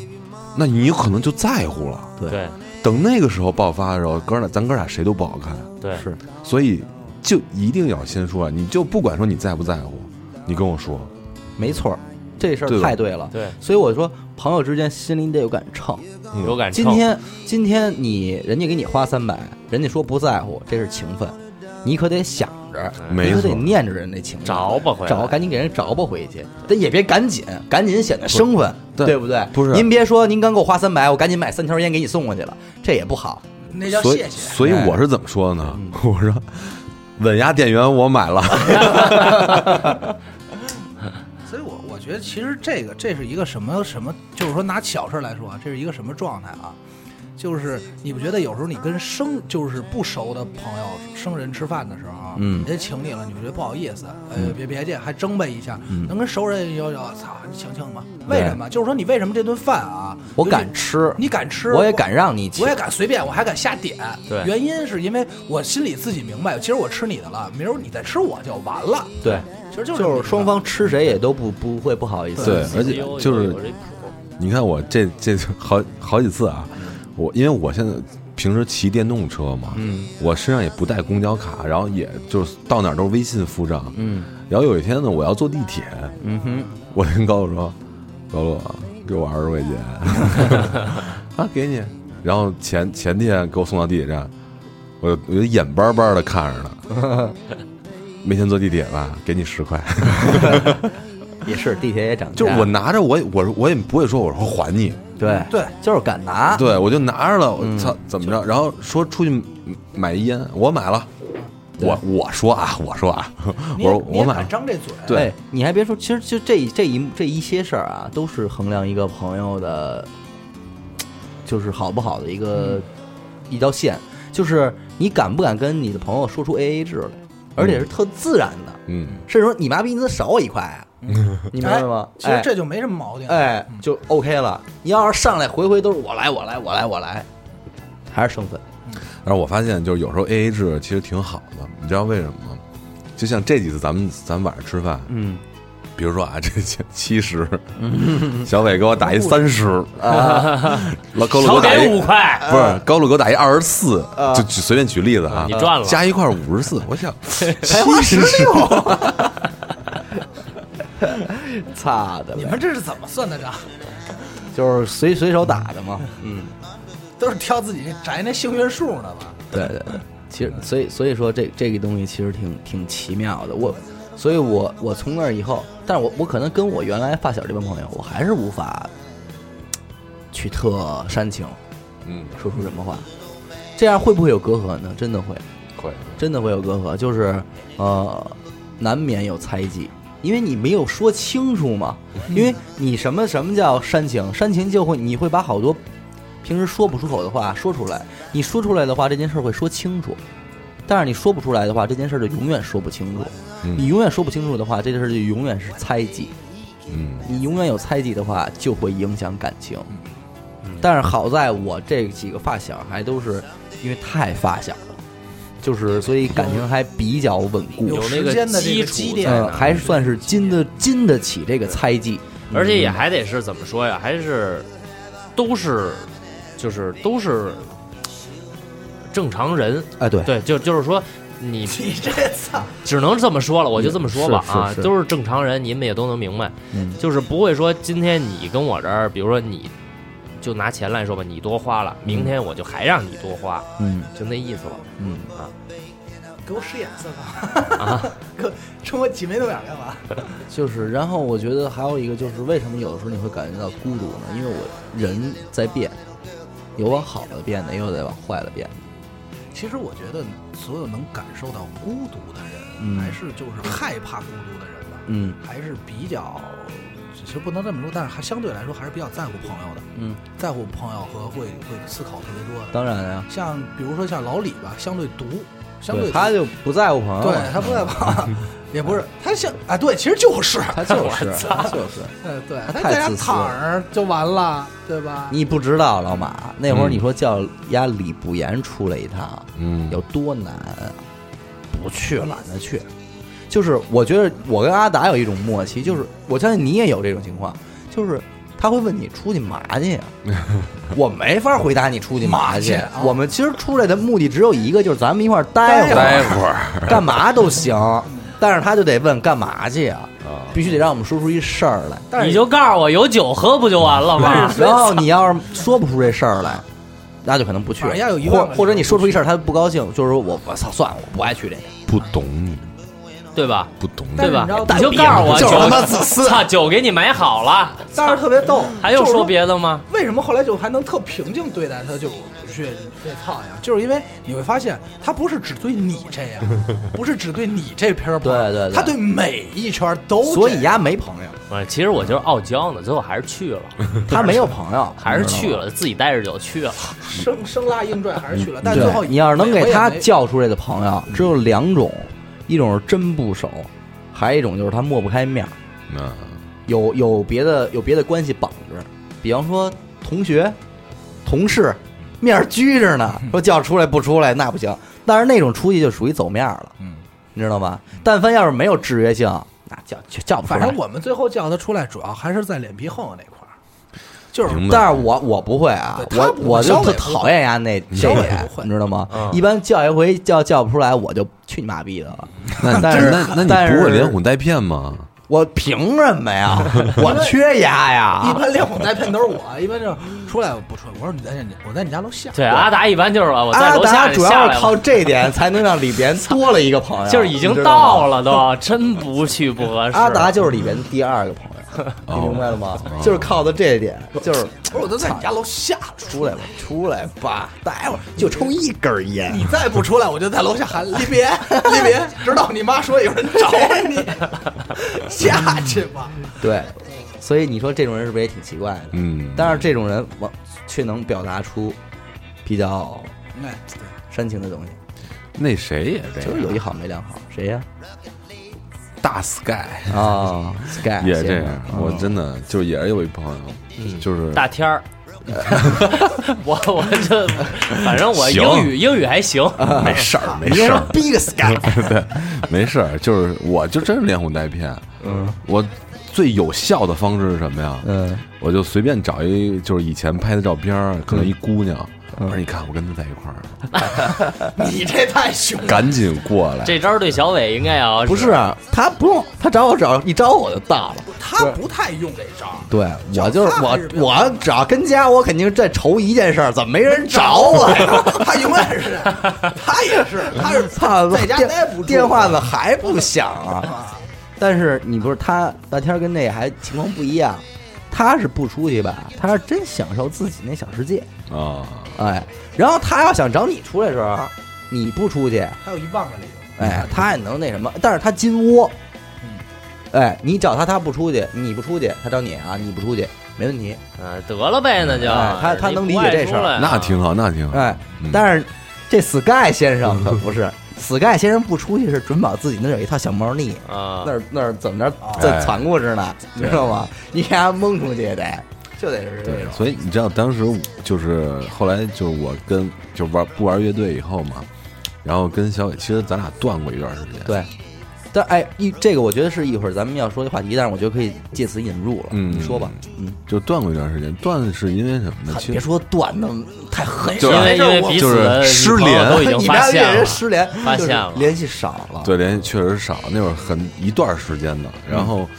Speaker 5: 那你有可能就在乎了。
Speaker 4: 对
Speaker 5: 等那个时候爆发的时候，哥俩咱哥俩谁都不好看，
Speaker 4: 对
Speaker 2: 是
Speaker 5: 所以就一定要先说，你就不管说你在不在乎，你跟我说，
Speaker 2: 没错儿，这事
Speaker 5: 对
Speaker 2: 儿
Speaker 5: 吧
Speaker 2: 太对了。
Speaker 4: 对，
Speaker 2: 所以我说，朋友之间心里得有杆秤。
Speaker 4: 有感
Speaker 2: 今
Speaker 4: 称
Speaker 2: 天今天你人家给你花三百，人家说不在乎，这是情分，你可得想着，
Speaker 5: 哎没
Speaker 2: 你可得
Speaker 5: 错
Speaker 2: 念着人那情分，
Speaker 4: 着吧回来
Speaker 2: 找赶紧给人着吧回去，但也别赶紧，赶紧显得生分，
Speaker 5: 对
Speaker 2: 对不对？
Speaker 5: 不是
Speaker 2: 您别说，您刚给我花三百，我赶紧买三条烟给你送过去了，这也不好。
Speaker 3: 那叫
Speaker 5: 所以
Speaker 3: 谢嗯谢。
Speaker 5: 所以我是怎么说的呢？ [laughs] 我说稳压电源我买了，
Speaker 3: 所以我我觉得其实这个这是一个什么什么，就是说拿小事儿来说啊，这是一个什么状态啊？就是你不觉得有时候你跟生就是不熟的朋友生人吃饭的时候，啊
Speaker 2: 嗯
Speaker 3: 人家请你了，你就觉得不好意思，哎，别别介，还争呗一下，
Speaker 2: 嗯
Speaker 3: 能跟熟人有有，操，你请请吧。为什么？就是说你为什么这顿饭啊，
Speaker 2: 我
Speaker 3: 尤其
Speaker 2: 敢吃，
Speaker 3: 你敢吃，
Speaker 2: 我也敢让你请
Speaker 3: 我也敢随便，我还敢瞎点。
Speaker 4: 对
Speaker 3: 原因是因为我心里自己明白，今儿我吃你的了，明儿你再吃我就完了。
Speaker 2: 对，
Speaker 3: 其实
Speaker 2: 就是
Speaker 3: 就这么一
Speaker 2: 是
Speaker 3: 个
Speaker 2: 双方吃谁也都不不会不好意思。
Speaker 5: 对，而且就是
Speaker 4: 有这谱
Speaker 5: 你看我这这好好几次啊，我因为我现在平时骑电动车嘛，我身上也不带公交卡，然后也就是到哪儿都是微信付账，嗯，然后有一天呢，我要坐地铁，嗯哼，我就跟高露说，高露啊给我二十块钱， [laughs] 啊给你，然后前前天给我送到地铁站，我就我就眼巴巴的看着他， [laughs] 没钱坐地铁吧，给你十块，
Speaker 2: 也是地铁也涨价，
Speaker 5: 就是我拿着我也我我也不会说我说还你，
Speaker 2: 对
Speaker 3: 对，
Speaker 2: 就是敢拿，
Speaker 5: [laughs] 对，我就拿着了，我操，怎么着？然后说出去买一烟，我买了，我我说啊，我说啊，我
Speaker 3: 你也
Speaker 5: 说
Speaker 3: 你也
Speaker 5: 我买
Speaker 3: 敢
Speaker 5: 了，
Speaker 3: 张这嘴，
Speaker 5: 对
Speaker 2: 哎，你还别说，其实就这这一这一些事儿啊，都是衡量一个朋友的，就是好不好的一个、一道线，就是你敢不敢跟你的朋友说出 A A 制来，而且是特自然的，
Speaker 5: 嗯，
Speaker 2: 甚至说你妈逼你怎么少我一块啊，你明白吗？
Speaker 3: 其实
Speaker 2: 哎
Speaker 3: 这就没什么毛病。
Speaker 2: 哎
Speaker 3: 嗯，
Speaker 2: 就 OK 了。你要是上来回回都是我来我来我来我来，还是生分。
Speaker 5: 但是我发现，就是有时候 A A 制其实挺好的，你知道为什么吗？就像这几次咱们咱们晚上吃饭，
Speaker 2: 嗯
Speaker 5: 比如说啊，这这 [laughs] 七十，小伟给我打一三十，老高
Speaker 4: 少
Speaker 5: 露给我打
Speaker 4: 给
Speaker 5: 一
Speaker 4: 五块，
Speaker 5: 不是高露给我打一二十四，就举随便举例子啊，
Speaker 4: 你赚了
Speaker 5: 加一块五十四，我想
Speaker 2: 才花
Speaker 5: 七十
Speaker 2: 擦的
Speaker 3: 你
Speaker 2: 呗，
Speaker 3: 们这是怎么算的账？
Speaker 2: 就是随随手打的嘛。嗯，
Speaker 3: 都是挑自己宅那幸运数呢吧？
Speaker 2: 对对对，其实所以所以说这这个东西其实挺挺奇妙的。我，所以我我从那儿以后，但是我我可能跟我原来发小这帮朋友，我还是无法去特煽情，
Speaker 5: 嗯，
Speaker 2: 说出什么话，这样会不会有隔阂呢？真的会。
Speaker 5: 会
Speaker 2: 真的会有隔阂，就是呃，难免有猜忌，因为你没有说清楚嘛。因为你什么什么叫煽情，煽情就会你会把好多平时说不出口的话说出来，你说出来的话，这件事儿会说清楚。但是你说不出来的话，这件事儿就永远说不清楚。
Speaker 5: 嗯
Speaker 2: 你永远说不清楚的话，这件事儿就永远是猜忌。
Speaker 5: 嗯，
Speaker 2: 你永远有猜忌的话，就会影响感情。但是好在我这几个发小还都是因为太发小了，就是所以感情还比较稳固
Speaker 3: 有，
Speaker 4: 那
Speaker 3: 时
Speaker 4: 个
Speaker 3: 间的这
Speaker 4: 基
Speaker 3: 个
Speaker 4: 础
Speaker 3: 积
Speaker 4: 在
Speaker 3: 淀啊
Speaker 4: 哪
Speaker 2: 嗯，
Speaker 4: 儿
Speaker 2: 还算是经得经得起这个猜忌。嗯
Speaker 4: 而且
Speaker 3: 嗯
Speaker 4: 也还得是怎么说呀？还是都是就是都是正常人，
Speaker 2: 哎，对，
Speaker 4: 对，就就是说你
Speaker 3: [laughs] 你这操，
Speaker 4: 只能这么说了，我就这么说吧
Speaker 2: 是是
Speaker 4: 啊
Speaker 2: 是，
Speaker 4: 都是正常人，你们也都能明白，
Speaker 2: 嗯
Speaker 4: 就是不会说今天你跟我这儿，比如说你就拿钱来说吧，你多花了，
Speaker 5: 嗯
Speaker 4: 明天我就还让你多花，
Speaker 2: 嗯
Speaker 4: 就那意思了
Speaker 2: 嗯，
Speaker 4: 啊。
Speaker 3: 给我使眼色吧！ [laughs]
Speaker 2: 啊
Speaker 3: 给我冲我挤眉弄眼干嘛？
Speaker 2: 就是，然后我觉得还有一个就是，为什么有的时候你会感觉到孤独呢？因为我人在变，有往好的变的，也有在往坏的变的。
Speaker 3: 其实我觉得，所有能感受到孤独的人，
Speaker 2: 嗯
Speaker 3: 还是就是害怕孤独的人吧，
Speaker 2: 嗯
Speaker 3: 还是比较，其实不能这么说，但是还相对来说还是比较在乎朋友的，
Speaker 2: 嗯，
Speaker 3: 在乎朋友和会会思考特别多的。
Speaker 2: 当然呀、
Speaker 3: 像比如说像老李吧，相对独，相
Speaker 2: 对，
Speaker 3: 独
Speaker 2: 他就不在乎朋友，
Speaker 3: 对他不在吧，
Speaker 2: [laughs]
Speaker 3: 也不是他像啊，对，其实就是， [laughs]
Speaker 2: 他就是他就是。
Speaker 3: 呃，对他
Speaker 2: 太
Speaker 3: 在家
Speaker 2: 自私
Speaker 3: 躺着就完了，对吧？
Speaker 2: 你不知道老马那会儿你说叫丫李不言出来一趟，
Speaker 5: 嗯
Speaker 2: 有多难啊，不去懒得去。就是我觉得我跟阿达有一种默契，就是我相信你也有这种情况，就是他会问你出去嘛去呀、 [laughs] 我没法回答你出去嘛去。
Speaker 3: 嘛去啊
Speaker 2: 我们其实出来的目的只有一个，就是咱们一块儿待会儿，
Speaker 5: 待会儿
Speaker 2: 干嘛都行，但是他就得问干嘛去呀、
Speaker 5: 啊，
Speaker 2: 必须得让我们说出一事儿来。
Speaker 3: 但是
Speaker 4: 你就告诉我有酒喝不就完了吗？
Speaker 2: 然后你要是说不出这事儿来，那就可能不去
Speaker 3: 反
Speaker 2: 了。
Speaker 3: 啊正要有一万
Speaker 2: 或
Speaker 3: 个
Speaker 2: 或者你说出一事儿，他不高兴，就是说我我操，算了，我不爱去这个。
Speaker 5: 不懂你，
Speaker 4: 对吧？
Speaker 5: 不懂你，
Speaker 4: 对吧
Speaker 3: 但是你知道？
Speaker 4: 你就告诉我
Speaker 2: 就是
Speaker 4: 酒
Speaker 2: 他妈自私
Speaker 4: 操，酒给你买好了，
Speaker 3: 但是特别逗，
Speaker 4: 还有
Speaker 3: 就是
Speaker 4: 说别的吗？
Speaker 3: 为什么后来就还能特平静对待他？就不去这操呀，就是因为你会发现，他不是只对你这样，不是只对你这片儿朋友
Speaker 2: 对对对
Speaker 3: 他对每一圈都这样。
Speaker 2: 所以丫没朋友，
Speaker 4: 啊，其实我就是傲娇呢，最后还是去 [laughs] 了，
Speaker 2: 他没有朋友，
Speaker 4: 还是去
Speaker 2: 了。
Speaker 4: 了，自己带着酒去了。
Speaker 3: 生生拉硬拽还是去了，但
Speaker 2: 嗯对
Speaker 3: 最后
Speaker 2: 你要是能给他
Speaker 3: 每回也没
Speaker 2: 叫出来的朋友，只有两种，一种是真不熟，还有一种就是他抹不开面儿，
Speaker 5: 那
Speaker 2: 有有别的有别的关系绑着，比方说同学、同事，面儿拘着呢，
Speaker 3: 嗯
Speaker 2: 说叫出来不出来那不行。但是那种出去就属于走面儿了，
Speaker 3: 嗯，
Speaker 2: 你知道吧？但凡要是没有制约性，那叫就叫不出
Speaker 3: 反
Speaker 2: 来。
Speaker 3: 正我们最后叫他出来，主要还是在脸皮厚那块儿，就是
Speaker 5: 明白
Speaker 2: 但是我我不会啊，
Speaker 3: 对他
Speaker 2: 我
Speaker 3: 不会
Speaker 2: 我就
Speaker 3: 小
Speaker 2: 特
Speaker 3: 伟不会
Speaker 2: 讨厌呀那这
Speaker 3: 小
Speaker 2: 一
Speaker 3: 伟
Speaker 2: 点
Speaker 3: 不，会
Speaker 2: 你知道吗？
Speaker 4: 嗯
Speaker 2: 一般叫一回叫叫不出来，我就去你妈逼的了。
Speaker 5: 那
Speaker 2: 但是
Speaker 5: 那那
Speaker 2: 但
Speaker 5: 你
Speaker 2: 是
Speaker 5: 不会连哄带骗吗？
Speaker 2: 我凭什么呀？我缺牙
Speaker 3: 一
Speaker 2: 呀？
Speaker 3: 般连哄带骗都是我，一般就是出来我不出来，我说你在你我在你家楼下，
Speaker 4: [laughs] 对，阿达一般就是我在
Speaker 2: 阿
Speaker 4: 楼下
Speaker 2: 达
Speaker 4: 就
Speaker 2: 啊主
Speaker 4: 下
Speaker 2: 要
Speaker 4: 来
Speaker 2: 是
Speaker 4: 了
Speaker 2: 靠，这点才能让里边多了一个朋友，
Speaker 4: 就是已经到了都，真不去不合
Speaker 2: 你
Speaker 4: 适。
Speaker 2: 知道吗。阿达就是里边的第二个朋 [laughs] 友，你明白了吗？就是靠的这一点，就是
Speaker 3: 我说我都在你家楼下了，
Speaker 2: 出来吧，出来吧，待会儿就抽一根烟。
Speaker 3: 你再不出来，我就在楼下喊离别，
Speaker 2: [laughs]
Speaker 3: 离别，直到你妈说有人找你，下去吧。
Speaker 2: 对，所以你说这种人是不是也挺奇怪的？
Speaker 5: 嗯
Speaker 2: 但是这种人往却能表达出比较
Speaker 3: 哎，
Speaker 2: 煽情的东西，
Speaker 5: 那谁也这
Speaker 2: 就是
Speaker 5: 样，
Speaker 2: 有一好没两好。谁呀、
Speaker 5: 大 Sky
Speaker 2: 啊，Sky
Speaker 5: 也这
Speaker 2: 先
Speaker 5: 样啊
Speaker 2: 生，
Speaker 5: 我
Speaker 2: 嗯
Speaker 5: 真的就是也是有一朋友，就是 [laughs]
Speaker 4: 大天儿。 [laughs] 我我这反正我
Speaker 5: 行
Speaker 4: 英语英语还行，
Speaker 5: 没事儿没事儿，
Speaker 2: Big Sky，
Speaker 5: 对，没事儿，就是我就真是连哄带骗。嗯，我最有效的方式是什么呀？
Speaker 2: 嗯，
Speaker 5: 我就随便找一就是以前拍的照片儿，可能一姑娘，我说你看我跟她在一块儿，
Speaker 4: 嗯 [laughs] 你这太凶。
Speaker 5: 赶紧过来。
Speaker 4: 这招对小伟应该也要
Speaker 2: 不是啊，他不用，他找我找一招我就到了。
Speaker 3: 他不太用这招儿。
Speaker 2: 对我就是
Speaker 3: 他
Speaker 2: 我
Speaker 3: 还是，比较
Speaker 2: 我只要跟家，我肯定在愁一件事儿，怎么没人找我呀？
Speaker 3: [laughs] 他永远
Speaker 2: [laughs]
Speaker 3: 是，他也是，他是
Speaker 2: 操，
Speaker 3: 在家
Speaker 2: 电
Speaker 3: 待不住，
Speaker 2: 电话怎么还
Speaker 3: [laughs]
Speaker 2: 不响啊？但是你不是他大天儿跟那还情况不一样，他是不出去吧，他是真享受自己那小世界，
Speaker 5: 啊，
Speaker 2: 哎，然后他要想找你出来的时候，你不出去，
Speaker 3: 他有一万个理由。
Speaker 2: 哎，他也能那什么，但是他金窝
Speaker 3: 嗯，
Speaker 2: 哎，你找他，他不出去，你不出去，他找你啊，你不出去，没问题，
Speaker 4: 嗯，得了呗，那就
Speaker 2: 哎他他能理解这事儿
Speaker 5: 那
Speaker 4: 挺
Speaker 5: 挺好，那挺好。
Speaker 2: 哎
Speaker 5: 嗯，
Speaker 2: 但是这 Sky 先生可不是，Sky 先生不出去是准保自己那儿有一套小猫腻，
Speaker 4: 啊哎
Speaker 2: 那，儿那儿怎么着在藏故事呢，你知道吗？ [laughs] 你给他蒙出去也得，就得是这
Speaker 5: 对，啊
Speaker 2: 种，
Speaker 5: 所以你知道当时就是后来就是我跟就玩不玩乐队以后嘛，然后跟小伟其实咱俩断过一段时间。，
Speaker 2: 对。但哎，一这个我觉得是一会儿咱们要说的话题，但是我觉得可以借此引入了。
Speaker 5: 嗯
Speaker 2: 你说吧，嗯，
Speaker 5: 就断过一段时间。断是因为什么呢？其
Speaker 2: 别
Speaker 5: 实
Speaker 2: 说短的太狠，
Speaker 5: 就是
Speaker 4: 因为因为
Speaker 2: 我
Speaker 4: 彼此的
Speaker 5: 就是
Speaker 4: 女朋友
Speaker 5: 失联
Speaker 4: 都已 [laughs] 经
Speaker 2: 你
Speaker 4: 发
Speaker 2: 们
Speaker 4: 现
Speaker 2: 俩
Speaker 4: 了
Speaker 2: 人，失联，
Speaker 4: 发现
Speaker 2: 就是
Speaker 4: 了
Speaker 2: 联系少了。嗯
Speaker 5: 对联系确实少，那会儿很一段时间的。然后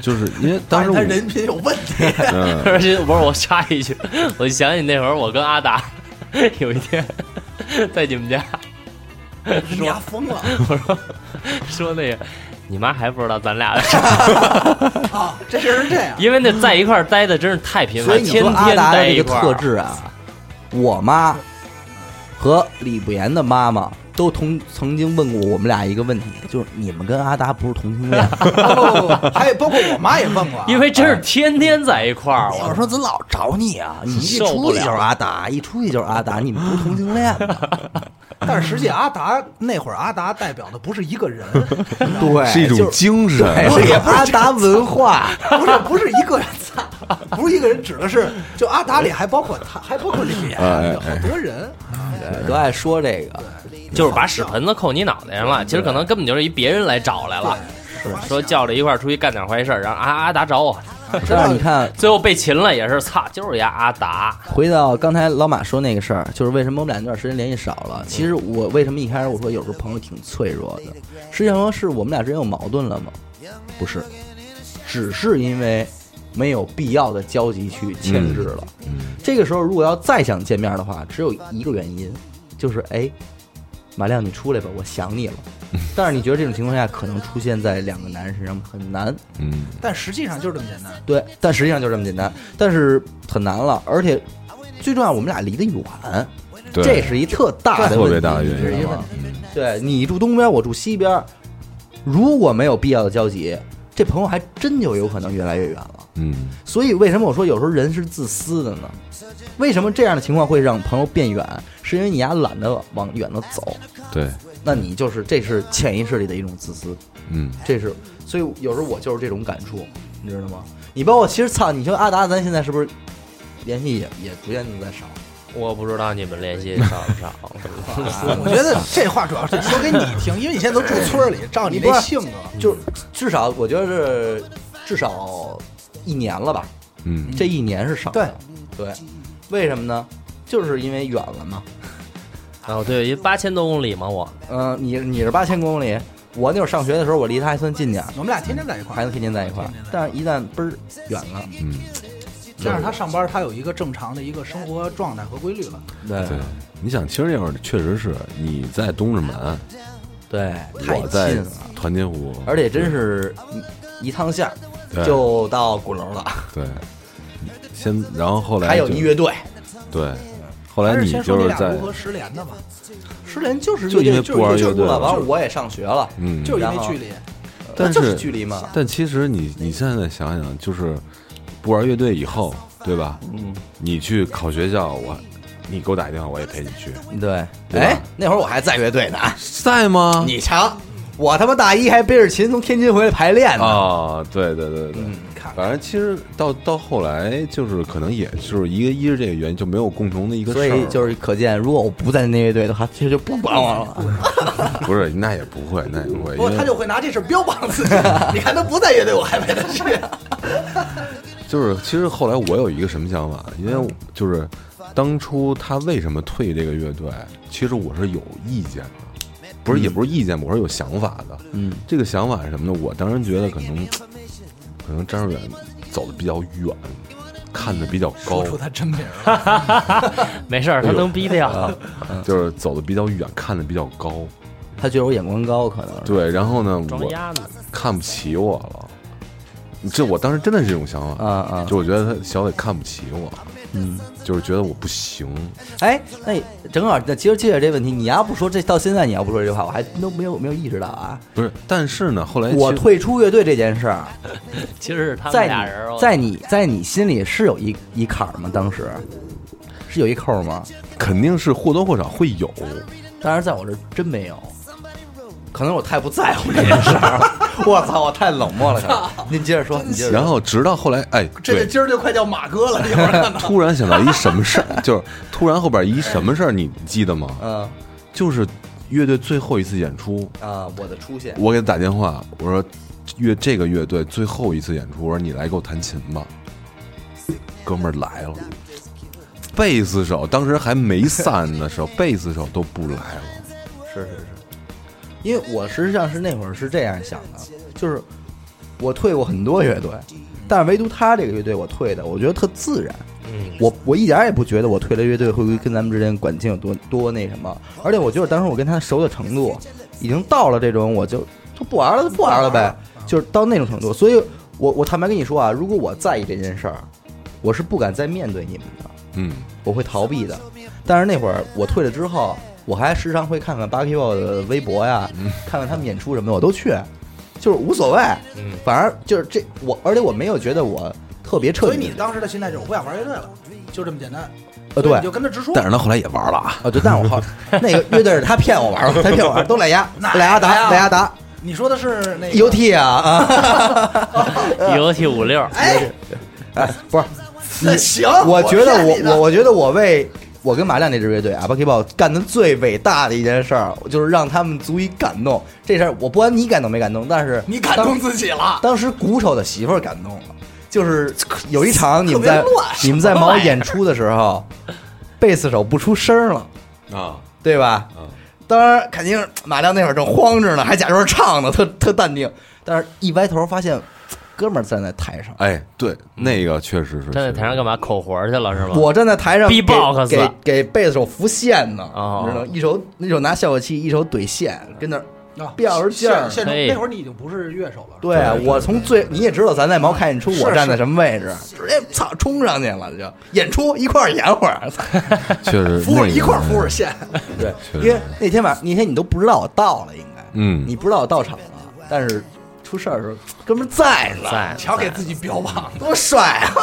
Speaker 5: 就是
Speaker 2: [laughs]
Speaker 5: 因为当时
Speaker 3: 他
Speaker 5: 我
Speaker 3: 人品有问题，
Speaker 5: 嗯
Speaker 4: 而且 [laughs] 不是我插一句，我就想起那会儿我跟阿达有一天 [laughs] 在你们家 [laughs]
Speaker 3: 你丫疯
Speaker 2: [laughs]
Speaker 3: 了
Speaker 4: 说那个，你妈还不知道咱俩的事儿，
Speaker 3: 啊！这事儿是这样，
Speaker 4: 因为那在一块儿待的真是太频
Speaker 2: 所
Speaker 4: 繁，
Speaker 2: 以你
Speaker 4: 天
Speaker 2: 说阿
Speaker 4: 天
Speaker 2: 达
Speaker 4: 待
Speaker 2: 的
Speaker 4: 一
Speaker 2: 这个
Speaker 4: 块儿。
Speaker 2: 特质啊，我妈和李不言的妈妈都同曾经问过我们俩一个问题，就是你们跟阿达不是同性
Speaker 4: [laughs]
Speaker 2: 恋吗？
Speaker 3: 哦还有包括我妈也问过啊，
Speaker 4: 因为真是天天在一块儿，
Speaker 2: 我
Speaker 4: 我
Speaker 2: 说怎么老找你
Speaker 4: [laughs]
Speaker 2: 啊？你一
Speaker 4: 受
Speaker 2: 出
Speaker 4: 不
Speaker 2: 去
Speaker 4: 了
Speaker 2: 就是阿达，一出去就是阿达，你们不是同性恋吗？
Speaker 4: [laughs]
Speaker 3: 但是实际阿达那会儿阿达代表的不是一个人，
Speaker 2: 对，
Speaker 5: 是一
Speaker 4: [laughs]
Speaker 5: 种
Speaker 2: 就是
Speaker 5: 精神，啊
Speaker 2: 对是一种阿达文化。
Speaker 3: 不是不是一个人在，不是一个人指的是就阿达里还包括他，还包括李岩，
Speaker 5: 哎哎
Speaker 3: 好多人。
Speaker 2: 对都爱说这个，
Speaker 4: 就是把屎盆子扣你脑袋上了。其实可能根本就是一别人来找来了，说叫着一块儿出去干点坏事儿，然后阿阿达找我，
Speaker 2: 但是你看，
Speaker 4: 最后被擒了也是，操，就是一阿达。
Speaker 2: 回到刚才老马说那个事儿，就是为什么我们俩那段时间联系少了。其实我为什么一开始我说有时候朋友挺脆弱的，实际上说是我们俩之间有矛盾了吗？不是，只是因为没有必要的交集去牵制了。
Speaker 5: 嗯
Speaker 2: 这个时候如果要再想见面的话，只有一个原因，就是哎，马亮你出来吧，我想你了。但是你觉得这种情况下可能出现在两个男人身上很难，
Speaker 5: 嗯，
Speaker 3: 但实际上就是这么简单，
Speaker 2: 对，但实际上就这么简单，但是很难了，而且最重要，我们俩离得远，
Speaker 5: 对，
Speaker 2: 这是一特大的
Speaker 5: 特
Speaker 2: 问
Speaker 5: 别
Speaker 2: 题
Speaker 5: 大的
Speaker 2: 你知
Speaker 5: 原因
Speaker 2: 道吗
Speaker 5: 嘛。嗯
Speaker 2: 对你住东边，我住西边，如果没有必要的交集，这朋友还真就有可能越来越远了。
Speaker 5: 嗯，
Speaker 2: 所以为什么我说有时候人是自私的呢？为什么这样的情况会让朋友变远？是因为你丫懒得往远了走，
Speaker 5: 对，
Speaker 2: 那你就是这是潜意识里的一种自私。
Speaker 5: 嗯，
Speaker 2: 这是，所以有时候我就是这种感触，你知道吗？你包括其实操，你说阿达，咱现在是不是联系也也逐渐的在少？
Speaker 4: 我不知道你
Speaker 2: [laughs]
Speaker 4: 们联系少不少，
Speaker 5: 哎
Speaker 2: 嗯
Speaker 3: 我觉得这话主要是说给你听，因为你现在都住村里，照你
Speaker 2: 你不
Speaker 3: 那
Speaker 2: 是
Speaker 5: [laughs]
Speaker 3: 性格，
Speaker 2: 就是至少我觉得是至少一年了吧，
Speaker 5: 嗯，
Speaker 2: 这一年是少的。对对，为什么呢？就是因为远了嘛。
Speaker 4: 哦，对，因为八千多公里嘛，我
Speaker 2: 嗯、你你是八千公里，我那会儿上学的时候，我离他还算近点儿，
Speaker 3: 我们俩天天在一块
Speaker 2: 还
Speaker 3: 儿
Speaker 5: 哎
Speaker 2: 能。天天在一块儿
Speaker 3: 天天。在
Speaker 2: 但是一旦嘣儿远了，
Speaker 5: 嗯，
Speaker 3: 加上他上班，他有一个正常的一个生活状态和规律了。
Speaker 2: 对
Speaker 5: 对，你想，其实那会儿确实是你在东直门，
Speaker 2: 对，太
Speaker 5: 我在
Speaker 2: 近了。
Speaker 5: 团结湖，
Speaker 2: 而且真是一一趟线儿
Speaker 5: 对
Speaker 2: 就到鼓楼了，
Speaker 5: 对，先然后后来
Speaker 2: 还有
Speaker 5: 就
Speaker 2: 一乐队，
Speaker 5: 对，后来
Speaker 3: 但是
Speaker 5: 你
Speaker 3: 先说
Speaker 5: 就
Speaker 3: 你
Speaker 5: 是
Speaker 3: 俩
Speaker 5: 在
Speaker 3: 如何失联的吧，
Speaker 2: 失联就是
Speaker 5: 就因为
Speaker 2: 就是
Speaker 5: 不玩
Speaker 2: 就
Speaker 5: 乐队
Speaker 2: 了，完了
Speaker 5: 就是
Speaker 2: 我也上学了，
Speaker 5: 嗯，
Speaker 3: 就是因
Speaker 2: 然
Speaker 3: 为
Speaker 2: 后
Speaker 3: 距离。
Speaker 5: 但
Speaker 2: 就是距离嘛，
Speaker 5: 但其实你你现在想想，就是不玩乐队以后，对吧？嗯，你去考学校，我你给我打一电话，我也陪你去，
Speaker 2: 对，
Speaker 5: 对吧
Speaker 2: 哎，那会儿我还在乐队呢，
Speaker 5: 在吗？
Speaker 2: 你瞧，我他妈大一还背着琴从天津回来排练呢。
Speaker 5: 啊，对对对
Speaker 2: 嗯
Speaker 5: 对，
Speaker 3: 看
Speaker 5: 反正其实到到后来就是可能也就是一个一是这个原因就没有共同的一个事
Speaker 2: 所
Speaker 5: 儿，
Speaker 2: 以就是可见，如果我不在那乐队的话，其实就不管我了。
Speaker 5: 不是那也不会那也不会，
Speaker 3: 不，
Speaker 5: 因为
Speaker 3: 他就会拿这事儿标榜自己。你看他不在乐队，我还陪他去。
Speaker 5: 就是其实后来我有一个什么想法，因为就是当初他为什么退这个乐队，其实我是有意见的，不是也不是意见吧，我是有想法的。
Speaker 2: 嗯，
Speaker 5: 这个想法是什么呢？我当时觉得可能可能张志远走的比较远，看的比较高
Speaker 3: 说，出他真名
Speaker 5: 哎
Speaker 3: 了，
Speaker 4: 没事儿，他能逼
Speaker 2: 哎
Speaker 4: 掉。
Speaker 5: 就是走的比较远，看的比较高。
Speaker 2: 他觉得我眼光高，可能是
Speaker 5: 对，然后呢，
Speaker 4: [laughs] 装
Speaker 5: 我
Speaker 4: 鸭子，
Speaker 5: 看不起我了，这我当时真的是这种想法。
Speaker 2: 啊啊，
Speaker 5: 就我觉得他小伟看不起我，
Speaker 2: 嗯，
Speaker 5: 就是觉得我不行，
Speaker 2: 哎，那正好，那其实借着这问题，你要不说这到现在你要不说这句话，我还都没有没有意识到啊。
Speaker 5: 不是。但是呢，后来
Speaker 2: 我
Speaker 5: 其实
Speaker 2: 退出乐队这件事儿，
Speaker 4: 其实是他们
Speaker 2: 在
Speaker 4: 俩人儿，
Speaker 2: 你在你在你心里是有一一坎儿吗？当时是有一扣儿吗？
Speaker 5: 肯定是或多或少会有，
Speaker 2: 当然，在我这儿真没有， [laughs] 可能我太不在乎这件事儿了。我操，我太冷漠了可能。您接着说， [laughs] 你接着说。
Speaker 5: 然后直到后来，哎，
Speaker 3: 这个
Speaker 5: 对，
Speaker 3: 今儿就快叫马哥了。一会儿看到
Speaker 5: 突然想到一什么事儿，就是突然后边一什么事儿，你记得吗？
Speaker 2: 嗯
Speaker 5: 就是乐队最后一次演出，
Speaker 2: 啊，我的出现
Speaker 5: 我给他打电话，我说乐这个乐队最后一次演出，我说你来给我弹琴吧，哥们儿来了，贝斯手当时还没散的时候，贝斯手都不来了。
Speaker 2: 是是是，因为我实际上是那会儿是这样想的，就是我退过很多乐队，但是唯独他这个乐队我退的，我觉得特自然。
Speaker 4: 嗯，
Speaker 2: 我我一点儿也不觉得我退了乐队会跟咱们之间感情有多多那什么，而且我觉得当时我跟他熟的程度，已经到了这种我就就不玩了，就不玩了呗，就是到那种程度。所以我，我坦白跟你说啊，如果我在意这件事儿，我是不敢再面对你们的，
Speaker 5: 嗯，
Speaker 2: 我会逃避的。但是那会儿我退了之后，我还时常会看看 Bucky b o 的微博呀，
Speaker 3: 嗯
Speaker 2: 看看他们演出什么的，我都去，就是无所谓。
Speaker 4: 嗯
Speaker 2: 反正就是这我，而且我没有觉得我特别彻
Speaker 3: 所以
Speaker 2: 底。
Speaker 3: 你当时的心态就是我不想玩乐队了，就这么简单。
Speaker 2: 呃，
Speaker 3: 所以
Speaker 2: 对
Speaker 3: 你就，跟他直说。
Speaker 5: 但是他后来也玩了啊，
Speaker 2: 啊，对，但是我
Speaker 3: [laughs]
Speaker 2: 好那个乐队是他骗我玩儿，他骗我玩儿，都赖鸭，
Speaker 3: 那
Speaker 2: 赖鸭达
Speaker 3: 赖鸭，
Speaker 2: 赖鸭达
Speaker 3: 你说的是那个
Speaker 2: ，UT 啊啊，
Speaker 4: 游戏五六，
Speaker 3: 哎，
Speaker 2: 哎， [laughs] 不是，
Speaker 3: [laughs] 那行，
Speaker 2: 我觉得
Speaker 3: 骗
Speaker 2: 我
Speaker 3: 你的
Speaker 2: 我我觉得我为我跟马亮那支乐队啊 b u c k y b o 干的最伟大的一件事儿，就是让他们足以感动。这事儿我不管你感动没感动，但是
Speaker 3: 你感动自己了。
Speaker 2: 当时鼓手的媳妇儿感动了，就是有一场你们在
Speaker 3: 特别乱
Speaker 2: 你们在忙演出的时候，贝斯手不出声儿了，
Speaker 5: 啊，
Speaker 2: 对吧？当然肯定是马亮那会儿正慌着呢，还假装唱呢，特特淡定。但是一歪头发现，哥们儿站在台上，
Speaker 5: 哎，对，那个确实是
Speaker 4: 站在台上干
Speaker 5: 嘛？
Speaker 4: 嘛？口活去了是吗？
Speaker 2: 我站在台上给
Speaker 4: B-box
Speaker 2: 给给贝斯手扶线呢，
Speaker 4: 哦
Speaker 2: 你知道吗？一手一手拿效果器，一手怼线，跟那儿。
Speaker 3: 啊
Speaker 2: 吊着劲儿
Speaker 3: 现现
Speaker 4: 嘿
Speaker 3: 那会儿你已经不是乐手了，
Speaker 2: 对我从最你也知道咱在毛看演出，
Speaker 3: 是
Speaker 2: 我站在什么位置，直接操冲上去了就演出一块儿演会儿，操 [laughs]
Speaker 5: 确 [laughs] 实
Speaker 3: 扶
Speaker 5: 那
Speaker 3: 着
Speaker 5: 个
Speaker 3: 一块儿扶着
Speaker 2: 嗯
Speaker 3: [laughs] 线，
Speaker 2: 对，
Speaker 5: 确实
Speaker 2: 因为那天晚上那天你都不知道我到了，应该
Speaker 5: 嗯
Speaker 2: 你不知道我到场了，但是出事儿的时候哥们儿在呢，
Speaker 4: 在
Speaker 3: 瞧给自己标榜，
Speaker 2: 多帅啊！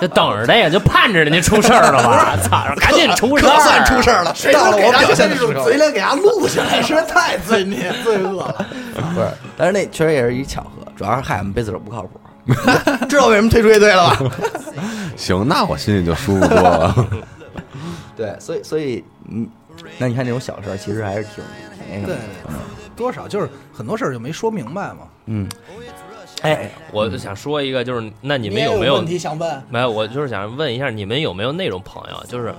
Speaker 4: 就等着这个，就盼着人家出事儿了吧？操， [laughs] 赶紧出
Speaker 2: [laughs]
Speaker 4: 事
Speaker 2: 可
Speaker 4: 儿，啊
Speaker 2: 算出事儿了，
Speaker 3: 谁
Speaker 2: 到
Speaker 3: 能
Speaker 2: 了
Speaker 3: 给
Speaker 2: 我
Speaker 3: 他
Speaker 2: 表现的
Speaker 3: 这
Speaker 2: 时
Speaker 3: 种
Speaker 2: 候，
Speaker 3: 嘴脸给他录下来，实在
Speaker 2: [laughs]
Speaker 3: 太罪孽罪恶了。
Speaker 2: 不是，但是那确实也是一巧合，主要是害我们贝斯手不靠谱， [laughs] 知道为什么退出乐队了吧？
Speaker 5: 行，那我心里就舒服多了。 [laughs]
Speaker 2: 对，所以所以嗯，那你看这种小事儿，其实还是挺挺那
Speaker 3: 对
Speaker 2: 个，，
Speaker 3: 多少就是很多事儿就没说明白嘛。
Speaker 2: 嗯，
Speaker 4: 哎，我就想说一个，就是那你
Speaker 3: 你
Speaker 4: 们
Speaker 3: 也
Speaker 4: 没
Speaker 3: 有
Speaker 4: 有
Speaker 3: 问？题想问？
Speaker 4: 没有，我就是想问一下，你们有没有那种朋友，就是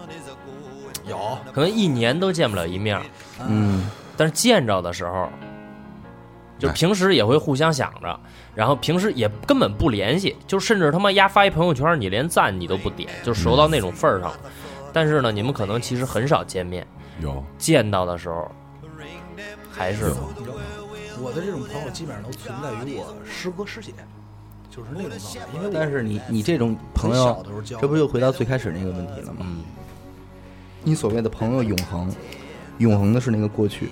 Speaker 3: 有，
Speaker 4: 可能一年都见不了一面儿，
Speaker 2: 嗯，
Speaker 4: 但是见着的时候，就
Speaker 5: 哎
Speaker 4: 平时也会互相想着，然后平时也根本不联系，就甚至他妈丫发一朋友圈，你连赞你都不点，就熟到那种份儿上了。但是呢，你们可能其实很少见面，
Speaker 5: 有
Speaker 4: 见到的时候还是
Speaker 3: 我的这种朋友基本上都存在于我师哥师姐，就是那种状态，因为我
Speaker 2: 但是你你这种
Speaker 3: 很
Speaker 2: 朋
Speaker 3: 小
Speaker 2: 友
Speaker 3: 的时候，交
Speaker 2: 这不就回到最开始那个问题了吗？
Speaker 4: 嗯，
Speaker 2: 你所谓的朋友永恒，永恒的是那个过去。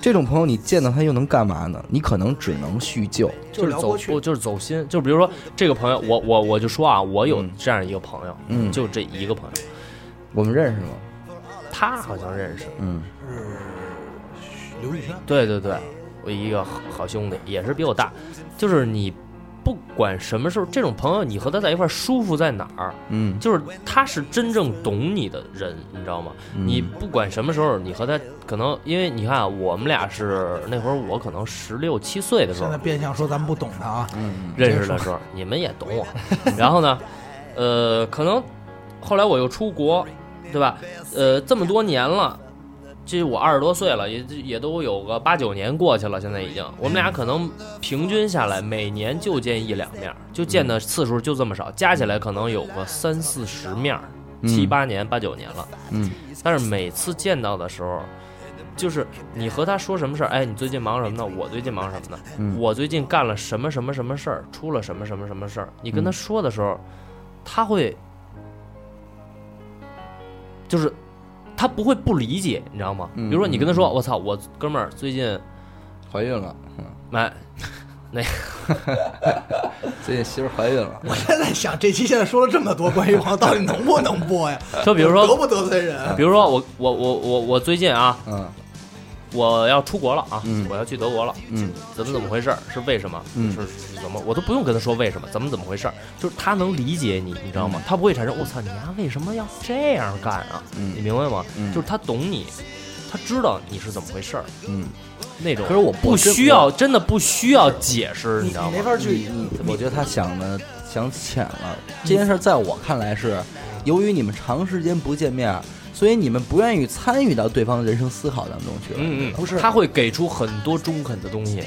Speaker 2: 这种朋友，你见到他又能干嘛呢？你可能只能叙旧。
Speaker 4: 就
Speaker 3: 就
Speaker 4: 是是
Speaker 3: 聊
Speaker 4: 走
Speaker 3: 过
Speaker 4: 不
Speaker 3: 去，
Speaker 4: 就是走心，就比如说这个朋友，我我我就说啊，我有
Speaker 2: 嗯
Speaker 4: 这样一个朋友，
Speaker 2: 嗯
Speaker 4: 就这一个朋友，
Speaker 2: 我们认识吗？
Speaker 4: 他好像认识，
Speaker 2: 嗯，
Speaker 3: 是刘宇轩，
Speaker 4: 对对对，一个好好兄弟，也是比我大，就是你不管什么时候，这种朋友你和他在一块儿舒服在哪儿，
Speaker 2: 嗯，
Speaker 4: 就是他是真正懂你的人，你知道吗？
Speaker 2: 嗯
Speaker 3: 嗯
Speaker 4: 你不管什么时候，你和他可能因为你看啊我们俩是那会儿我可能十六七岁的时
Speaker 3: 现
Speaker 4: 候
Speaker 3: 在变相说咱们不懂
Speaker 4: [laughs]
Speaker 3: 他啊，
Speaker 2: 嗯
Speaker 4: 认识的时候，你们也懂我。啊然后呢，呃，可能后来我又出国，对吧？呃，这么多年了，这我二十多岁了，也也都有个八九年过去了，现在已经。我们俩可能平均下来，每年就见一两面儿，就见的次数就这么少，加起来可能有个三四十面儿，七八年、八九年了。
Speaker 2: 嗯，
Speaker 4: 但是每次见到的时候。就是你和他说什么事儿，哎，你最近忙什么呢？我最近忙什么呢？我最近干了什么什么什么事儿，出了什么什么什么事儿。你跟他说的时候，他会，就是他不会不理解，你知道吗？
Speaker 2: 嗯
Speaker 4: 比如说你跟他说：“我操，我哥们儿最近
Speaker 2: 怀孕了， [laughs]
Speaker 4: 买
Speaker 2: 最近媳妇怀孕了，
Speaker 3: 我现在想这期现在说了这么多关于朋友，到底能不能播呀？
Speaker 4: 就比如说
Speaker 3: 得不得罪人？啊
Speaker 4: 比如说我我我我我最近啊，
Speaker 2: 嗯
Speaker 4: 我要出国了啊，
Speaker 2: 嗯
Speaker 4: 我要去德国了，
Speaker 2: 嗯，
Speaker 4: 怎么怎么回事儿？是为什么？
Speaker 2: 嗯
Speaker 4: 是是怎么？我都不用跟他说为什么，怎么怎么回事儿，就是他能理解你，你知道吗？他不会产生我操，你丫为什么要这样干啊？
Speaker 2: 嗯
Speaker 4: 你明白吗？
Speaker 2: 嗯
Speaker 4: 就是他懂你，他知道你是怎么回事儿，
Speaker 2: 嗯，
Speaker 4: 那种。
Speaker 2: 可是我
Speaker 4: 不需要，真的不需要解释，你
Speaker 2: 你
Speaker 4: 知道
Speaker 2: 你没
Speaker 4: 吗？
Speaker 2: 法去，你我觉得他想的想浅了。这件事在我看来是，由于你们长时间不见面，所以你们不愿意参与到对方人生思考当中去了。
Speaker 4: 嗯嗯，
Speaker 3: 不是
Speaker 4: 他会给出很多中肯的东西。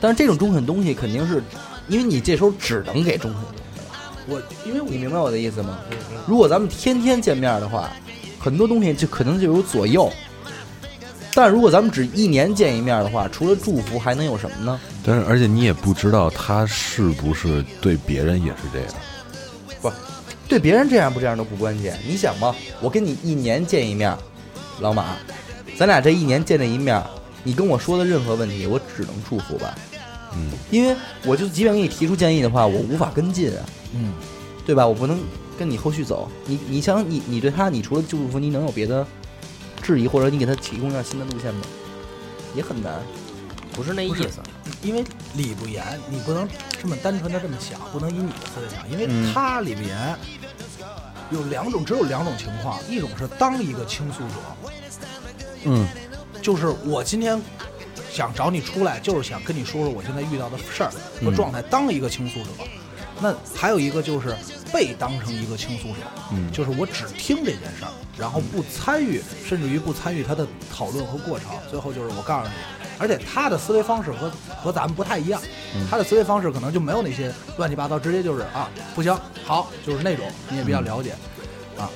Speaker 2: 但是这种中肯东西肯定是，因为你这时候只能给中肯东西。
Speaker 3: 我因为我
Speaker 2: 你明白我的意思吗？
Speaker 4: 嗯
Speaker 2: 如果咱们天天见面的话，很多东西就可能就有左右。但如果咱们只一年见一面的话，除了祝福还能有什么呢？
Speaker 5: 但是而且你也不知道他是不是对别人也是这样。
Speaker 2: 对别人这样不这样都不关键。你想吧，我跟你一年见一面，老马，咱俩这一年见这一面，你跟我说的任何问题，我只能祝福吧。
Speaker 5: 嗯，
Speaker 2: 因为我就即便给你提出建议的话，我无法跟进啊，
Speaker 3: 嗯，
Speaker 2: 对吧？我不能跟你后续走。你你想你你对他，你除了祝福，你能有别的质疑，或者你给他提供一下新的路线吗？也很难。
Speaker 4: 不是那意思，
Speaker 3: 因为理不严，你不能这么单纯的这么想，不能以你的思维想，因为
Speaker 2: 嗯
Speaker 3: 他理不严有两种，只有两种情况，一种是当一个倾诉者，
Speaker 2: 嗯
Speaker 3: 就是我今天想找你出来，就是想跟你说说我现在遇到的事儿和状态，当一个倾诉者。那还有一个就是被当成一个倾诉者，
Speaker 2: 嗯
Speaker 3: 就是我只听这件事儿，然后不参与，甚至于不参与他的讨论和过程。最后就是我告诉你，而且他的思维方式和和咱们不太一样，他的思维方式可能就没有那些乱七八糟，直接就是啊不行，好就是那种，你也比较了解，啊，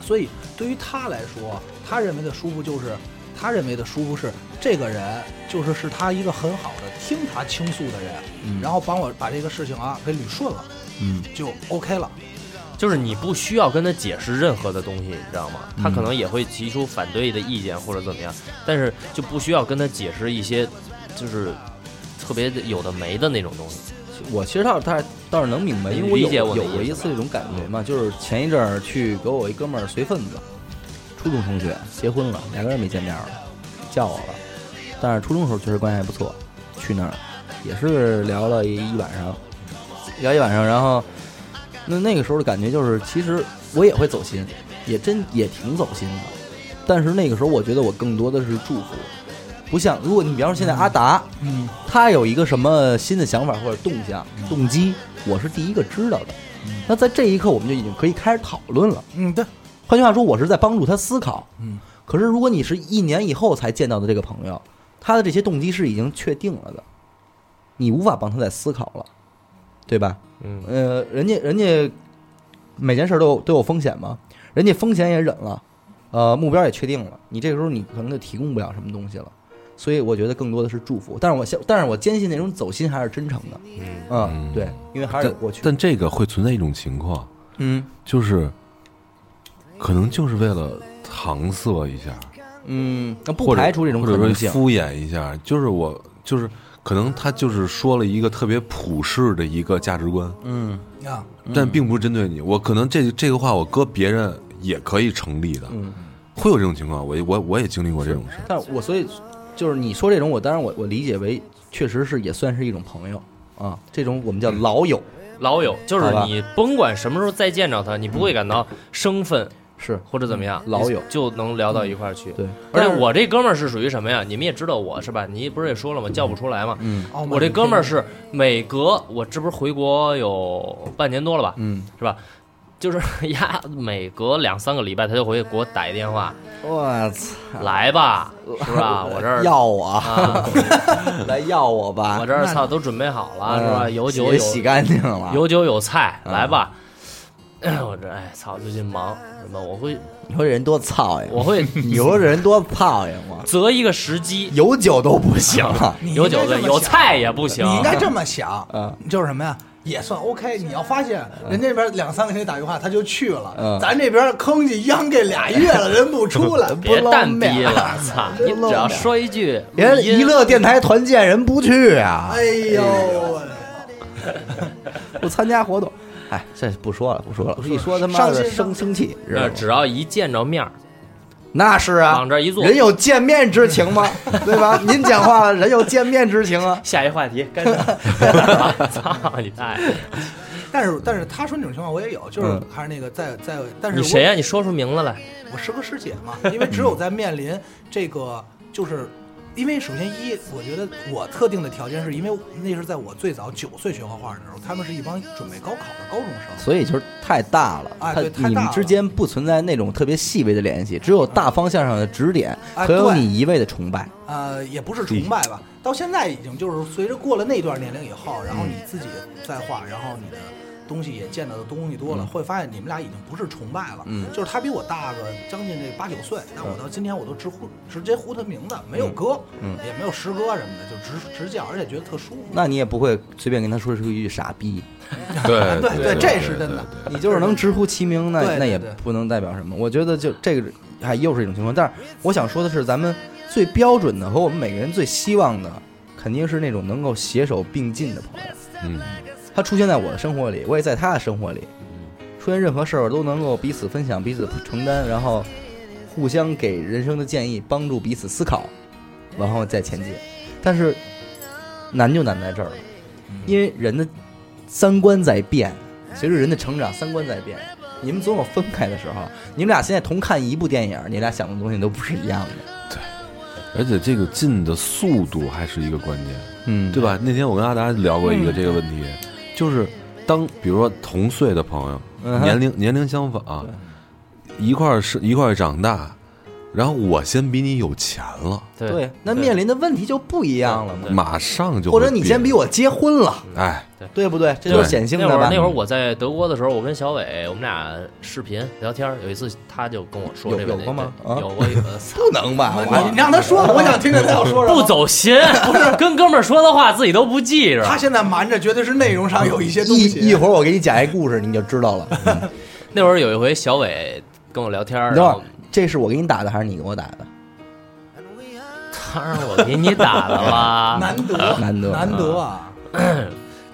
Speaker 3: 所以对于他来说，他认为的舒服就是。他认为的舒服是这个人，就是是他一个很好的听他倾诉的人，然后帮我把这个事情啊给捋顺了，
Speaker 2: 嗯
Speaker 3: 就 OK 了。
Speaker 4: 就是你不需要跟他解释任何的东西，你知道吗？
Speaker 2: 嗯
Speaker 4: 他可能也会提出反对的意见或者怎么样，但是就不需要跟他解释一些就是特别的有的没的那种东西。
Speaker 2: 我其实倒倒倒是能明白，因为我有
Speaker 4: 理解我
Speaker 2: 有
Speaker 4: 的意思
Speaker 2: 过一次这种感觉嘛，就是前一阵儿去给我一哥们儿随份子，初中同学结婚了，俩个人没见面了，叫我了，但是初中时候确实关系还不错，去那儿也是聊了一一晚上，聊一晚上，然后那那个时候的感觉就是，其实我也会走心，也真也挺走心的，但是那个时候我觉得我更多的是祝福，不像如果你比方说现在阿达。
Speaker 3: 嗯，
Speaker 2: 他有一个什么新的想法或者动向、动机，我是第一个知道的。那在这一刻，我们就已经可以开始讨论了。
Speaker 3: 嗯，对，
Speaker 2: 换句话说，我是在帮助他思考。
Speaker 3: 嗯，
Speaker 2: 可是如果你是一年以后才见到的这个朋友，他的这些动机是已经确定了的，你无法帮他再思考了，对吧？
Speaker 4: 嗯，
Speaker 2: 呃，人家人家每件事都有都有风险嘛，人家风险也忍了，呃，目标也确定了，你这个时候你可能就提供不了什么东西了，所以我觉得更多的是祝福。但是我相，但是我坚信那种走心还是真诚的，嗯，
Speaker 5: 嗯
Speaker 2: 对，因为还是有
Speaker 5: 但
Speaker 2: 过去，
Speaker 5: 但这个会存在一种情况，
Speaker 2: 嗯
Speaker 5: 就是可能就是为了搪塞一下，
Speaker 2: 嗯，那不
Speaker 5: 或者
Speaker 2: 排除这种
Speaker 5: 或者
Speaker 2: 可能
Speaker 5: 说
Speaker 2: 性，
Speaker 5: 敷衍一下，就是我就是可能他就是说了一个特别普世的一个价值观，
Speaker 2: 嗯
Speaker 3: 啊，
Speaker 5: 但并不是针对你。我可能这这个话我搁别人也可以成立的，
Speaker 2: 嗯，
Speaker 5: 会有这种情况，我我我也经历过这种事儿。
Speaker 2: 但我所以就是你说这种，我当然我我理解为确实是也算是一种朋友啊，这种我们叫老友，
Speaker 4: 老友，就是
Speaker 2: 好吧
Speaker 4: 你甭管什么时候再见着他，你不会感到生分
Speaker 2: 是
Speaker 4: 或者怎么样，
Speaker 2: 老友嗯
Speaker 4: 就能聊到一块儿去。
Speaker 2: 对，
Speaker 4: 但我这哥们儿是属于什么呀？你们也知道我是吧？你不是也说了吗？叫不出来嘛。
Speaker 2: 嗯
Speaker 3: 傲慢
Speaker 4: 我这
Speaker 3: 的
Speaker 4: 哥们儿
Speaker 3: 哦天
Speaker 4: 是每隔我这不是回国有半年多了吧，
Speaker 2: 嗯，
Speaker 4: 是吧？就是 [laughs] 呀，每隔两三个礼拜他就回去给我打一电话，
Speaker 2: 我操，
Speaker 3: 嗯
Speaker 4: 来
Speaker 3: [laughs]
Speaker 4: 吧，是吧？我这儿
Speaker 2: 要
Speaker 4: [laughs]
Speaker 2: 我
Speaker 4: 啊，
Speaker 2: 来要我
Speaker 3: 啊
Speaker 2: 吧，
Speaker 4: 我这儿操都准备好了，是吧？
Speaker 2: 嗯
Speaker 4: 有酒
Speaker 2: 也
Speaker 4: 有
Speaker 2: 洗干净了，
Speaker 4: 有酒有菜，
Speaker 2: 嗯
Speaker 4: 来吧。 [coughs] 我这哎操，最近忙什么？我会
Speaker 2: 你说这人多操呀，
Speaker 4: 我会
Speaker 2: 你说这人多操呀，
Speaker 4: [laughs]
Speaker 2: 我啊
Speaker 4: 择一个时机，
Speaker 2: 有酒都不行了，
Speaker 3: 你应该
Speaker 4: 有酒
Speaker 3: 这
Speaker 4: 对，
Speaker 3: 么
Speaker 4: 有
Speaker 3: 想
Speaker 4: 菜也不行。
Speaker 3: 你应该这么想，
Speaker 4: 啊
Speaker 2: 嗯
Speaker 3: 就是什么呀？也算 OK。你要发现人家那边两三个给你打电话，他就去了，
Speaker 4: 啊
Speaker 2: 嗯
Speaker 3: 咱这边坑叽央给俩月了，人不
Speaker 4: [laughs]
Speaker 3: 出来，
Speaker 4: 别
Speaker 3: 不
Speaker 4: 蛋
Speaker 3: 露
Speaker 4: 逼
Speaker 3: 面
Speaker 4: 了，操！你
Speaker 3: 真露
Speaker 4: 只要
Speaker 3: 面
Speaker 4: 说一句
Speaker 2: 人
Speaker 4: 语音
Speaker 2: 娱乐电台团建人不去啊，
Speaker 3: [laughs] 哎呦喂，
Speaker 2: 不参加活动，哎，这不说了不说了，一说他妈
Speaker 3: 伤
Speaker 2: 的
Speaker 3: 心
Speaker 2: 生生气，知道
Speaker 4: 呃，
Speaker 2: 吗
Speaker 4: 只要一见着面儿，
Speaker 2: 那是啊，
Speaker 4: 往这儿一坐
Speaker 2: 人有见面之情吗？对吧？您讲话了，人有见面之情啊。
Speaker 4: 下一话题该 [laughs] 怎操你大爷！
Speaker 3: 但是但是他说那种情况我也有，就是
Speaker 2: 嗯
Speaker 3: 还是那个在在，但是
Speaker 4: 你
Speaker 3: 我
Speaker 4: 谁呀、你说出名字来。
Speaker 3: 我师哥师姐嘛，因为只有在面临这个，就是因为首先一，我觉得我特定的条件是因为那是在我最早九岁学画画的时候，他们是一帮准备高考的高中生。
Speaker 2: 所以就是太大了，
Speaker 3: 哎
Speaker 2: 他
Speaker 3: 对太大
Speaker 2: 你们
Speaker 3: 了
Speaker 2: 之间不存在那种特别细微的联系，只有大方向上的指点
Speaker 3: 哎
Speaker 2: 和有
Speaker 3: 对
Speaker 2: 你一味的崇拜。
Speaker 3: 呃，也不是崇拜吧，到现在已经就是随着过了那段年龄以后，然后你自己再画，然后你的东西也见到的东西多了，会发现你们俩已经不是崇拜了，
Speaker 2: 嗯
Speaker 3: 就是他比我大个将近这八九岁，但我到今天我都直呼直接呼他名字，没有哥，
Speaker 2: 嗯
Speaker 3: 也没有师哥什么的，就直直叫，而且觉得特舒服。
Speaker 2: 那你也不会随便跟他说出一句傻 [laughs] 逼，啊
Speaker 5: 对
Speaker 3: 对
Speaker 5: 对，
Speaker 3: 这是真的。
Speaker 2: 你就是能直呼其名，那
Speaker 3: 对对
Speaker 2: 那也
Speaker 3: 对
Speaker 2: 不能代表什么。我觉得就这个还又是一种情况，但是我想说的是，咱们最标准的和我们每个人最希望的，肯定是那种能够携手并进的朋友。
Speaker 5: 嗯，
Speaker 2: 他出现在我的生活里，我也在他的生活里。出现任何事儿都能够彼此分享、彼此承担，然后互相给人生的建议，帮助彼此思考，然后再前进。但是难就难在这儿了，因为人的三观在变，随着人的成长，三观在变。你们总有分开的时候，你们俩现在同看一部电影，你俩想的东西都不是一样的。
Speaker 5: 而且这个进的速度还是一个关键，
Speaker 2: 嗯
Speaker 5: 对吧？那天我跟阿达聊过一个这个问题，就是当比如说同岁的朋友，
Speaker 2: 嗯哼
Speaker 5: 年龄年龄相仿，一块儿是一块儿长大，然后我先比你有钱了，
Speaker 4: 对
Speaker 2: 对，那面临的问题就不一样了嘛。
Speaker 4: 对
Speaker 5: 马上就
Speaker 2: 或者
Speaker 5: 会
Speaker 2: 你
Speaker 5: 变
Speaker 2: 先比我结婚了，
Speaker 5: 哎，
Speaker 2: 对不对？这就是显性
Speaker 4: 那
Speaker 2: 的
Speaker 4: 会
Speaker 2: 吧
Speaker 4: 儿那会儿我在德国的时候，我跟小伟我们俩视频聊天儿，有一次他就跟我说
Speaker 2: 有
Speaker 4: 这个
Speaker 2: 有过吗
Speaker 4: 对
Speaker 2: 啊
Speaker 4: 有过一个操
Speaker 2: 不能吧？我
Speaker 3: 你让他说，我想听听他要说什
Speaker 4: 不
Speaker 3: 么。
Speaker 4: 走心，不是跟哥们儿说的话自己都不记着。
Speaker 3: 他现在瞒着，绝对是内容上有一些东
Speaker 2: 一一
Speaker 3: 西。
Speaker 2: 会儿我给你讲一故事，你就知道了。嗯
Speaker 4: 那会儿有一回小伟跟我聊天儿，
Speaker 2: 你等
Speaker 4: 然
Speaker 2: 会儿
Speaker 4: 后，
Speaker 2: 这是我给你打的还是你给我打的？
Speaker 4: 当然我给你打的
Speaker 2: [laughs]
Speaker 4: 啦，
Speaker 3: 难得，
Speaker 2: [laughs] 难得
Speaker 3: 难得啊！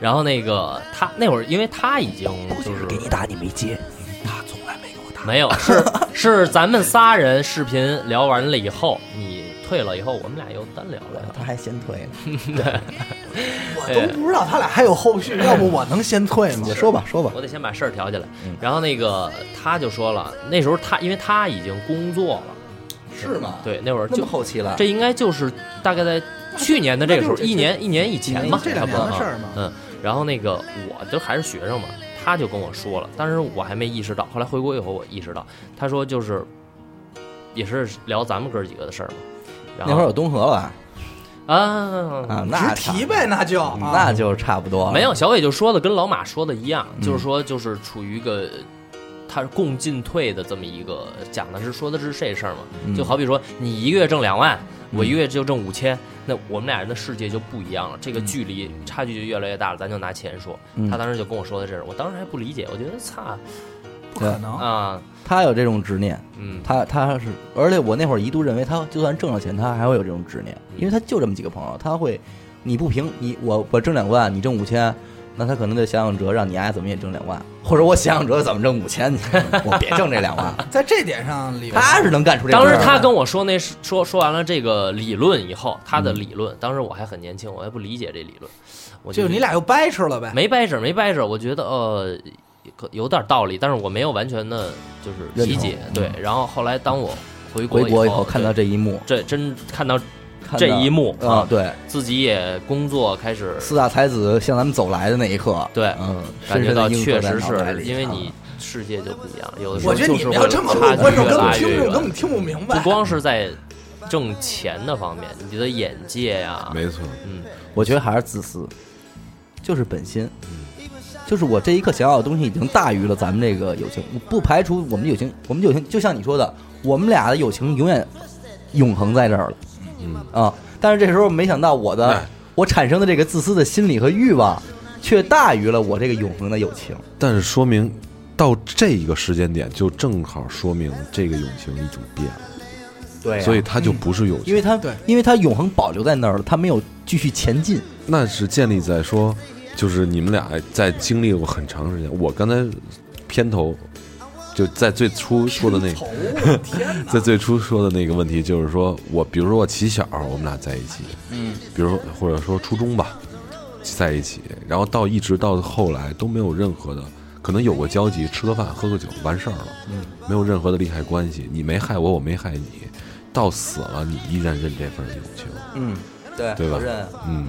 Speaker 4: 然后那个他那会儿，因为他已经就是给你打，你没接，他从来没给我打。没有，是 [laughs] 是咱们仨人视频聊完了以后，你退了以后，我们俩又单聊了。
Speaker 2: 啊他还先退呢。
Speaker 3: 我都不知道他俩还有后 [laughs] 续，要不我能先退吗
Speaker 2: 你？说吧，说吧。
Speaker 4: 我得先把事儿挑起来。然后那个他就说了，那时候他因为他已经工作了，
Speaker 2: 是吗？，
Speaker 4: 对，那会儿
Speaker 2: 那么
Speaker 4: 就
Speaker 2: 后期了。
Speaker 4: 这应该就是大概在去年的这个时候，一年一年以前嘛，
Speaker 3: 这两
Speaker 4: 差不多
Speaker 3: 年的
Speaker 4: 啊
Speaker 3: 事儿嘛
Speaker 4: 嗯，然后那个我就还是学生嘛，他就跟我说了，当时我还没意识到，后来回国以后我意识到，他说就是也是聊咱们哥几个的事儿嘛。然后
Speaker 2: 那会儿有东河吧？
Speaker 4: 啊，
Speaker 2: 啊，那嗯差
Speaker 3: 直提，呗，那就啊
Speaker 2: 那就差不多了。
Speaker 4: 没有小伟就说的跟老马说的一样，就是说就是处于一个。他是共进退的这么一个讲的是说的是这事儿嘛，就好比说你一个月挣两万，我一个月就挣五千，那我们俩人的世界就不一样了，这个距离差距就越来越大了。咱就拿钱说，
Speaker 2: 嗯
Speaker 4: 他当时就跟我说的这事儿，我当时还不理解，我觉得擦
Speaker 3: 不可能。
Speaker 4: 啊，
Speaker 2: 他有这种执念，
Speaker 4: 嗯，
Speaker 2: 他他是，而且我那会儿一度认为他就算挣了钱，他还会有这种执念，因为他就这么几个朋友，他会你不平，你我我挣两万，你挣五千，那他可能得想想辙，让你爱怎么也挣两万，或者我想想辙怎么挣五千，你我别挣这两万。
Speaker 3: 在这点上，李
Speaker 2: 他是能干出这
Speaker 4: 当
Speaker 2: 事
Speaker 4: 时
Speaker 2: 儿
Speaker 4: 他
Speaker 2: 的，
Speaker 4: 跟我说那是说说完了这个理论以后，他的理论，当时我还很年轻，我还不理解这理论，我觉
Speaker 3: 就是
Speaker 4: 得
Speaker 3: 你俩又掰扯了呗。
Speaker 4: 没掰扯，没掰扯，我觉得呃可有点道理，但是我没有完全的就是
Speaker 2: 认
Speaker 4: 理
Speaker 2: 同嗯
Speaker 4: 解。对，然后后来当我回国
Speaker 2: 回国以后
Speaker 4: 对
Speaker 2: 看到这一幕，
Speaker 4: 这真看到
Speaker 2: 看到
Speaker 4: 这一幕
Speaker 2: 啊，，对，
Speaker 4: 自己也工作开始，
Speaker 2: 四大才子向咱们走来的那一刻，
Speaker 4: 对
Speaker 2: 嗯，
Speaker 4: 感觉到
Speaker 2: 深深地
Speaker 4: 确
Speaker 2: 印刻在
Speaker 4: 实
Speaker 2: 脑海
Speaker 4: 是
Speaker 2: 里
Speaker 4: 因为
Speaker 2: 啊
Speaker 4: 你世界就不一样，有的时候
Speaker 3: 我觉得
Speaker 4: 就
Speaker 3: 你
Speaker 4: 是
Speaker 3: 们
Speaker 4: 会
Speaker 3: 要
Speaker 4: 有
Speaker 3: 这么录
Speaker 4: 差，距
Speaker 3: 观众
Speaker 4: 越
Speaker 3: 根本
Speaker 4: 拉
Speaker 3: 听
Speaker 4: 越
Speaker 3: 不懂，根
Speaker 4: 远。
Speaker 3: 本听不明
Speaker 4: 不
Speaker 3: 白。
Speaker 4: 光是在挣钱的方面，你的眼界呀、
Speaker 2: 啊
Speaker 5: 没错，
Speaker 4: 嗯，
Speaker 2: 我觉得还是自私，就是本心，就是我这一刻想要的东西已经大于了咱们这个友情。我不排除我们友情，我们友情就像你说的，我们俩的友情永远永恒在这儿了，啊！但是这时候没想到我的、
Speaker 5: 哎
Speaker 2: 我产生的这个自私的心理和欲望，却大于了我这个永恒的友情。
Speaker 5: 但是说明到这一个时间点，就正好说明这个友情已经变了，
Speaker 2: 对
Speaker 5: 所以它就不是友情，
Speaker 2: 哎因为它
Speaker 3: 对
Speaker 2: 因为它永恒保留在那儿了，它没有继续前进。
Speaker 5: 那是建立在说，就是你们俩在经历过很长时间。我刚才片头就在最初说的那，
Speaker 3: 头，我天
Speaker 5: [laughs]
Speaker 3: 哪！
Speaker 5: 在最初说的那个问题，就是说我比如说我起小我们俩在一起，
Speaker 3: 嗯，
Speaker 5: 比如说或者说初中吧，在一起，然后到一直到后来都没有任何的，可能有过交集，吃个饭喝个酒完事儿了，嗯，没有任何的利害关系，你没害我，我没害你，到死了你依然认这份友情，
Speaker 2: 嗯，对
Speaker 5: 对吧
Speaker 2: 我认
Speaker 5: 嗯。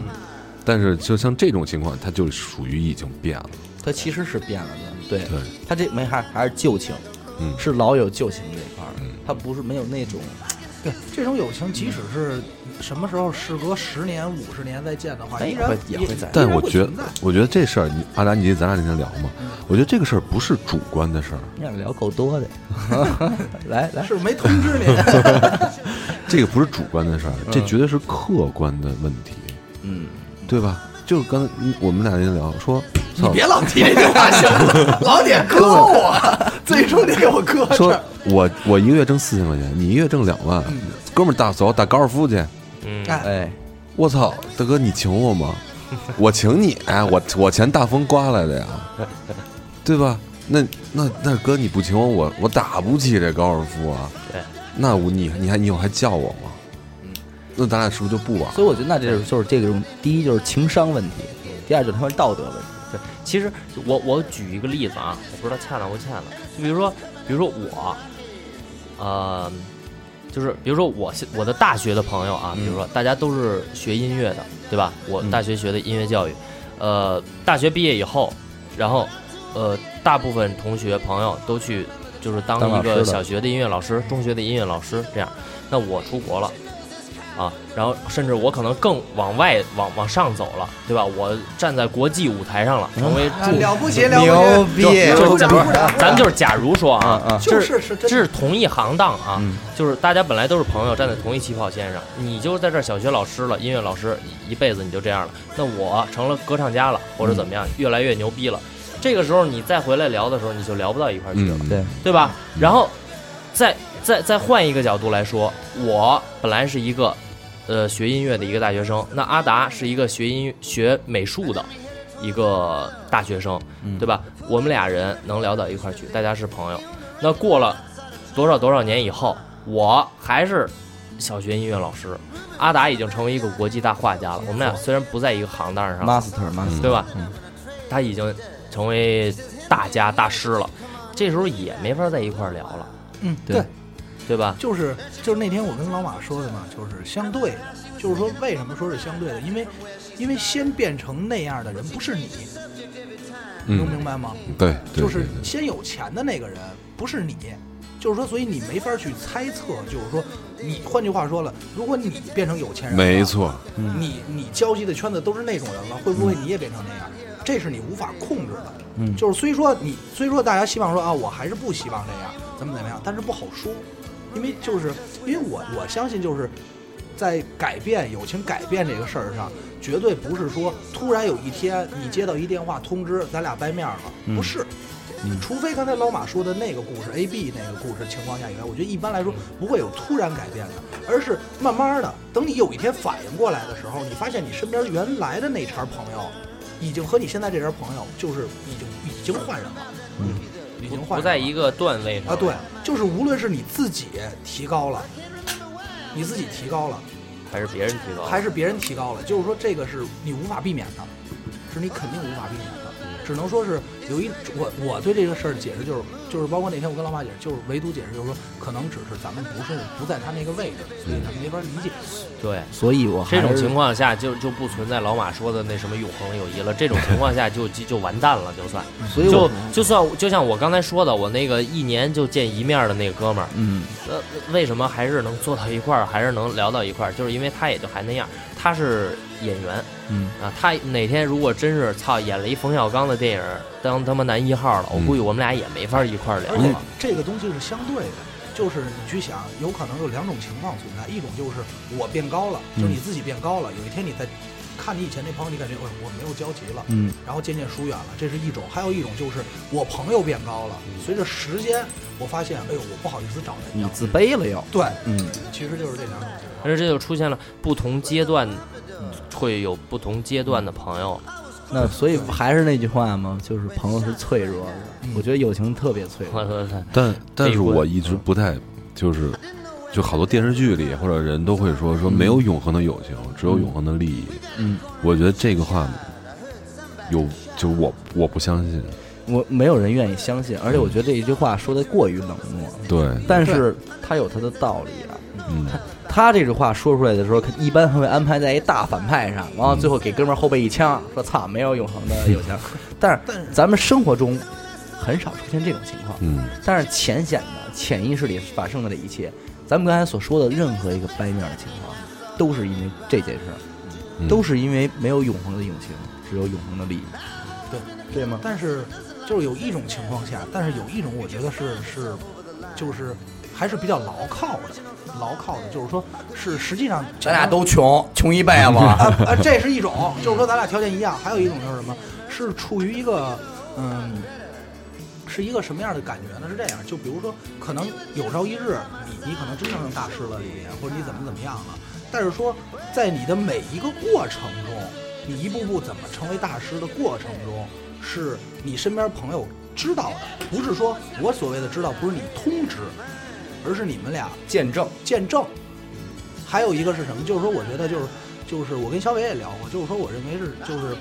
Speaker 5: 但是，就像这种情况，它就属于已经变了。
Speaker 2: 它其实是变了的，对
Speaker 5: 对，
Speaker 2: 他这没还还是旧情，
Speaker 5: 嗯
Speaker 2: 是老有旧情这一块儿，他不是没有那种
Speaker 3: 对，这种友情，即使是什么时候事隔十年、五十年再见的话，
Speaker 2: 哎
Speaker 3: 依然
Speaker 2: 也会也会在
Speaker 5: 但我觉得
Speaker 3: 依然会存在，
Speaker 5: 我觉得这事儿，你阿达，你咱俩那天聊嘛
Speaker 3: 嗯，
Speaker 5: 我觉得这个事儿不是主观的事儿，
Speaker 2: 你俩聊够多 [laughs] 的，来来，
Speaker 3: 是没通知你。
Speaker 5: 这个不是主观的事儿，
Speaker 3: 嗯
Speaker 5: 这绝对是客观的问题，
Speaker 2: 嗯，
Speaker 5: 对吧？就刚才我们俩那天聊说，
Speaker 3: 你
Speaker 5: 操，
Speaker 3: 别老提这句话行吗？老得割我，最终得给我割这
Speaker 5: 说
Speaker 3: 儿。
Speaker 5: 我我一个月挣四千块钱，你一个月挣两万，哥们儿打走打高尔夫去，
Speaker 4: 嗯
Speaker 3: 哎
Speaker 2: 哎，
Speaker 5: 我操，大哥你请我吗？我请你，哎，我我钱大风刮来的呀，对吧？那那那哥你不请我，我我打不起这高尔夫啊，
Speaker 4: 对，
Speaker 5: 那我你你还你有还叫我吗？那咱俩是不是就不玩了？
Speaker 2: 所以我觉得那这就是这种，第一就是情商问题，第二就是他们道德问题，
Speaker 4: 对，其实我我举一个例子啊，我不知道恰当不恰当，就比如说，比如说我，呃，就是比如说我现我的大学的朋友
Speaker 2: 嗯
Speaker 4: 啊，比如说大家都是学音乐的，对吧？我大学学的音乐教育，呃，大学毕业以后，然后呃，大部分同学朋友都去就是当
Speaker 2: 当老
Speaker 4: 一
Speaker 2: 师了
Speaker 4: 个小学的音乐老师、中学的音乐老师这样，那我出国了。啊，然后甚至我可能更往外往往上走了，对吧？我站在国际舞台上了，
Speaker 2: 嗯
Speaker 4: 成为
Speaker 3: 啊
Speaker 4: 著
Speaker 3: 了不起，了不
Speaker 2: 逼啊
Speaker 4: 就
Speaker 3: 起！
Speaker 4: 就
Speaker 3: 鼓掌，鼓
Speaker 4: 就
Speaker 3: 掌！
Speaker 4: 咱们就是假如说啊，
Speaker 2: 啊啊
Speaker 3: 就
Speaker 4: 这
Speaker 3: 是是
Speaker 4: 这
Speaker 3: 真的
Speaker 4: 是同一行当啊，
Speaker 2: 嗯
Speaker 4: 就是大家本来都是朋友，站在同一起跑线上，你就在这儿小学老师了，音乐老师一一辈子你就这样了，那我成了歌唱家了，或者怎么样，越来越牛逼了，这个时候你再回来聊的时候，你就聊不到一块儿去了。
Speaker 5: 嗯，
Speaker 2: 对，
Speaker 4: 对吧？然后再再再换一个角度来说，我本来是一个呃学音乐的一个大学生，那阿达是一个学音学美术的一个大学生，对吧？我们俩人能聊到一块儿去，大家是朋友。那过了多少多少年以后，我还是小学音乐老师，阿达已经成为一个国际大画家了。我们俩虽然不在一个行当上，
Speaker 2: master master，
Speaker 4: 对吧？他已经成为大家大师了，这时候也没法在一块儿聊了，
Speaker 3: 嗯，
Speaker 2: 对
Speaker 3: 对，
Speaker 4: 对吧？
Speaker 3: 就是就是那天我跟老马说的嘛，就是相对的，就是说为什么说是相对的，因为因为先变成那样的人不是你，能明
Speaker 5: 嗯，
Speaker 3: 白吗？
Speaker 5: 对，对
Speaker 3: 就是
Speaker 5: 对对
Speaker 3: 先有钱的那个人不是你，就是说，所以你没法去猜测，就是说，你换句话说了，如果你变成有钱人，
Speaker 5: 没，错，嗯
Speaker 3: 你你交际的圈子都是那种人了，会不会你也变成那样？这是你无法控制的。
Speaker 2: 嗯
Speaker 3: 就是虽说你虽说大家希望说啊，我还是不希望这样，怎么怎么样，但是不好说，因为就是因为我我相信就是在改变友情改变这个事儿上，绝对不是说突然有一天你接到一电话通知咱俩掰面了，不是。除非刚才老马说的那个故事 A B 那个故事情况下以外，我觉得一般来说不会有突然改变的，而是慢慢的，等你有一天反应过来的时候，你发现你身边原来的那茬朋友已经和你现在这人朋友就是已经已经换人了，嗯，已经换人
Speaker 4: 不在
Speaker 3: 了
Speaker 4: 一个段位上
Speaker 3: 啊，对，就是无论是你自己提高了，你自己提高了，
Speaker 4: 还是别人提高，
Speaker 3: 还是别人提高了，就是说这个是你无法避免的，是你肯定无法避免的，只能说是有一我我对这个事儿解释就是就是包括那天我跟老马解释，就是唯独解释就是说可能只是咱们不是不在他那个位置，所以咱们没法理解。
Speaker 4: 对。
Speaker 2: 所以我还
Speaker 4: 这
Speaker 2: 是
Speaker 4: 种情况下就就不存在老马说的那什么永恒的友谊了。这种情况下就就就完蛋了，就算
Speaker 2: 所以我
Speaker 4: 就就算就像我刚才说的，我那个一年就见一面的那个哥们儿，
Speaker 2: 嗯，
Speaker 4: 呃，为什么还是能坐到一块儿，还是能聊到一块儿？ [laughs] 就是因为他也就还那样，他是演员，
Speaker 2: 嗯
Speaker 4: 啊，他哪天如果真是操演了一冯小刚的电影，当他妈男一号了，我
Speaker 5: 嗯
Speaker 4: 估计我们俩也没法一块儿聊
Speaker 3: 而且
Speaker 4: 了。
Speaker 3: 这个东西是相对的，就是你去想，有可能有两种情况存在，一种就是我变高了，就是你自己变高了，有一天你在看你以前那朋友，你感觉哎我没有交集了，
Speaker 2: 嗯，
Speaker 3: 然后渐渐疏远了，这是一种；还有一种就是我朋友变高了，
Speaker 2: 嗯
Speaker 3: 随着时间我发现，哎呦，我不好意思找人
Speaker 2: 你
Speaker 3: 家，
Speaker 2: 自卑了又，
Speaker 3: 对，
Speaker 2: 嗯，
Speaker 3: 其实就是这两种情况。
Speaker 4: 但是这就出现了不同阶段会有不同阶段的朋友，
Speaker 2: 那所以还是那句话嘛，就是朋友是脆弱的，
Speaker 5: 嗯
Speaker 2: 我觉得友情特别脆
Speaker 4: 我
Speaker 2: 弱。
Speaker 4: 操，
Speaker 5: 但但
Speaker 4: 悲
Speaker 5: 是
Speaker 4: 观
Speaker 5: 我一直不太就是，就好多电视剧里或者人都会说说没有永恒的友情，只有永恒的利益。
Speaker 2: 嗯，
Speaker 5: 我觉得这个话有就我我不相信。
Speaker 2: 嗯我没有人愿意相信，而且我觉得这一句话说的过于冷漠，
Speaker 5: 对，
Speaker 2: 但是它有它的道理啊。
Speaker 5: 嗯，
Speaker 2: 他这句话说出来的时候，一般会安排在一大反派上，然
Speaker 5: 嗯
Speaker 2: 后最后给哥们儿后背一枪，说“操，没有永恒的友
Speaker 5: [laughs]
Speaker 2: 情”。但是咱们生活中很少出现这种情况，
Speaker 5: 嗯，
Speaker 2: 但是浅显的、潜意识里发生的这一切，咱们刚才所说的任何一个掰面的情况，都是因为这件事儿，
Speaker 5: 嗯
Speaker 2: 都是因为没有永恒的友情，只有永恒的利益，
Speaker 3: 对，
Speaker 2: 对吗？
Speaker 3: 但是就是有一种情况下，但是有一种我觉得是是，就是还是比较牢靠的，牢靠的，就是说是实际上
Speaker 2: 咱俩都穷，穷一辈子。
Speaker 3: 啊啊，这是一种，就是说咱俩条件一样，还有一种就是什么，是处于一个嗯，是一个什么样的感觉呢？是这样，就比如说，可能有朝一日你你可能真正大师了，你或者你怎么怎么样了，但是说在你的每一个过程中，你一步步怎么成为大师的过程中，是你身边朋友知道的，不是说我所谓的知道，不是你通知，而是你们俩
Speaker 2: [laughs] 见证，
Speaker 3: 见证。还有一个是什么？就是说，我觉得就是就是我跟小伟也聊过，就是说，我认为是就是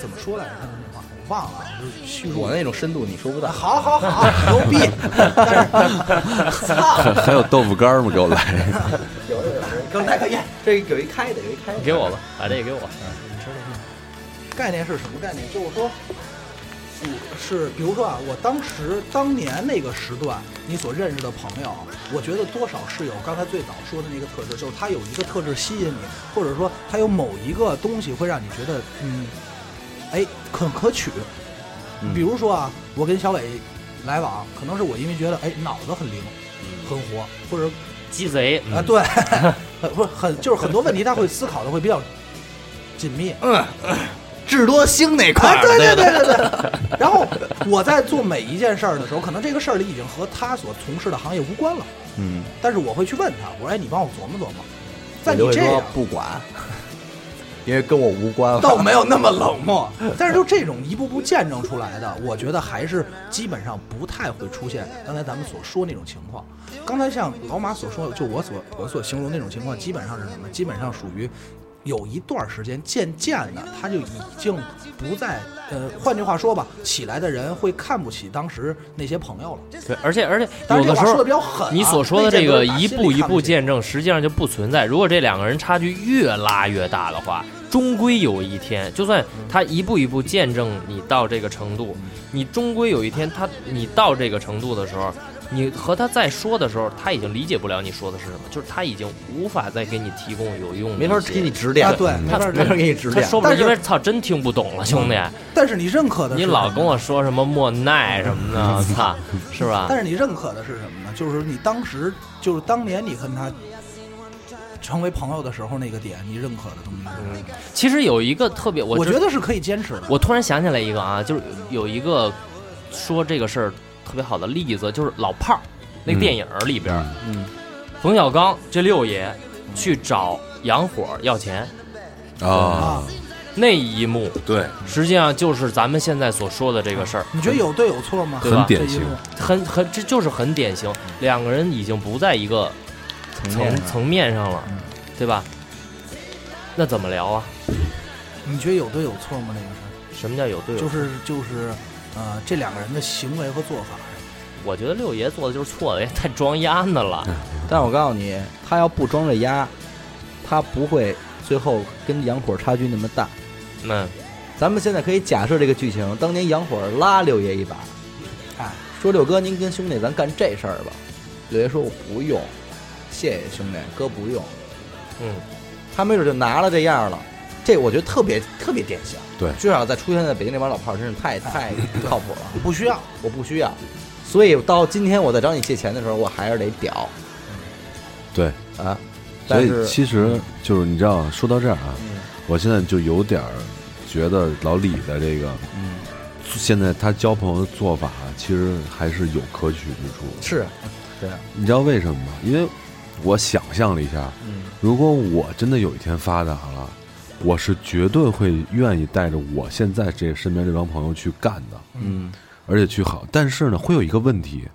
Speaker 3: 怎么说来着？他们那话我忘了，啊就是叙述
Speaker 2: 我。那种深度你说不到。
Speaker 3: 好好好，牛逼！ [laughs] 但是，
Speaker 5: [laughs]
Speaker 3: [laughs] 操，
Speaker 5: 还还有豆腐干儿吗？给我来一个。
Speaker 3: 刚才可咽。
Speaker 2: 这有一开的，有一开的
Speaker 4: [laughs] 给我吧，把这个给我。
Speaker 3: 概念是什么概念？就是说，我是比如说啊，我当时当年那个时段，你所认识的朋友，我觉得多少是有刚才最早说的那个特质，就是他有一个特质吸引你，或者说他有某一个东西会让你觉得，嗯，哎，很可取。比如说啊，我跟小伟来往，可能是我因为觉得，哎，脑子很灵，很活，或者
Speaker 4: 鸡贼嗯
Speaker 2: 嗯
Speaker 3: 啊，对， [laughs] 呃不是很就是很多问题他会思考的会比较紧密，
Speaker 2: 嗯智多星那块
Speaker 3: 啊，
Speaker 2: 儿，
Speaker 3: 对对对对对。然后我在做每一件事儿的时候，可能这个事儿里已经和他所从事的行业无关了，
Speaker 2: 嗯，
Speaker 3: 但是我会去问他，我说：“哎，你帮我琢磨琢磨。”在
Speaker 2: 我
Speaker 3: 你
Speaker 2: 就会
Speaker 3: 这
Speaker 2: 说
Speaker 3: 样
Speaker 2: 不管，因为跟我无
Speaker 3: [laughs]
Speaker 2: 关了。
Speaker 3: 倒没有那么冷漠，但是就这种一步步见证出来的，我觉得还是基本上不太会出现刚才咱们所说那种情况。刚才像老马所说的，就我所我所形容那种情况，基本上是什么？基本上属于有一段时间渐渐的，他就已经不再呃，换句话说吧，起来的人会看不起当时那些朋友了。
Speaker 4: 对，而且而且
Speaker 3: 当
Speaker 4: 有
Speaker 3: 然这
Speaker 4: 的时
Speaker 3: 话说的
Speaker 4: 候
Speaker 3: 比较狠啊、啊
Speaker 4: 你所说的
Speaker 3: 那
Speaker 4: 这
Speaker 3: 些都
Speaker 4: 个
Speaker 3: 是打
Speaker 4: 一
Speaker 3: 心里
Speaker 4: 步一
Speaker 3: 看不
Speaker 4: 步
Speaker 3: 起
Speaker 4: 见证，实际上就不存在。如果这两个人差距越拉越大的话，终归有一天，就算他一步一步见证你到这个程度，你终归有一天他你到这个程度的时候，你和他再说的时候，他已经理解不了你说的是什么，就是他已经无法再给你提供有用的一些，
Speaker 2: 没法给你指点，
Speaker 3: 啊对
Speaker 2: 嗯
Speaker 3: 没法
Speaker 2: 没法给你指
Speaker 4: 他
Speaker 2: 点。
Speaker 4: 说不
Speaker 3: 但
Speaker 4: 是
Speaker 3: 是
Speaker 4: 因为操真听不懂了，兄弟，
Speaker 3: 但是你认可的是
Speaker 4: 你
Speaker 3: 什
Speaker 4: 老
Speaker 3: 么
Speaker 4: 跟我说什么莫奈什么
Speaker 3: [laughs]
Speaker 4: 的，操，是
Speaker 2: 啊
Speaker 4: 吧？
Speaker 3: 但是你认可的是什么呢？就是你当时，就是当年你跟他成为朋友的时候那个点，你认可的东西是什么？
Speaker 4: 嗯其实有一个特别，我
Speaker 3: 我
Speaker 4: 觉
Speaker 3: 觉
Speaker 4: 得
Speaker 3: 得是可以坚持的。
Speaker 4: 我突然想起来一个啊，就是有一个说这个事儿特别好的例子，就是老炮儿那个电影儿里边儿，
Speaker 2: 嗯
Speaker 4: 冯小刚这六爷去找洋火儿要钱，
Speaker 5: [laughs] 啊，
Speaker 4: 那一幕
Speaker 5: 对，
Speaker 4: 实际上就是咱们现在所说的这个事儿，
Speaker 3: 你觉得有对有错吗？
Speaker 4: 对吧
Speaker 5: 很典型
Speaker 3: 这一幕
Speaker 4: 很很这就是很典型，两个人已经不在一个
Speaker 2: 层面
Speaker 4: 层
Speaker 2: 上
Speaker 4: 层面上了，对吧？那怎么聊啊？
Speaker 3: 你觉得有对有错吗？那个事儿
Speaker 4: 什么叫有队友？
Speaker 3: 就是就是，呃，这两个人的行为和做法。
Speaker 4: 我觉得六爷做的就是错的，也太装丫的了。
Speaker 2: 但我告诉你，他要不装这鸭，他不会最后跟羊火差距那么大。
Speaker 4: 嗯，
Speaker 2: 咱们现在可以假设这个剧情，当年羊火拉六爷一把，
Speaker 3: 哎，
Speaker 2: 说六哥您跟兄弟咱干这事儿吧。六爷说我不用，谢谢兄弟，哥不用。
Speaker 4: 嗯，
Speaker 2: 他没准就拿了这样了。这我觉得特别特别典型，
Speaker 5: 对哎
Speaker 2: 至少在出现在北京那帮老炮儿真是太太靠谱了。
Speaker 3: 不需要，
Speaker 2: 我不需要，所以到今天我再找你借钱的时候，我还是得屌
Speaker 5: 对，
Speaker 2: 啊。
Speaker 5: 所
Speaker 2: 但
Speaker 5: 以
Speaker 2: 是
Speaker 5: 其实就是你知道，说到这儿啊，
Speaker 2: 嗯
Speaker 5: 我现在就有点儿觉得老李的这个，
Speaker 2: 嗯
Speaker 5: 现在他交朋友的做法其实还是有可取之处。
Speaker 2: 是啊这样，
Speaker 5: 你知道为什么吗？因为我想象了一下，
Speaker 2: 嗯
Speaker 5: 如果我真的有一天发达了，我是绝对会愿意带着我现在这身边这帮朋友去干的，
Speaker 2: 嗯
Speaker 5: 而且去好。但是呢，会有一个问题，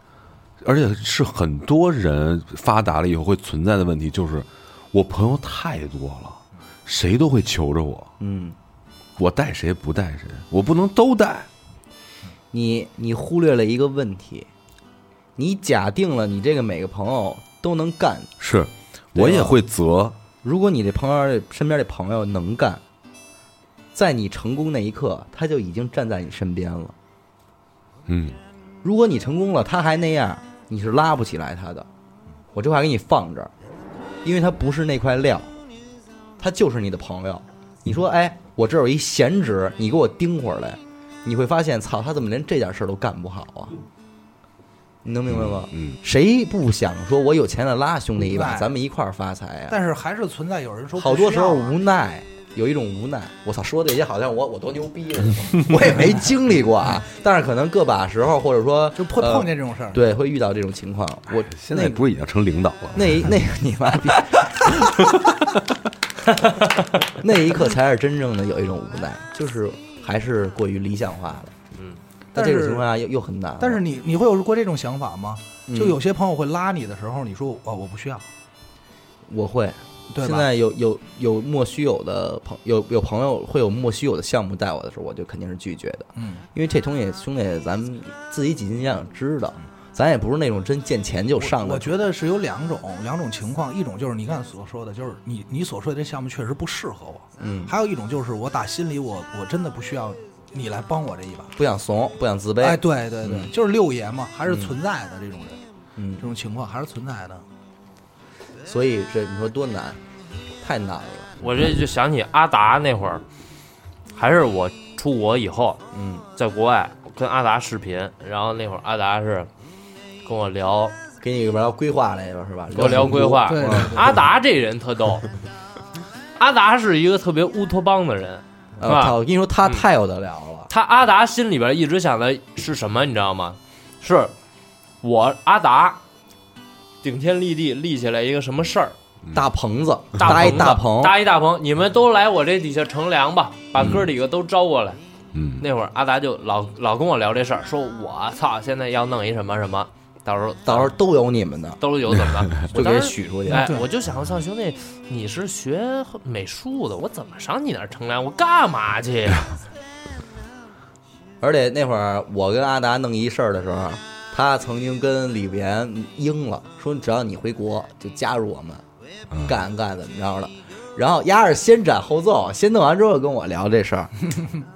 Speaker 5: 而且是很多人发达了以后会存在的问题，就是我朋友太多了，谁都会求着我，
Speaker 2: 嗯，
Speaker 5: 我带谁不带谁，我不能都带。
Speaker 2: 你你忽略了一个问题，你假定了你这个每个朋友都能干，
Speaker 5: 是，我也会责，
Speaker 2: 如果你这朋友身边这朋友能干，在你成功那一刻，他就已经站在你身边了。
Speaker 5: 嗯，
Speaker 2: 如果你成功了，他还那样，你是拉不起来他的。我这话给你放这儿，因为他不是那块料，他就是你的朋友。你说，哎，我这有一闲职，你给我盯会儿来，你会发现，操，他怎么连这点事儿都干不好啊？你能明白吗？
Speaker 5: 嗯，
Speaker 2: 谁不想说，我有钱了拉兄弟一把，
Speaker 3: 对
Speaker 2: 咱们一块儿发财呀、
Speaker 3: 但是还是存在有人说
Speaker 2: 好
Speaker 3: 不需
Speaker 2: 多时候
Speaker 3: 要啊
Speaker 2: 无奈，有一种无奈。我操，说这些好像我我多牛逼
Speaker 3: [laughs]
Speaker 2: 了，我也没经历过啊。但是可能个把时候，或者说
Speaker 3: 就碰
Speaker 2: 呃
Speaker 3: 碰见这种事儿。
Speaker 2: 对，会遇到这种情况。我
Speaker 5: 现在不是已经成领导了？
Speaker 2: 那那 [laughs] 那你妈逼，那一刻才是真正的有一种无奈，就是还是过于理想化了。
Speaker 4: 嗯，
Speaker 2: 在
Speaker 3: 但
Speaker 2: 这
Speaker 3: 是
Speaker 2: 种情况下又又很难了。
Speaker 3: 但是你你会有过这种想法吗？就
Speaker 2: 嗯
Speaker 3: 有些朋友会拉你的时候，你说哦我不需要，
Speaker 2: 我会，
Speaker 3: 对
Speaker 2: 现
Speaker 3: 吧？
Speaker 2: 在有有有莫须有的朋有有朋友会有莫须有的项目带我的时候，我就肯定是拒绝的。
Speaker 3: 嗯，
Speaker 2: 因为这东西，兄弟，咱们自己几斤几两知道，咱也不是那种真见钱就上
Speaker 3: 我。
Speaker 2: 的
Speaker 3: 我。觉得是有两种两种情况，一种就是你刚才所说的，就是你你所说的这项目确实不适合我，
Speaker 2: 嗯，
Speaker 3: 还有一种就是我打心里我我真的不需要你来帮我这一把。
Speaker 2: 不想怂，不想自卑。
Speaker 3: 哎，对对对，
Speaker 2: 嗯
Speaker 3: 就是六爷嘛，还是存在的这种人，
Speaker 2: 嗯
Speaker 3: 这，种情况还是存在的。
Speaker 2: 所以这你说多难，太难了。
Speaker 4: 我这就想起阿达那会儿，还是我出国以后，
Speaker 2: 嗯，
Speaker 4: 在国外我跟阿达视频，然后那会儿阿达是跟我聊，
Speaker 2: 给你玩规划来了是吧？
Speaker 4: 跟我聊规划。
Speaker 3: 对，
Speaker 4: 阿达这人特逗，阿达是一个特别乌托邦的人，
Speaker 2: 呃
Speaker 4: 是吧
Speaker 2: 我操我跟你说，他
Speaker 4: 嗯
Speaker 2: 太有得聊了。
Speaker 4: 他阿达心里边一直想的是什么，你知道吗？是我阿达顶天立地立起来一个什么事儿，
Speaker 2: 大棚子，
Speaker 4: 嗯大
Speaker 2: 搭一
Speaker 4: 棚
Speaker 2: 大
Speaker 4: 子
Speaker 2: 棚，
Speaker 4: 搭一大棚，你们都来我这底下乘凉吧，把哥几个都招过来。
Speaker 5: 嗯，
Speaker 4: 那会儿阿达就老老跟我聊这事儿，说我操，现在要弄一什么什么，到时候
Speaker 2: 到时候都有你们的，
Speaker 4: 兜里有怎
Speaker 2: [laughs]
Speaker 4: 么办？我
Speaker 2: 就
Speaker 4: 当
Speaker 2: 给
Speaker 4: 时
Speaker 2: 许出去。
Speaker 4: 哎
Speaker 3: 对，
Speaker 4: 我就想，我操，兄弟，你是学美术的，我怎么上你那儿乘凉？我干嘛去 [laughs] 呀？
Speaker 2: 而且那会儿我跟阿达弄一事儿的时候，他曾经跟李岩应了，说只要你回国就加入我们，干干怎么着的。然后丫是先斩后奏，先弄完之后跟我聊这事儿，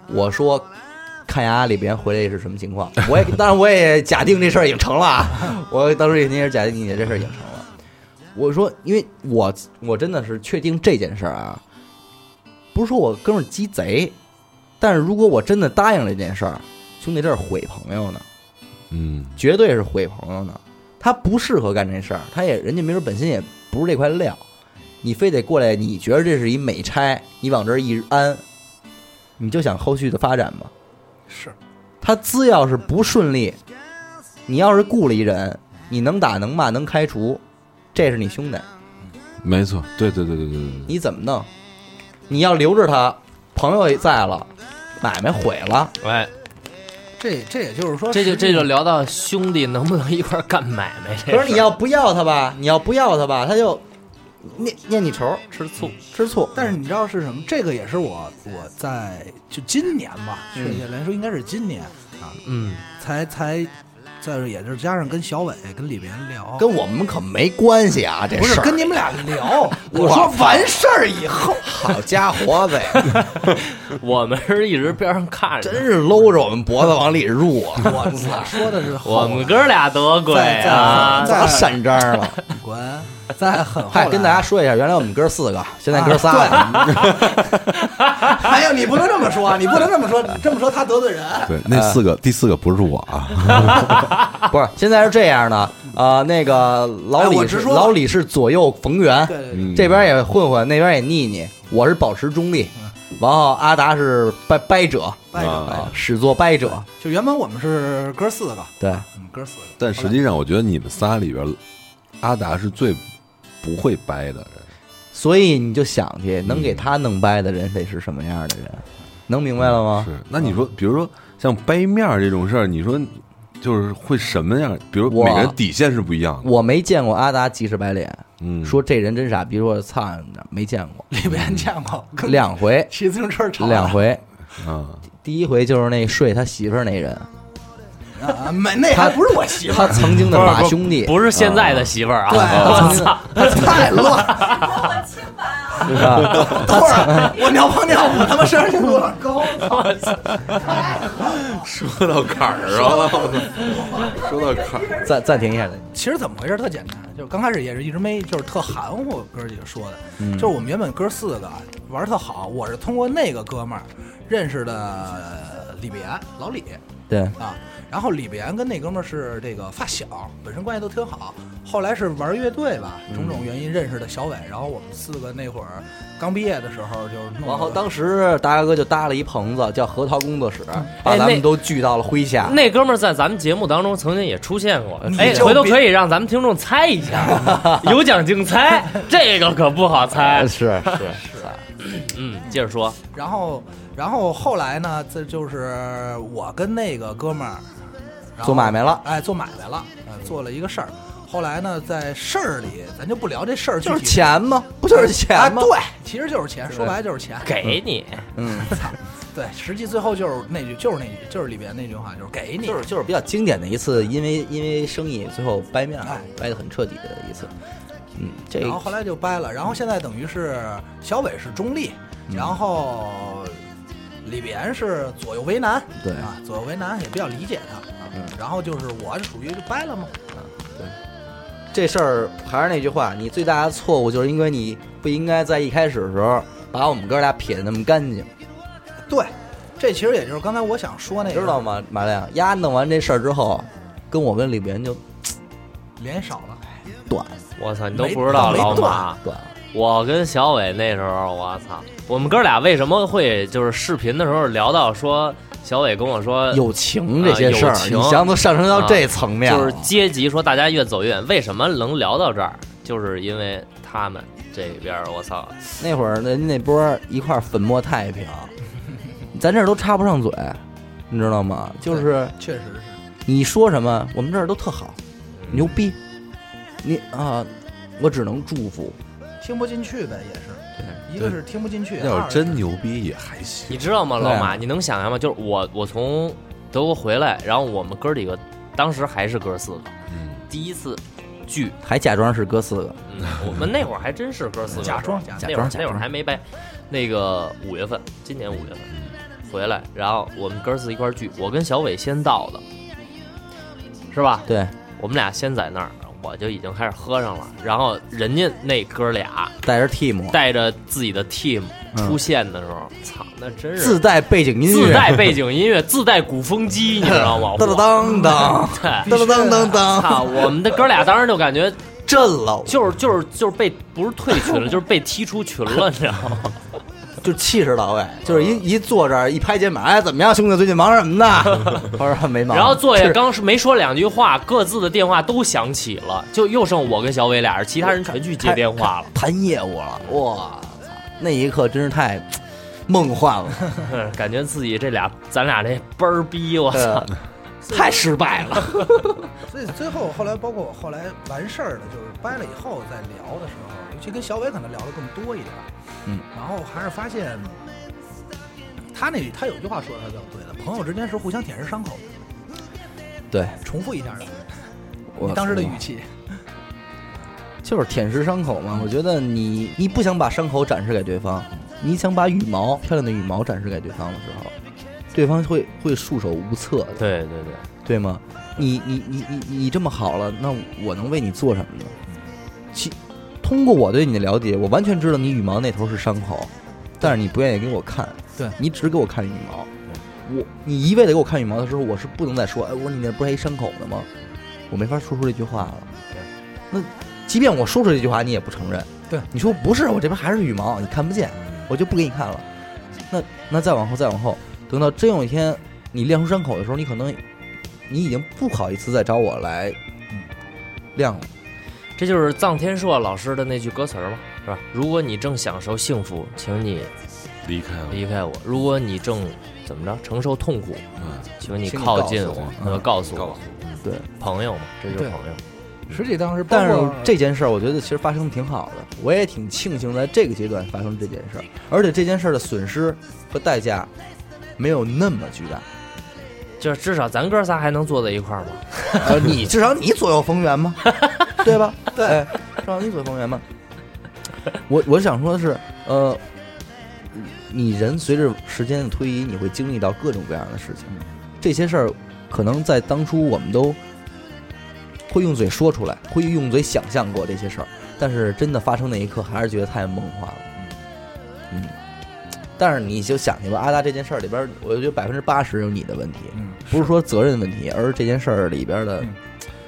Speaker 2: 我说。看丫李岩回来是什么情况？我也当然我也假定这事儿已经成了啊，我当时也也是假定你这事儿已经成了。我说，因为我我真的是确定这件事儿啊，不是说我哥们儿鸡贼，但是如果我真的答应这件事儿，兄弟，这是毁朋友呢，
Speaker 5: 嗯，
Speaker 2: 绝对是毁朋友呢。他不适合干这事儿，他也人家没准本身也不是这块料，你非得过来，你觉得这是一美差，你往这儿一安，你就想后续的发展吗？
Speaker 3: 是
Speaker 2: 他只要是不顺利，你要是雇了一人，你能打能骂能开除，这是你兄弟，
Speaker 5: 没错，对对对对对对对。
Speaker 2: 你怎么弄？你要留着他，朋友也在了，买卖毁了，
Speaker 4: 哎，
Speaker 3: 这这也就是说，
Speaker 4: 这就
Speaker 3: 实际
Speaker 4: 这就聊到兄弟能不能一块儿干买卖这
Speaker 2: 可
Speaker 4: 个
Speaker 2: 是你要不要他吧，你要不要他吧，他就念念你仇，
Speaker 4: 吃醋，
Speaker 2: 吃醋。
Speaker 3: 但是你知道是什么？这个也是我我在就今年吧，确
Speaker 2: 嗯
Speaker 3: 切来说应该是今年啊，
Speaker 4: 嗯，
Speaker 3: 才才再也就是加上跟小伟跟里边聊，
Speaker 2: 跟我们可没关系啊，这
Speaker 3: 不是
Speaker 2: 事儿
Speaker 3: 跟你们俩
Speaker 2: [laughs]
Speaker 3: 聊，我
Speaker 2: 哇
Speaker 3: 说完事儿以后，
Speaker 2: 好家伙呗， [laughs]
Speaker 4: 我们是一直边上看着
Speaker 2: 真
Speaker 4: 呢，
Speaker 2: 是搂着我们脖子往里入啊！
Speaker 3: 我我说的是后
Speaker 4: 我
Speaker 3: 来
Speaker 4: 们哥俩多鬼
Speaker 3: 在
Speaker 4: 啊
Speaker 3: 在！
Speaker 2: 咋闪张了？
Speaker 3: 滚，在很后
Speaker 2: 嗨，
Speaker 3: 来
Speaker 2: 哎跟大
Speaker 3: [laughs]
Speaker 2: 家说一下，原来我们哥四个，现在哥仨了。
Speaker 3: 没有，哎你不能这么说，啊你不能这么说，你这么说他得罪人。
Speaker 5: 对，那四个第四个不是我啊，
Speaker 2: 不是，现在是这样的，呃，那个老
Speaker 3: 哎
Speaker 2: 李
Speaker 3: 我直
Speaker 2: 是
Speaker 3: 说吧
Speaker 2: 老李是左右逢源，
Speaker 3: 对对对，
Speaker 5: 嗯
Speaker 2: 这边也混混，那边也腻腻，我是保持中立，然后阿达是掰掰嗯者
Speaker 3: 掰着掰
Speaker 2: 啊
Speaker 3: 着，，
Speaker 2: 始作掰者，
Speaker 3: 就原本我们是哥四个，
Speaker 2: 对，
Speaker 3: 嗯，哥四个，
Speaker 5: 但实际上我觉得你们仨里边，阿达是最不会掰的人。
Speaker 2: 所以你就想去，能给他弄掰的人得是什么样的人，能明白了吗？
Speaker 5: 是，那你说，比如说像掰面儿这种事儿，你说就是会什么样？比如
Speaker 2: 我
Speaker 5: 每个人底线是不一样的。
Speaker 2: 我没见过阿达急赤白脸，
Speaker 5: 嗯，
Speaker 2: 说这人真傻逼，说操你妈没见过
Speaker 3: 里边见过，跟
Speaker 2: 嗯两回，
Speaker 3: 骑自行车吵
Speaker 2: 两回，
Speaker 5: 啊，
Speaker 2: 第一回就是那睡他媳妇儿那人，
Speaker 3: 啊，没那还不是我媳妇
Speaker 2: 他
Speaker 3: 儿，
Speaker 2: 曾经的
Speaker 4: 不是
Speaker 2: 马兄弟，
Speaker 4: 不是现在的媳妇儿
Speaker 2: [laughs]
Speaker 3: 对，
Speaker 4: 啊，
Speaker 3: 我操，哎太乱了，
Speaker 6: 我清白啊！
Speaker 2: 是吧？
Speaker 3: 等会儿我尿泡尿，我他妈身上就有点高，
Speaker 2: [laughs]
Speaker 5: 说到坎儿上 [laughs] 了，说到坎儿，
Speaker 2: 暂暂停一下，
Speaker 3: 其实怎么回事儿特简单，就是刚开始也是一直没，就是特含糊。哥几个说的，
Speaker 2: 嗯
Speaker 3: 就是我们原本哥四个玩儿特好，我是通过那个哥们儿认识的呃李岩，老李
Speaker 2: 对，
Speaker 3: 啊。然后李岩跟那哥们儿是这个发小，本身关系都挺好。后来是玩乐队吧，种
Speaker 2: 嗯
Speaker 3: 种原因认识的小伟。然后我们四个那会儿刚毕业的时候，就是弄
Speaker 2: 然后
Speaker 3: 个
Speaker 2: 当时达哥就搭了一棚子，叫核桃工作室，把咱
Speaker 4: 那
Speaker 2: 们都聚到了麾下。
Speaker 4: 那哥们儿在咱们节目当中曾经也出现过，哎，
Speaker 3: 就
Speaker 4: 回头
Speaker 3: 别
Speaker 4: 可以让咱们听众猜一下，有奖竞猜，这个可不好猜
Speaker 2: 哎。是是，
Speaker 4: 嗯，接着说，
Speaker 3: 然后，然后后来呢，这就是我跟那个哥们儿然后
Speaker 2: 做买卖了
Speaker 3: 哎，做买卖了，呃做了一个事儿。后来呢，在事儿里，咱就不聊这事儿具
Speaker 2: 就是
Speaker 3: 体，
Speaker 2: 钱嘛，不就是钱
Speaker 3: 啊
Speaker 2: 吗？
Speaker 3: 对，其实就是钱，说白了就是钱。
Speaker 4: 给你，
Speaker 2: 嗯，
Speaker 3: 对，实际最后就是那句，就是那句，就是里边那句话，就是给你。
Speaker 2: 就是就是比较经典的一次，因为因为生意最后掰面儿
Speaker 3: 哎
Speaker 2: 掰得很彻底的一次。嗯，这
Speaker 3: 然后后来就掰了，然后现在等于是小伟是中立，
Speaker 2: 嗯
Speaker 3: 然后李岩是左右为难，
Speaker 2: 对
Speaker 3: 啊，左右为难也比较理解他。啊
Speaker 2: 嗯
Speaker 3: 然后就是我属于就掰了嘛，
Speaker 2: 这事儿还是那句话，你最大的错误就是因为你不应该在一开始的时候把我们哥俩撇得那么干净，
Speaker 3: 对，这其实也就是刚才我想说那个，
Speaker 2: 知道？吗？马亮，丫弄完这事儿之后，跟我跟李岩就
Speaker 3: 脸少了，
Speaker 2: 短
Speaker 4: 我操，你都不知道
Speaker 3: 没
Speaker 4: 老马
Speaker 3: 没断，
Speaker 2: 短了。
Speaker 4: 我跟小伟那时候，我操，我们哥俩为什么会就是视频的时候聊到说，小伟跟我说
Speaker 2: 友情这些事儿，
Speaker 4: 呃啊友情啊
Speaker 2: 你想都上升到这层面
Speaker 4: 就
Speaker 2: 了，
Speaker 4: 是阶级，说大家越走越远，为什么能聊到这儿？就是因为他们这边儿，我操，
Speaker 2: 那会儿那那波儿一块儿粉墨太平，咱这儿都插不上嘴，你知道吗？就是
Speaker 3: 确实是。
Speaker 2: 你说什么，我们这儿都特好，
Speaker 4: 嗯
Speaker 2: 牛逼，你啊，我只能祝福。
Speaker 3: 听不进去呗，也是，一个是听不进去，
Speaker 5: 要
Speaker 3: 二
Speaker 5: 是真牛逼也还行
Speaker 4: 你。知道吗，
Speaker 2: 对啊
Speaker 4: 老马？你能想象吗？就是我，我从德国回来，然后我们哥几个当时还是哥四个，
Speaker 5: 嗯，
Speaker 4: 第一次聚，
Speaker 2: 还假装是哥四个， [laughs]
Speaker 4: 嗯，我们那会儿还真是哥四个，
Speaker 3: 假装假
Speaker 2: 装
Speaker 4: 那会儿
Speaker 2: 假装
Speaker 4: 那会儿还没掰，那个五月份，今年五月份
Speaker 2: 嗯
Speaker 4: 回来，然后我们哥四一块儿聚，我跟小伟先到的，是吧？
Speaker 2: 对，
Speaker 4: 我们俩先在那儿，我就已经开始喝上了，然后人家那哥俩
Speaker 2: 带着 team，
Speaker 4: 带着自己的 team
Speaker 2: 嗯
Speaker 4: 出现的时候，操、那真
Speaker 2: 自
Speaker 4: 是。
Speaker 2: 带背景音乐，
Speaker 4: 自带背景音乐， [laughs] 自带鼓风机，你知道吗？
Speaker 2: 当当
Speaker 4: [laughs]
Speaker 2: 当
Speaker 4: 我
Speaker 2: 当当当当当，
Speaker 4: 操！我们的哥俩当时就感觉
Speaker 2: 震了，
Speaker 4: 就是就是就是被不是退群了，就是被踢出群了，你知道吗？
Speaker 2: 就气势到位，就是一一坐这儿一拍肩膀，哎，怎么样，兄弟，最近忙什么呢？ [laughs] 我说没忙，
Speaker 4: 然后作业
Speaker 2: 是
Speaker 4: 刚是没说两句话，各自的电话都响起了，就又剩我跟小伟俩人，其他人全去接电话了。
Speaker 2: 谈业务了，哇操！那一刻真是太梦幻
Speaker 4: [laughs]
Speaker 2: 了，
Speaker 4: 嗯感觉自己这俩咱俩这倍儿逼，我操！ [laughs]
Speaker 2: 太失败了。
Speaker 3: 所以最后后来，包括我后来完事儿了，就是掰了以后再聊的时候，尤其跟小伟可能聊的更多一点。
Speaker 2: 嗯，
Speaker 3: 然后还是发现他那他有句话说的比较对的，朋友之间是互相舔舐伤口的。
Speaker 2: 对，
Speaker 3: 重复一下呢，
Speaker 2: 我
Speaker 3: 你当时的语气，
Speaker 2: 就是舔舐伤口嘛。我觉得你你不想把伤口展示给对方，你想把羽毛漂亮的羽毛展示给对方的时候，对方会会束手无策的，
Speaker 4: 对对对，
Speaker 2: 对吗？你你你你你这么好了，那我能为你做什么呢？其通过我对你的了解，我完全知道你羽毛那头是伤口，但是你不愿意给我看，
Speaker 3: 对
Speaker 2: 你只给我看羽毛。我你一味的给我看羽毛的时候，我是不能再说，哎，我说你那不是还一伤口呢吗？我没法说出这句话了。那即便我说出这句话，你也不承认。
Speaker 3: 对，
Speaker 2: 你说不是，我这边还是羽毛，你看不见，我就不给你看了。那那再往后，再往后，等到真有一天你亮出伤口的时候，你可能你已经不好意思再找我来亮了。
Speaker 4: 这就是臧天朔老师的那句歌词儿嘛，是吧？如果你正享受幸福，请你
Speaker 5: 离开我，
Speaker 4: 离开我；如果你正怎么着承受痛苦，
Speaker 5: 嗯，
Speaker 4: 请你
Speaker 2: 请你
Speaker 4: 靠
Speaker 2: 告
Speaker 4: 近
Speaker 2: 诉
Speaker 4: 我
Speaker 2: 我，
Speaker 3: 嗯
Speaker 4: 呃，告诉
Speaker 5: 告
Speaker 4: 我
Speaker 5: 诉，
Speaker 2: 对，
Speaker 4: 朋友嘛，这就是
Speaker 3: 对
Speaker 4: 朋友。
Speaker 3: 实际当时包
Speaker 2: 但是
Speaker 3: 括
Speaker 2: 这件事儿，我觉得其实发生的挺好的，我也挺庆幸在这个阶段发生这件事儿，而且这件事儿的损失和代价没有那么巨大。
Speaker 4: 就是至少咱哥仨还能坐在一块儿嘛。
Speaker 2: 呃，你至少你左右逢源嘛，对吧？对，至少你左右逢源嘛。我我想说的是，呃，你人随着时间的推移，你会经历到各种各样的事情，这些事儿可能在当初我们都会用嘴说出来，会用嘴想象过这些事儿，但是真的发生那一刻，还是觉得太梦幻了。嗯，但是你就想去吧，阿达这件事儿里边儿，我觉得百分之八十有你的问题。
Speaker 3: 嗯，
Speaker 2: 不是说责任问题，而是这件事儿里边的
Speaker 3: 嗯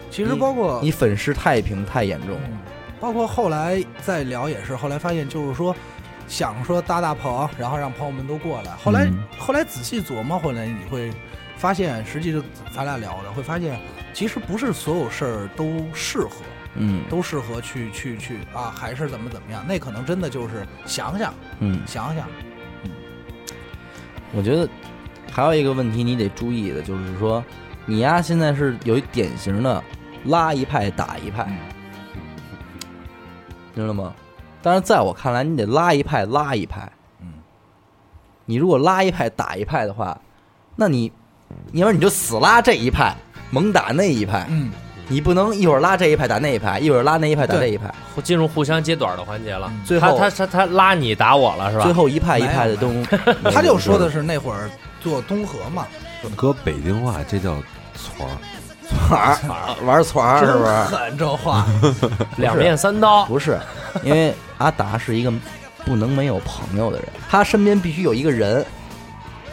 Speaker 3: 其实包括
Speaker 2: 你粉饰太平太严重了。
Speaker 3: 嗯包括后来再聊也是，后来发现就是说，想说搭搭棚，然后让朋友们都过来。后来、
Speaker 2: 嗯
Speaker 3: 后来仔细琢磨回来，你会发现，实际上咱俩聊的会发现，其实不是所有事儿都适合，
Speaker 2: 嗯
Speaker 3: 都适合去去去啊，还是怎么怎么样？那可能真的就是想想
Speaker 2: 嗯，
Speaker 3: 想想，
Speaker 2: 我觉得还有一个问题你得注意的，就是说你呀现在是有一典型的拉一派打一
Speaker 3: 嗯
Speaker 2: 派，知道吗？但是在我看来，你得拉一派拉一派。
Speaker 3: 嗯，
Speaker 2: 你如果拉一派打一派的话，那你，你要不然你就死拉这一派，猛打那一派。 [laughs]
Speaker 3: 嗯，
Speaker 2: 你不能一会儿拉这一派打那一派，一会儿拉那一派打这
Speaker 3: 对
Speaker 2: 一派，
Speaker 4: 互进入互相揭短的环节了。
Speaker 3: 嗯
Speaker 2: 最
Speaker 4: 他
Speaker 2: 后
Speaker 4: 他他他拉你打我了是吧？
Speaker 2: 最后一派一派的东，
Speaker 3: 他就说的是那会儿做东河嘛，
Speaker 5: 搁北京话这叫撮儿，
Speaker 2: 团儿玩团儿是
Speaker 3: [laughs] 真
Speaker 2: 不是？
Speaker 3: 狠这话，
Speaker 4: 两面三
Speaker 2: [laughs]
Speaker 4: 刀，
Speaker 2: 不是，因为阿达是一个不能没有朋友的人，他身边必须有一个人。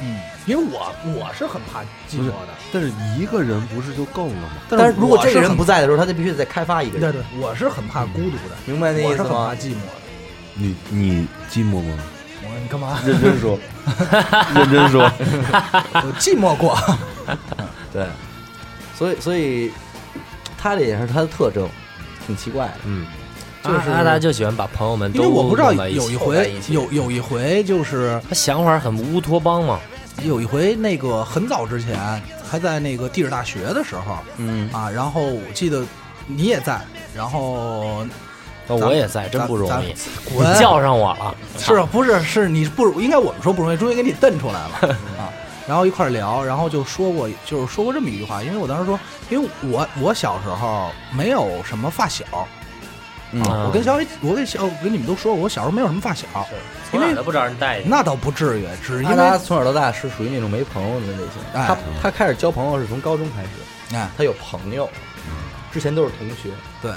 Speaker 3: 嗯，因为我我是很怕寂寞的。
Speaker 5: 但是一个人不是就够了吗？
Speaker 2: 但是如果
Speaker 3: 我
Speaker 2: 这个
Speaker 3: 是
Speaker 2: 人
Speaker 3: 很
Speaker 2: 不在的时候，他就必须得再开发一个
Speaker 3: 对
Speaker 2: 人，
Speaker 3: 对，我是很怕孤独的，
Speaker 2: 明白那
Speaker 3: 我
Speaker 2: 意
Speaker 3: 是
Speaker 2: 思
Speaker 3: 很怕
Speaker 2: 吗？
Speaker 3: 寂寞的。
Speaker 5: 你你寂寞吗？
Speaker 3: 我说你
Speaker 2: [laughs]
Speaker 3: 干嘛？
Speaker 5: 认真 [laughs] 说，认真说，
Speaker 3: 我寂寞过。
Speaker 2: 对，所以所以他这也是他的特征，挺奇怪的。
Speaker 5: 嗯，
Speaker 4: 就是阿啊达就喜欢把朋友们
Speaker 3: 因
Speaker 4: 都
Speaker 3: 为我不知道
Speaker 4: 弄在一
Speaker 3: 有
Speaker 4: 起
Speaker 3: 一
Speaker 2: 凑在
Speaker 3: 回
Speaker 2: 一起
Speaker 3: 有有一回就是
Speaker 4: 他想法很乌托邦嘛。
Speaker 3: 有一回那个很早之前还在那个地质大学的时候
Speaker 2: 嗯，
Speaker 3: 啊，然后我记得你也在，然后
Speaker 4: 那
Speaker 3: 咱
Speaker 4: 我也在，真不容易，
Speaker 3: 咱
Speaker 4: 你
Speaker 3: 滚
Speaker 4: 叫上我了。
Speaker 3: 是啊不是是你不容应该我们说不容易，终于给你瞪出来了啊。然后一块儿聊，然后就说过，就是说过这么一句话，因为我当时说，因为我我小时候没有什么发小，
Speaker 4: 嗯
Speaker 3: 我跟小伟，我跟小，我跟你们都说过，我小时候没有什么发小，
Speaker 4: 从哪儿都不找人待见。
Speaker 3: 那倒不至于，只是
Speaker 2: 嗯
Speaker 3: 因
Speaker 2: 阿
Speaker 3: 为
Speaker 2: 达从小到大是属于那种没朋友的类型。
Speaker 3: 哎
Speaker 2: 他他开始交朋友是从高中开始，
Speaker 3: 哎，
Speaker 2: 他有朋友，之前都是同学。
Speaker 3: 对，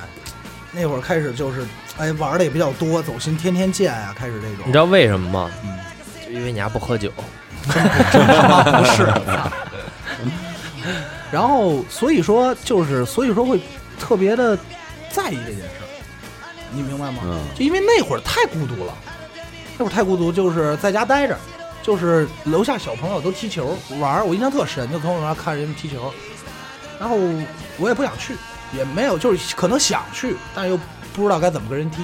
Speaker 3: 那会儿开始就是哎玩的也比较多，走心天天见啊，开始这种，
Speaker 4: 你知道为什么吗？
Speaker 3: 嗯
Speaker 4: 就因为你还不喝酒。
Speaker 3: 真他妈不是。然后所以说就是所以说会特别的在意这件事儿，你明白吗？
Speaker 5: 嗯
Speaker 3: 就因为那会儿太孤独了，那会儿太孤独，就是在家待着，就是楼下小朋友都踢球玩儿，我印象特深，就从我那儿啊看人们踢球，然后我也不想去，也没有就是可能想去，但是又不知道该怎么跟人踢，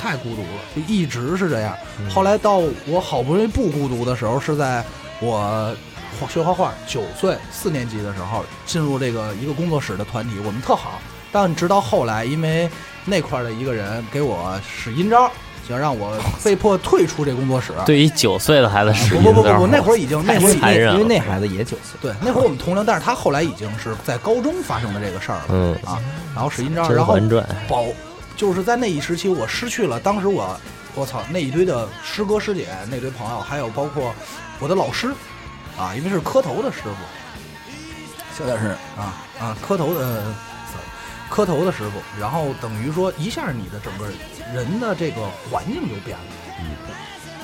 Speaker 3: 太孤独了，就一直是这样。后来到我好不容易不孤独的时候，是在我画学画画九岁四年级的时候，进入这个一个工作室的团体，我们特好。但直到后来，因为那块儿的一个人给我使阴招，想让我被迫退出这工作室。
Speaker 4: 对于九岁的孩子使
Speaker 3: 不
Speaker 4: 阴
Speaker 3: 不不
Speaker 4: 招
Speaker 3: 不，那会儿已经那会儿已
Speaker 4: 残
Speaker 3: 经
Speaker 4: 忍了
Speaker 2: 因为那孩子也九岁，
Speaker 3: 对那会儿我们同龄，但是他后来已经是在高中发生的这个事儿了。
Speaker 4: 嗯，
Speaker 3: 啊，然后使阴招，
Speaker 4: 《甄
Speaker 3: 然后
Speaker 4: 嬛传》
Speaker 3: 保，就是在那一时期，我失去了当时我，我操那一堆的师哥师姐，那堆朋友，还有包括我的老师，啊，因为是磕头的师傅，现在是啊啊磕头的呃磕头的师傅，然后等于说一下你的整个人的这个环境就变了，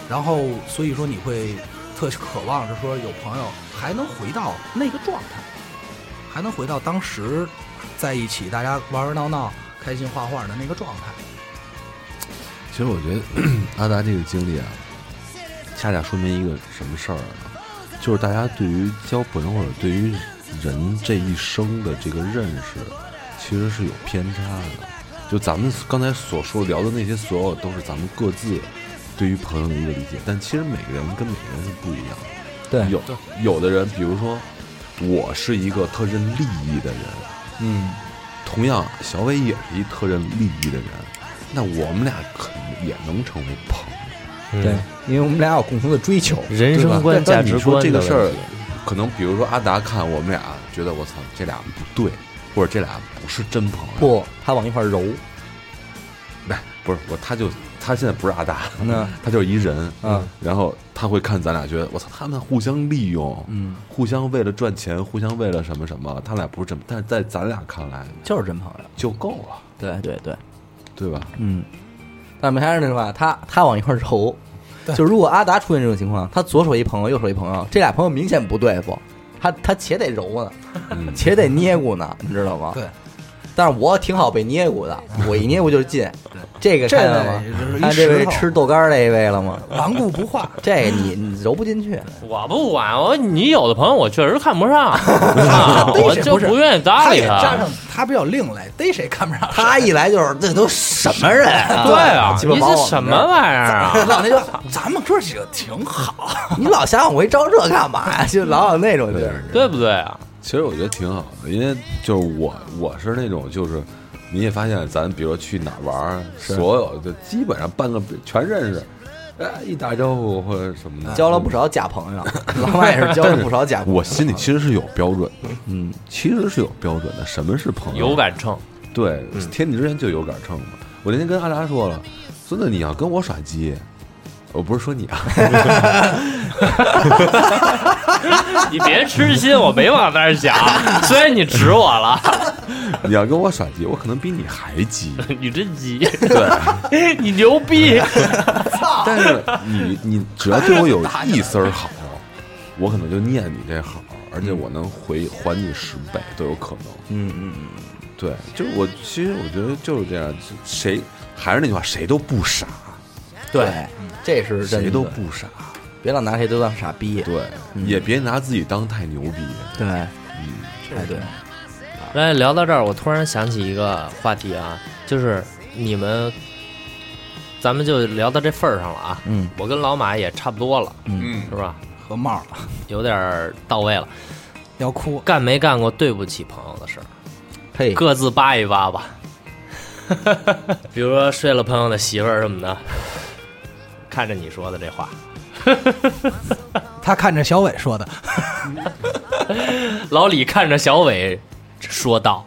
Speaker 3: 然后所以说你会特渴望着说有朋友还能回到那个状态，还能回到当时在一起大家玩玩闹闹、开心画画的那个状态。
Speaker 5: 其实我觉得 [clears throat] 阿达这个经历啊，恰恰说明一个什么事儿啊，就是大家对于交朋友或者对于人这一生的这个认识，其实是有偏差的。就咱们刚才所说聊的那些，所有都是咱们各自对于朋友的一个理解，但其实每个人跟每个人是不一样的。
Speaker 2: 对
Speaker 5: 有有的人，比如说我是一个特认利益的人，
Speaker 2: 嗯，
Speaker 5: 同样小伟也是一特认利益的人，那我们俩肯定也能成为朋友。
Speaker 2: 对，因为我们俩有共同的追求，
Speaker 4: 嗯人
Speaker 5: 对吧
Speaker 4: 生观、
Speaker 5: 但
Speaker 4: 价值观
Speaker 5: 但你说这
Speaker 4: 的
Speaker 5: 个事儿
Speaker 4: 问题，
Speaker 5: 可能比如说阿达看我们俩，觉得我操这俩不对，或者这俩不是真朋友。
Speaker 2: 不，他往一块儿揉，
Speaker 5: 哎，不是我，他就他现在不是阿达，
Speaker 2: 嗯
Speaker 5: 他就是一人，
Speaker 2: 嗯，
Speaker 5: 然后他会看咱俩，觉得我操，他们互相利用，
Speaker 2: 嗯，
Speaker 5: 互相为了赚钱，互相为了什么什么，他俩不是真，但是在咱俩看来
Speaker 2: 就是真朋友。
Speaker 5: 就够了，
Speaker 2: 对对对，
Speaker 5: 对吧？
Speaker 2: 嗯，但没还是那句话，他他往一块儿揉，就如果阿达出现这种情况，他左手一朋友，右手一朋友，这俩朋友明显不对付，他他且得揉呢，
Speaker 5: 嗯，
Speaker 2: 且得捏咕呢，你知道吗？
Speaker 3: 对，
Speaker 2: 但是我挺好被捏 [laughs] 咕的，我一捏咕就是进。这个
Speaker 3: 这
Speaker 2: 看见了吗？
Speaker 3: 位就是一
Speaker 2: 看这
Speaker 3: 石
Speaker 2: 位
Speaker 3: 头，
Speaker 2: 吃豆干儿那一位了吗？
Speaker 3: 顽固不化。
Speaker 2: 这个你你揉不进去，
Speaker 4: 我不管我，你有的朋友我确实看
Speaker 2: [laughs]
Speaker 4: 不上，啊我就不愿意搭
Speaker 3: 他
Speaker 4: 理
Speaker 3: 也加上
Speaker 4: 他。
Speaker 3: 他比较另类，逮谁看不上谁。
Speaker 2: 他一来就是这都什么人 [laughs] 啊？
Speaker 4: 对啊，
Speaker 2: 鸡巴
Speaker 4: 你
Speaker 2: 往我
Speaker 4: 这
Speaker 2: 们这
Speaker 4: 什么
Speaker 2: 儿
Speaker 4: 玩意
Speaker 2: [laughs]
Speaker 4: 儿啊？
Speaker 3: [laughs] 老那就咱们哥几个挺好，
Speaker 2: 你老想往回招这干嘛呀？就老有那种劲儿。
Speaker 4: 对不对啊？
Speaker 5: 其实我觉得挺好的，因为就是我我是那种就是，你也发现咱比如说去哪儿玩儿，所有的基本上半个全认识，哎，一打招呼或者什么的，
Speaker 2: 交了不。少假朋友，老外也是交了不少假朋友。
Speaker 5: 我心里其实是有标准的，
Speaker 2: 嗯，
Speaker 5: 其实是有标准的。什么是朋友？
Speaker 4: 有敢称，
Speaker 5: 对，天地之间就有杆秤嘛。我那天跟阿达说了，孙子你要跟我耍鸡，我不是说你啊， [laughs]
Speaker 4: 你别痴心，我没往那儿
Speaker 2: [laughs]
Speaker 4: 想。虽然你指我了，
Speaker 5: 你要跟我耍鸡，我可能比你还鸡。
Speaker 4: 你真急，[laughs]
Speaker 5: 对，
Speaker 4: 你牛逼。
Speaker 5: [laughs] 但是你你只要对我有一丝儿好，我可能就念你这好，而且我能回还你十倍都有可能。
Speaker 2: 嗯嗯嗯，
Speaker 5: 对，就是我其实我觉得就是这样，谁还是那句话，谁都不傻，
Speaker 2: 对，这是真的。嗯
Speaker 5: 谁都不傻。
Speaker 2: 别老拿谁都当傻逼。
Speaker 5: 对，也别拿自己当太牛逼。
Speaker 2: 对，太对了。
Speaker 4: 来聊到这儿，我突然想起一个话题啊，就是你们，咱们就聊到这份儿上了啊。
Speaker 2: 嗯
Speaker 4: 我跟老马也差不多了，
Speaker 5: 嗯
Speaker 4: 是吧？
Speaker 3: 和帽了
Speaker 4: 有点儿到位了。
Speaker 3: 要哭。
Speaker 4: 干没干过对不起朋友的事儿？
Speaker 2: 嘿，
Speaker 4: 各自扒一扒吧。 [laughs] 比如说睡了朋友的媳妇儿什么的，看着你说的这话，
Speaker 3: 他看着小伟说的，
Speaker 4: 老李看着小伟说道：“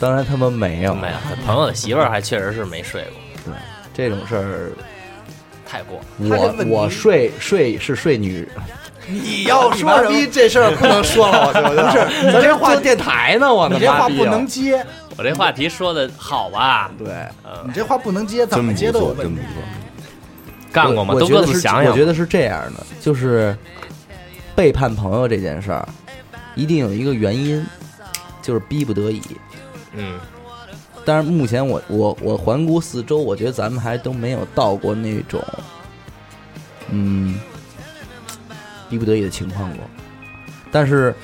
Speaker 2: 当然他们没有，
Speaker 4: 没有，朋友的媳妇儿还确实是没睡过，
Speaker 2: 这种事儿。
Speaker 4: 太过了。
Speaker 3: 他这
Speaker 2: 我
Speaker 3: 问题
Speaker 2: 我睡睡是睡女，
Speaker 3: 你要说什么？
Speaker 2: 这事儿不能说了，我觉得不是，咱这话电台呢，我
Speaker 3: 你这话不能接，
Speaker 4: 我这话题说的好吧？
Speaker 2: 对。
Speaker 3: 你这话不能接，怎
Speaker 5: 真
Speaker 3: 么
Speaker 5: 不
Speaker 3: 接都有
Speaker 5: 错，
Speaker 3: 问
Speaker 5: 真不
Speaker 3: 题。
Speaker 5: 错。
Speaker 4: 干过吗？
Speaker 2: 我
Speaker 4: 都
Speaker 2: 觉得
Speaker 4: 各自
Speaker 2: 是
Speaker 4: 想想。
Speaker 2: 我觉得是这样的，就是背叛朋友这件事儿，一定有一个原因，就是逼不得已。
Speaker 4: 嗯，
Speaker 2: 但是目前我我我环顾四周，我觉得咱们还都没有到过那种，嗯，逼不得已的情况过。但是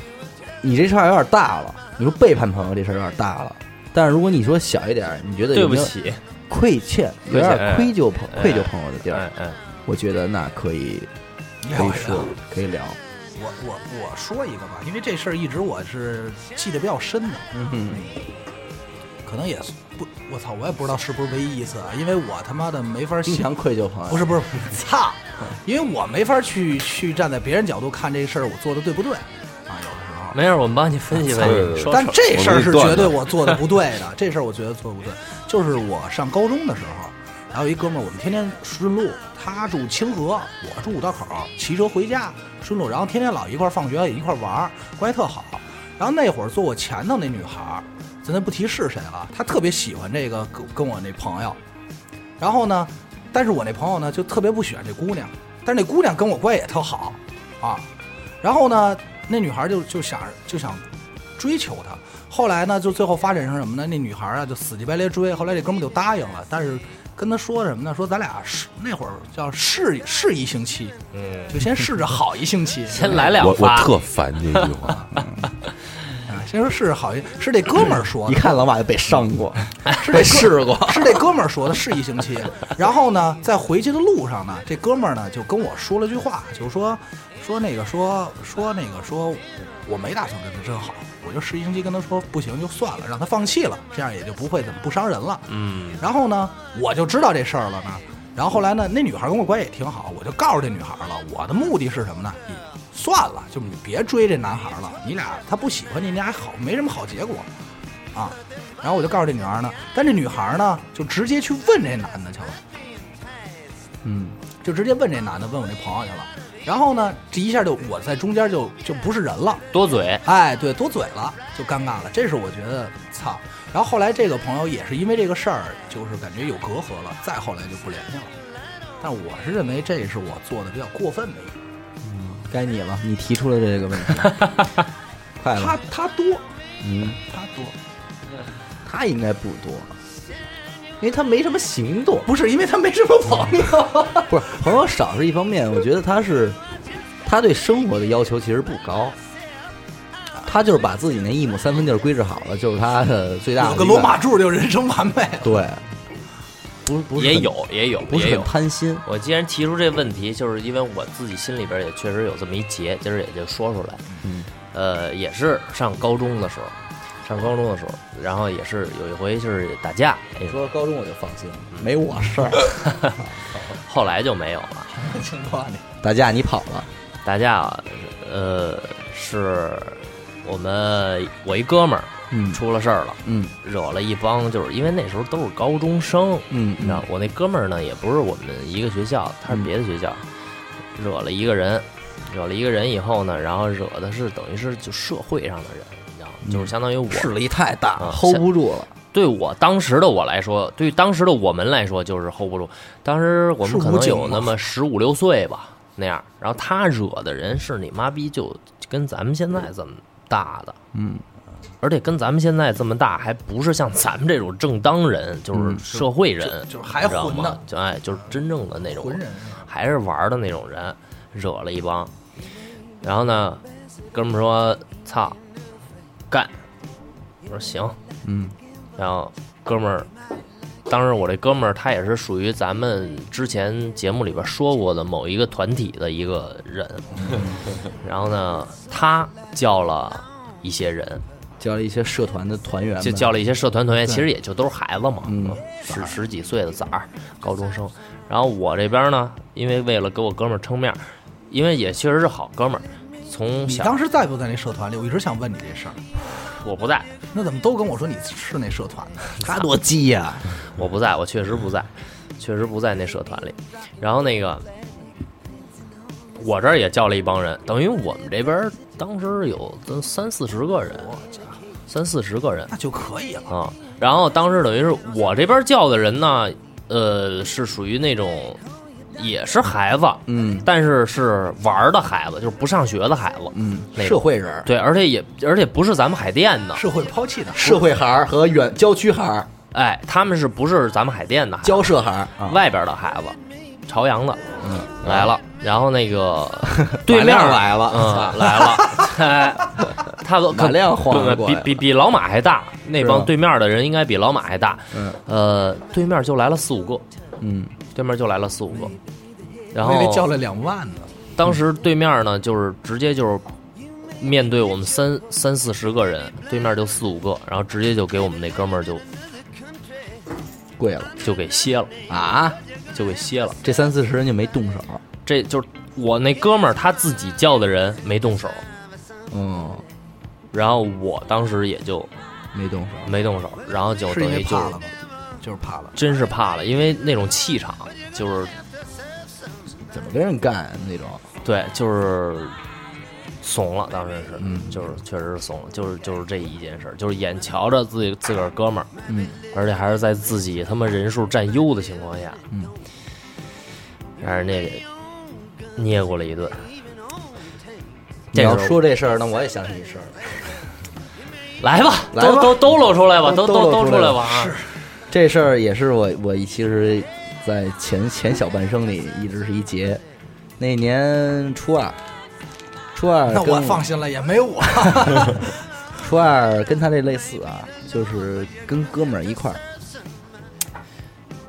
Speaker 2: 你这事儿有点大了，你说背叛朋友这事儿有点大了。但是如果你说小一点儿，你觉得
Speaker 4: 对
Speaker 2: 有
Speaker 4: 不
Speaker 2: 没有
Speaker 4: 起，
Speaker 2: 愧欠，有
Speaker 4: 亏欠
Speaker 2: 点
Speaker 4: 哎
Speaker 2: 愧疚朋
Speaker 4: 哎
Speaker 2: 愧疚朋友的地儿
Speaker 4: 哎，哎，
Speaker 2: 我觉得那可以可以说可以聊。
Speaker 3: 我我我说一个吧，因为这事儿一直我是记得比较深的，
Speaker 2: 嗯哼，
Speaker 3: 可能也是不，我操，我也不知道是不是唯一一次啊，因为我他妈的没法
Speaker 2: 经
Speaker 3: 想，
Speaker 2: 常愧疚朋友，
Speaker 3: 不是不是，操，因为我没法去去站在别人角度看这事儿，我做的对不对啊？有的时候，
Speaker 4: 没事，我们帮你分析分
Speaker 5: 对对
Speaker 4: 析。哎
Speaker 5: 对
Speaker 4: 说
Speaker 3: 但
Speaker 4: 说
Speaker 3: 这事儿是
Speaker 5: 我给你断
Speaker 3: 绝对
Speaker 5: 了
Speaker 3: 我做的不对的，这事儿我觉得做得不对。就是我上高中的时候，然后一哥们儿，我们天天顺路，他住清河，我住五道口，骑车回家顺路，然后天天老一块儿放学也一块儿玩儿，关系特好。然后那会儿坐我前头那女孩儿，咱就不提是谁了，她特别喜欢这个跟跟我那朋友，然后呢，但是我那朋友呢就特别不喜欢这姑娘，但是那姑娘跟我关系也特好啊。然后呢，那女孩就就想就想追求他。后来呢，就最后发展成什么呢？那女孩啊，就死乞白赖追。后来这哥们儿就答应了，但是跟他说什么呢？说咱俩试那会儿叫试试一星期，
Speaker 4: 嗯，
Speaker 3: 就先试着好一星期，
Speaker 4: [laughs] 先来两
Speaker 5: 我我
Speaker 4: 发，
Speaker 5: 特烦这句
Speaker 2: [laughs]
Speaker 5: 话，
Speaker 3: 啊，先说试着好一，是这哥们儿说
Speaker 2: 一
Speaker 3: 的，
Speaker 2: 看老马就被伤
Speaker 4: [laughs]
Speaker 2: 过，
Speaker 3: 是这
Speaker 2: 被
Speaker 3: 哥
Speaker 2: 试过。
Speaker 3: 是这哥们儿说的，是一星期。然后呢，在回去的路上呢，这哥们儿呢就跟我说了句话，就说说那个说说那个说我我没打算跟他真好，我就试一星期跟他说不行就算了，让他放弃了，这样也就不会怎么不伤人了。
Speaker 4: 嗯，
Speaker 3: 然后呢，我就知道这事儿了呢。然后后来呢，那女孩跟我关系也挺好，我就告诉这女孩了，我的目的是什么呢？你算了，就你别追这男孩了，你俩他不喜欢你，你俩好没什么好结果，啊。然后我就告诉这女孩呢，但这女孩呢，就直接去问这男的去了。
Speaker 2: 嗯，
Speaker 3: 就直接问这男的，问我那朋友去了。然后呢，这一下就我在中间就就不是人了，
Speaker 4: 多嘴，
Speaker 3: 哎，对，多嘴了就尴尬了。这是我觉得操。然后后来这个朋友也是因为这个事儿，就是感觉有隔阂了，再后来就不联系了。但我是认为这是我做的比较过分的一个，
Speaker 2: 该你了，你提出了这个
Speaker 4: [laughs]
Speaker 2: 问题，快
Speaker 3: 他
Speaker 2: 了，
Speaker 3: 他多，
Speaker 2: 嗯，
Speaker 3: 他多，
Speaker 2: 他应该不多，因为他没什么行动，
Speaker 3: 不是因为他没什么朋友，
Speaker 2: 不是朋友少是一方面，我觉得他是他对生活的要求其实不高。他就是把自己那一亩三分地儿规制好了，就是他的最大的
Speaker 3: 有个
Speaker 2: 一个
Speaker 3: 罗马柱就人
Speaker 2: [laughs]
Speaker 3: 生完美了。
Speaker 2: 对，不不是
Speaker 4: 也
Speaker 2: 很
Speaker 4: 有也有
Speaker 2: 不
Speaker 4: 也
Speaker 2: 是很
Speaker 4: 有。
Speaker 2: 贪心，
Speaker 4: 我既然提出这问题，就是因为我自己心里边也确实有这么一结，今儿也就说出来。
Speaker 2: 嗯，
Speaker 4: 呃，也是上高中的时候，上高中的时候，然后也是有一回就是打架，那种
Speaker 2: 说高中我就放心了，没我事儿。
Speaker 4: 后来就没有了。
Speaker 3: 情况你
Speaker 2: 打架你跑了，
Speaker 4: 打架啊，呃，是我们我一哥们儿
Speaker 2: 嗯
Speaker 4: 出了事儿了，
Speaker 2: 嗯
Speaker 4: 惹了一帮，就是因为那时候都是高中生，
Speaker 2: 嗯，
Speaker 4: 你知道，我那哥们儿呢也不是我们一个学校，他是别的学校，惹了一个人，惹了一个人以后呢，然后惹的是等于是就社会上的人，你知道吗，就是相当于我
Speaker 2: 势力太大
Speaker 4: 啊
Speaker 2: ，hold 不住了。
Speaker 4: 对我当时的我来说，对于当时的我们来说，就是 hold 不住。当时我们可能有那么十五六岁吧，那样。然后他惹的人是你妈逼，就跟咱们现在这么大的，
Speaker 2: 嗯，
Speaker 4: 而且跟咱们现在这么大，还不是像咱们这种正当人，就是社会人，
Speaker 3: 嗯就就是还
Speaker 4: 你知道
Speaker 3: 混
Speaker 4: 吗
Speaker 3: 呢？
Speaker 4: 就哎，就是真正的那种
Speaker 3: 浑人
Speaker 4: 还是玩的那种人，惹了一帮。然后呢，哥们儿说：“操，干！”我说：“行。”
Speaker 2: 嗯，
Speaker 4: 然后哥们儿，当时我这哥们儿他也是属于咱们之前节目里边说过的某一个团体的一个
Speaker 3: [laughs]
Speaker 4: 人。然后呢，他叫了一些人，
Speaker 2: 叫了一些社团的团员们，
Speaker 4: 就叫了一些社团团员，其实也就都是孩子嘛，
Speaker 2: 嗯
Speaker 4: 十十几岁的崽儿，高中生。然后我这边呢，因为为了给我哥们儿撑面儿，因为也确实是好哥们儿，从
Speaker 3: 你
Speaker 4: 小
Speaker 3: 当时在不在那社团里？我一直想问你这事儿，
Speaker 4: 我不在，
Speaker 3: 那怎么都跟我说你是那社
Speaker 2: [laughs]
Speaker 3: 团的？
Speaker 2: 他多鸡呀、
Speaker 4: 我不在，我确实不在，确实不在那社团里。然后那个，我这儿也叫了一帮人，等于我们这边儿当时有三四十个人，三四十个人。
Speaker 3: 那就可以了。
Speaker 4: 啊。然后当时等于是我这边叫的人呢，呃，是属于那种也是孩子，
Speaker 2: 嗯
Speaker 4: 但是是玩儿的孩子，就是不上学的孩子，
Speaker 2: 嗯，
Speaker 4: 那个
Speaker 2: 社会人儿，
Speaker 4: 对，而且也而且不是咱们海淀的，
Speaker 3: 社会抛弃的，
Speaker 2: 社会孩儿和远郊区孩儿、
Speaker 4: 哎，他们是不是咱们海淀的孩子？
Speaker 2: 郊社孩儿啊，
Speaker 4: 外边的孩子，朝阳的，嗯，
Speaker 2: [laughs]
Speaker 4: 来了。然后那个
Speaker 2: 对
Speaker 4: 对面嗯
Speaker 2: 面来了
Speaker 4: 嗯，来了。哎 [laughs] 他都
Speaker 2: 马亮晃
Speaker 4: 不
Speaker 2: 了
Speaker 4: 不
Speaker 2: 过
Speaker 4: 比
Speaker 2: 来
Speaker 4: 比比老马还大，那
Speaker 2: 是
Speaker 4: 帮
Speaker 2: 吧
Speaker 4: 对面的人应该比老马还大。
Speaker 2: 嗯
Speaker 4: 呃，对面就来了四五个，
Speaker 2: 嗯，
Speaker 4: 对面就来了四五个，然
Speaker 3: 我
Speaker 2: 哦
Speaker 3: 以为
Speaker 4: 后
Speaker 3: 叫了两万呢。
Speaker 4: 当时对面呢，就是直接就是面对我们三三四十个人，对面就四五个，然后直接就给我们那哥们儿就
Speaker 2: 跪了
Speaker 4: 就给歇了，
Speaker 2: 啊！
Speaker 4: 就给歇了。
Speaker 2: 嗯这三四十人就没动手，
Speaker 4: 这就是我那哥们儿他自己叫的人没动手，
Speaker 2: 嗯，
Speaker 4: 然后我当时也就
Speaker 2: 没动手，
Speaker 4: 没动手，然后就是
Speaker 3: 因
Speaker 4: 等
Speaker 3: 为
Speaker 4: 于就
Speaker 3: 怕了吗？就是怕了。
Speaker 4: 真是怕了，因为那种气场就是
Speaker 2: 怎么跟人干那种？
Speaker 4: 对，就是怂了，当时是，
Speaker 2: 嗯
Speaker 4: 就是确实是怂了，就是就是这一件事儿，就是眼瞧着自己自个儿哥们儿，
Speaker 2: 嗯，
Speaker 4: 而且还是在自己他妈人数占优的情况下，
Speaker 2: 嗯，
Speaker 4: 让人家给捏过了一顿。
Speaker 2: 你
Speaker 4: 这
Speaker 2: 要
Speaker 4: 时候
Speaker 2: 说这事儿，那我也想起一事儿。
Speaker 4: 来吧，
Speaker 2: 来吧
Speaker 4: 都都都露出来吧，
Speaker 2: 都
Speaker 4: 都
Speaker 2: 都
Speaker 4: 都
Speaker 2: 露
Speaker 4: 都
Speaker 2: 出
Speaker 4: 出
Speaker 2: 来
Speaker 4: 来
Speaker 2: 吧
Speaker 4: 吧啊！
Speaker 2: 这事儿也是我我其实，在前前小半生里一直是一结。那年初二，初二
Speaker 3: 那我
Speaker 2: 跟
Speaker 3: 放心了，也没有我。
Speaker 2: 初二跟他这类似啊，就是跟哥们儿一块儿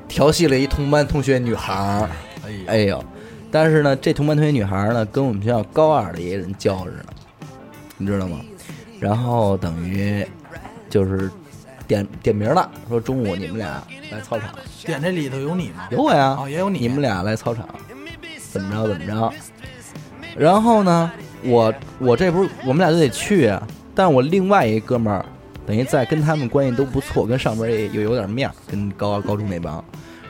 Speaker 2: 调戏了一同班同学女孩儿。
Speaker 3: 哎呀，
Speaker 2: 哎呦，但是呢，这同班同学女孩儿呢，跟我们学校高二的一个人交着呢，你知道吗？然后等于就是点点名了，说中午你们俩来操场。
Speaker 3: 点这里头有你吗？
Speaker 2: 有我呀，
Speaker 3: 哦也有你
Speaker 2: 们俩来操场，怎么着怎么着。然后呢，我我这不是我们俩就得去啊，但我另外一哥们儿，等于在跟他们关系都不错，跟上边也又有点面儿，跟高高中那帮，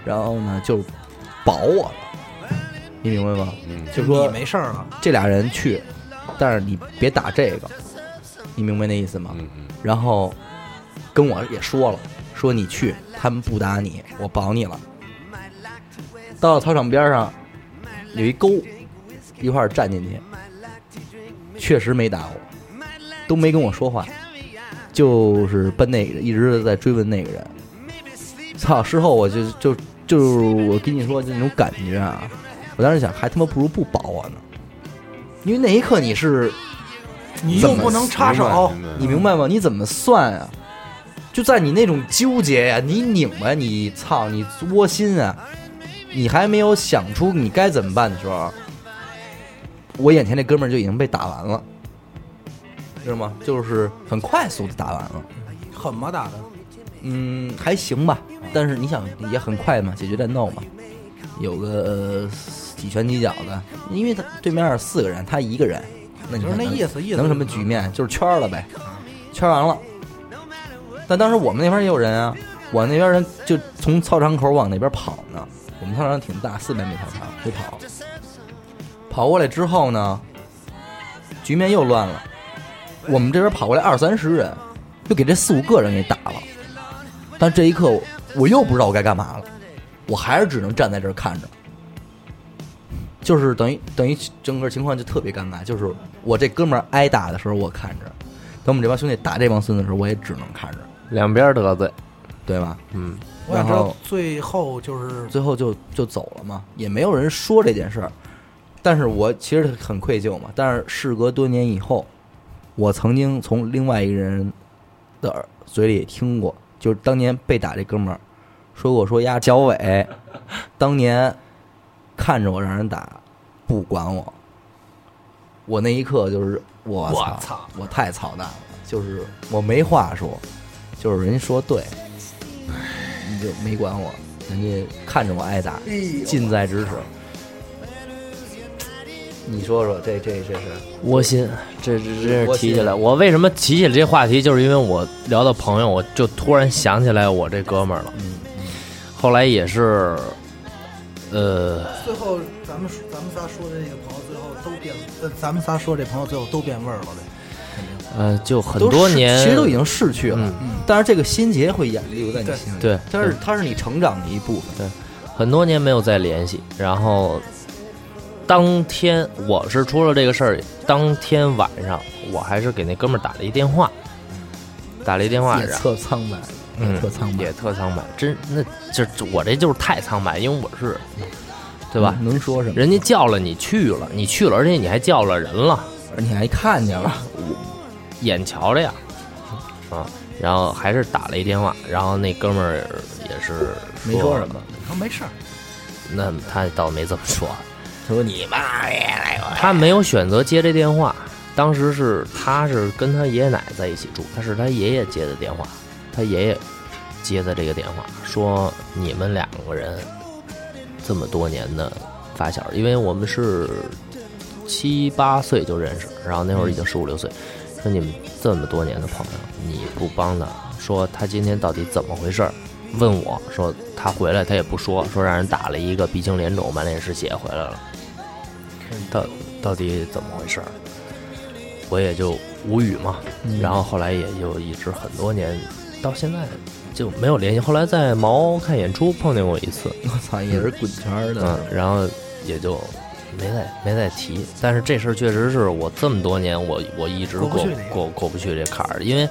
Speaker 2: 然后呢就保我了，你明白吗？就
Speaker 3: 你
Speaker 2: 说
Speaker 3: 没事儿了。
Speaker 2: 这俩人去，但是你别打这个，你明白那意思吗？
Speaker 5: 嗯嗯，
Speaker 2: 然后跟我也说了，说你去，他们不打你，我保你了。到了操场边上，有一沟，一块儿站进去，确实没打我，都没跟我说话，就是奔那个一直在追问那个人。操！ [laughs] 事后我就就就是我跟你说就那种感觉啊，我当时想还他妈不如不保我呢，因为那一刻你是
Speaker 3: 你
Speaker 2: 怎
Speaker 3: 又
Speaker 2: 么
Speaker 3: 不能插手，
Speaker 2: 哦你明白吗？你怎么算啊？就在你那种纠结呀、你拧巴、你操、你窝心啊，你还没有想出你该怎么办的时候，我眼前这哥们儿就已经被打完了，知道吗？就是很快速的打完了，
Speaker 3: 狠吗？打的？
Speaker 2: 嗯，还行吧。但是你想，也很快嘛，解决战斗嘛，有个、呃、几拳几脚的，因为他对面有四个人，他一个人，那你
Speaker 3: 就是那
Speaker 2: 看能
Speaker 3: 意思意思
Speaker 2: 能什么局面？就是圈儿了呗，圈儿完了。但当时我们那边也有人啊，我那边人就从操场口往那边跑呢。我们操场挺大，四百米操场就跑，跑过来之后呢，局面又乱了。我们这边跑过来二三十人，就给这四五个人给打了。但这一刻我我又不知道我该干嘛了，我还是只能站在这儿看着。就是等于等于整个情况就特别尴尬，就是我这哥们儿挨打的时候我看着，等我们这帮兄弟打这帮孙子的时候我也只能看着，
Speaker 4: 两边得罪，
Speaker 2: 对吧？
Speaker 4: 嗯，
Speaker 3: 我想知
Speaker 2: 然
Speaker 3: 道
Speaker 2: 后
Speaker 3: 最后就是
Speaker 2: 最后就就走了嘛，也没有人说这件事儿。但是我其实很愧疚嘛。但是事隔多年以后，我曾经从另外一个人的耳嘴里听过，就是当年被打这哥们儿说过，说呀，小伟当年看着我让人打，不管我。我那一刻就是我
Speaker 3: 我操，
Speaker 2: 我太操蛋了，就是我没话说，就是人家说对，你就没管我，人家看着我挨打，近在咫尺。你说说这这这是
Speaker 4: 窝心，这这这
Speaker 2: 窝
Speaker 4: 是
Speaker 2: 心
Speaker 4: 提起来，我为什么提起了这话题，就是因为我聊到朋友，我就突然想起来我这哥们儿了。
Speaker 2: 嗯
Speaker 4: 后来也是，呃，
Speaker 3: 最后咱们咱们仨说的这个朋友最后都变，呃咱们仨说这朋友最后都变味儿了呗。
Speaker 4: 呃，就很
Speaker 2: 都
Speaker 4: 多
Speaker 2: 逝
Speaker 4: 年，
Speaker 2: 其实都已经逝去了，
Speaker 4: 嗯
Speaker 2: 但是这个心结会延留在你
Speaker 3: 对
Speaker 2: 心里，
Speaker 4: 对
Speaker 2: 它是它是你成长的一部分。
Speaker 4: 很多年没有再联系。然后当天我是出了这个事儿，当天晚上我还是给那哥们儿打了一电话，打了一电话，
Speaker 2: 也
Speaker 4: 然后
Speaker 2: 特苍白，
Speaker 4: 嗯
Speaker 2: 也特苍白
Speaker 4: 也，特苍白，真那这这我这就是太苍白，因为我是，对吧？
Speaker 2: 嗯能说什么？
Speaker 4: 人家叫了你去了，你去了，而且你还叫了人了，
Speaker 2: 你还看见了，
Speaker 4: 眼瞧着呀，啊，然后还是打了一电话，然后那哥们儿也是
Speaker 2: 没说什么，
Speaker 3: 他说没事儿，
Speaker 4: 那他倒没这么说，
Speaker 2: 他说你妈耶，
Speaker 4: 他没有选择接这电话。当时是他是跟他爷爷奶奶在一起住，他是他爷爷接的电话，他爷爷接的这个电话，说你们两个人这么多年的发小，因为我们是七八岁就认识，然后那会儿已经十五六岁，说你们这么多年的朋友，你不帮他，说他今天到底怎么回事儿？问我说他回来他也不说，说让人打了一个鼻青脸肿、满脸是血回来了，到到底怎么回事儿？我也就无语嘛。然后后来也就一直很多年，到现在就没有联系。后来在毛看演出碰见过一次，
Speaker 2: 我操，也是滚圈儿
Speaker 4: 嗯
Speaker 2: 的，，
Speaker 4: 然后也就没再没再提。但是这事儿确实是我这么多年我我一直
Speaker 3: 过
Speaker 4: 过
Speaker 3: 不去这个
Speaker 4: 过过不去这坎儿，因为。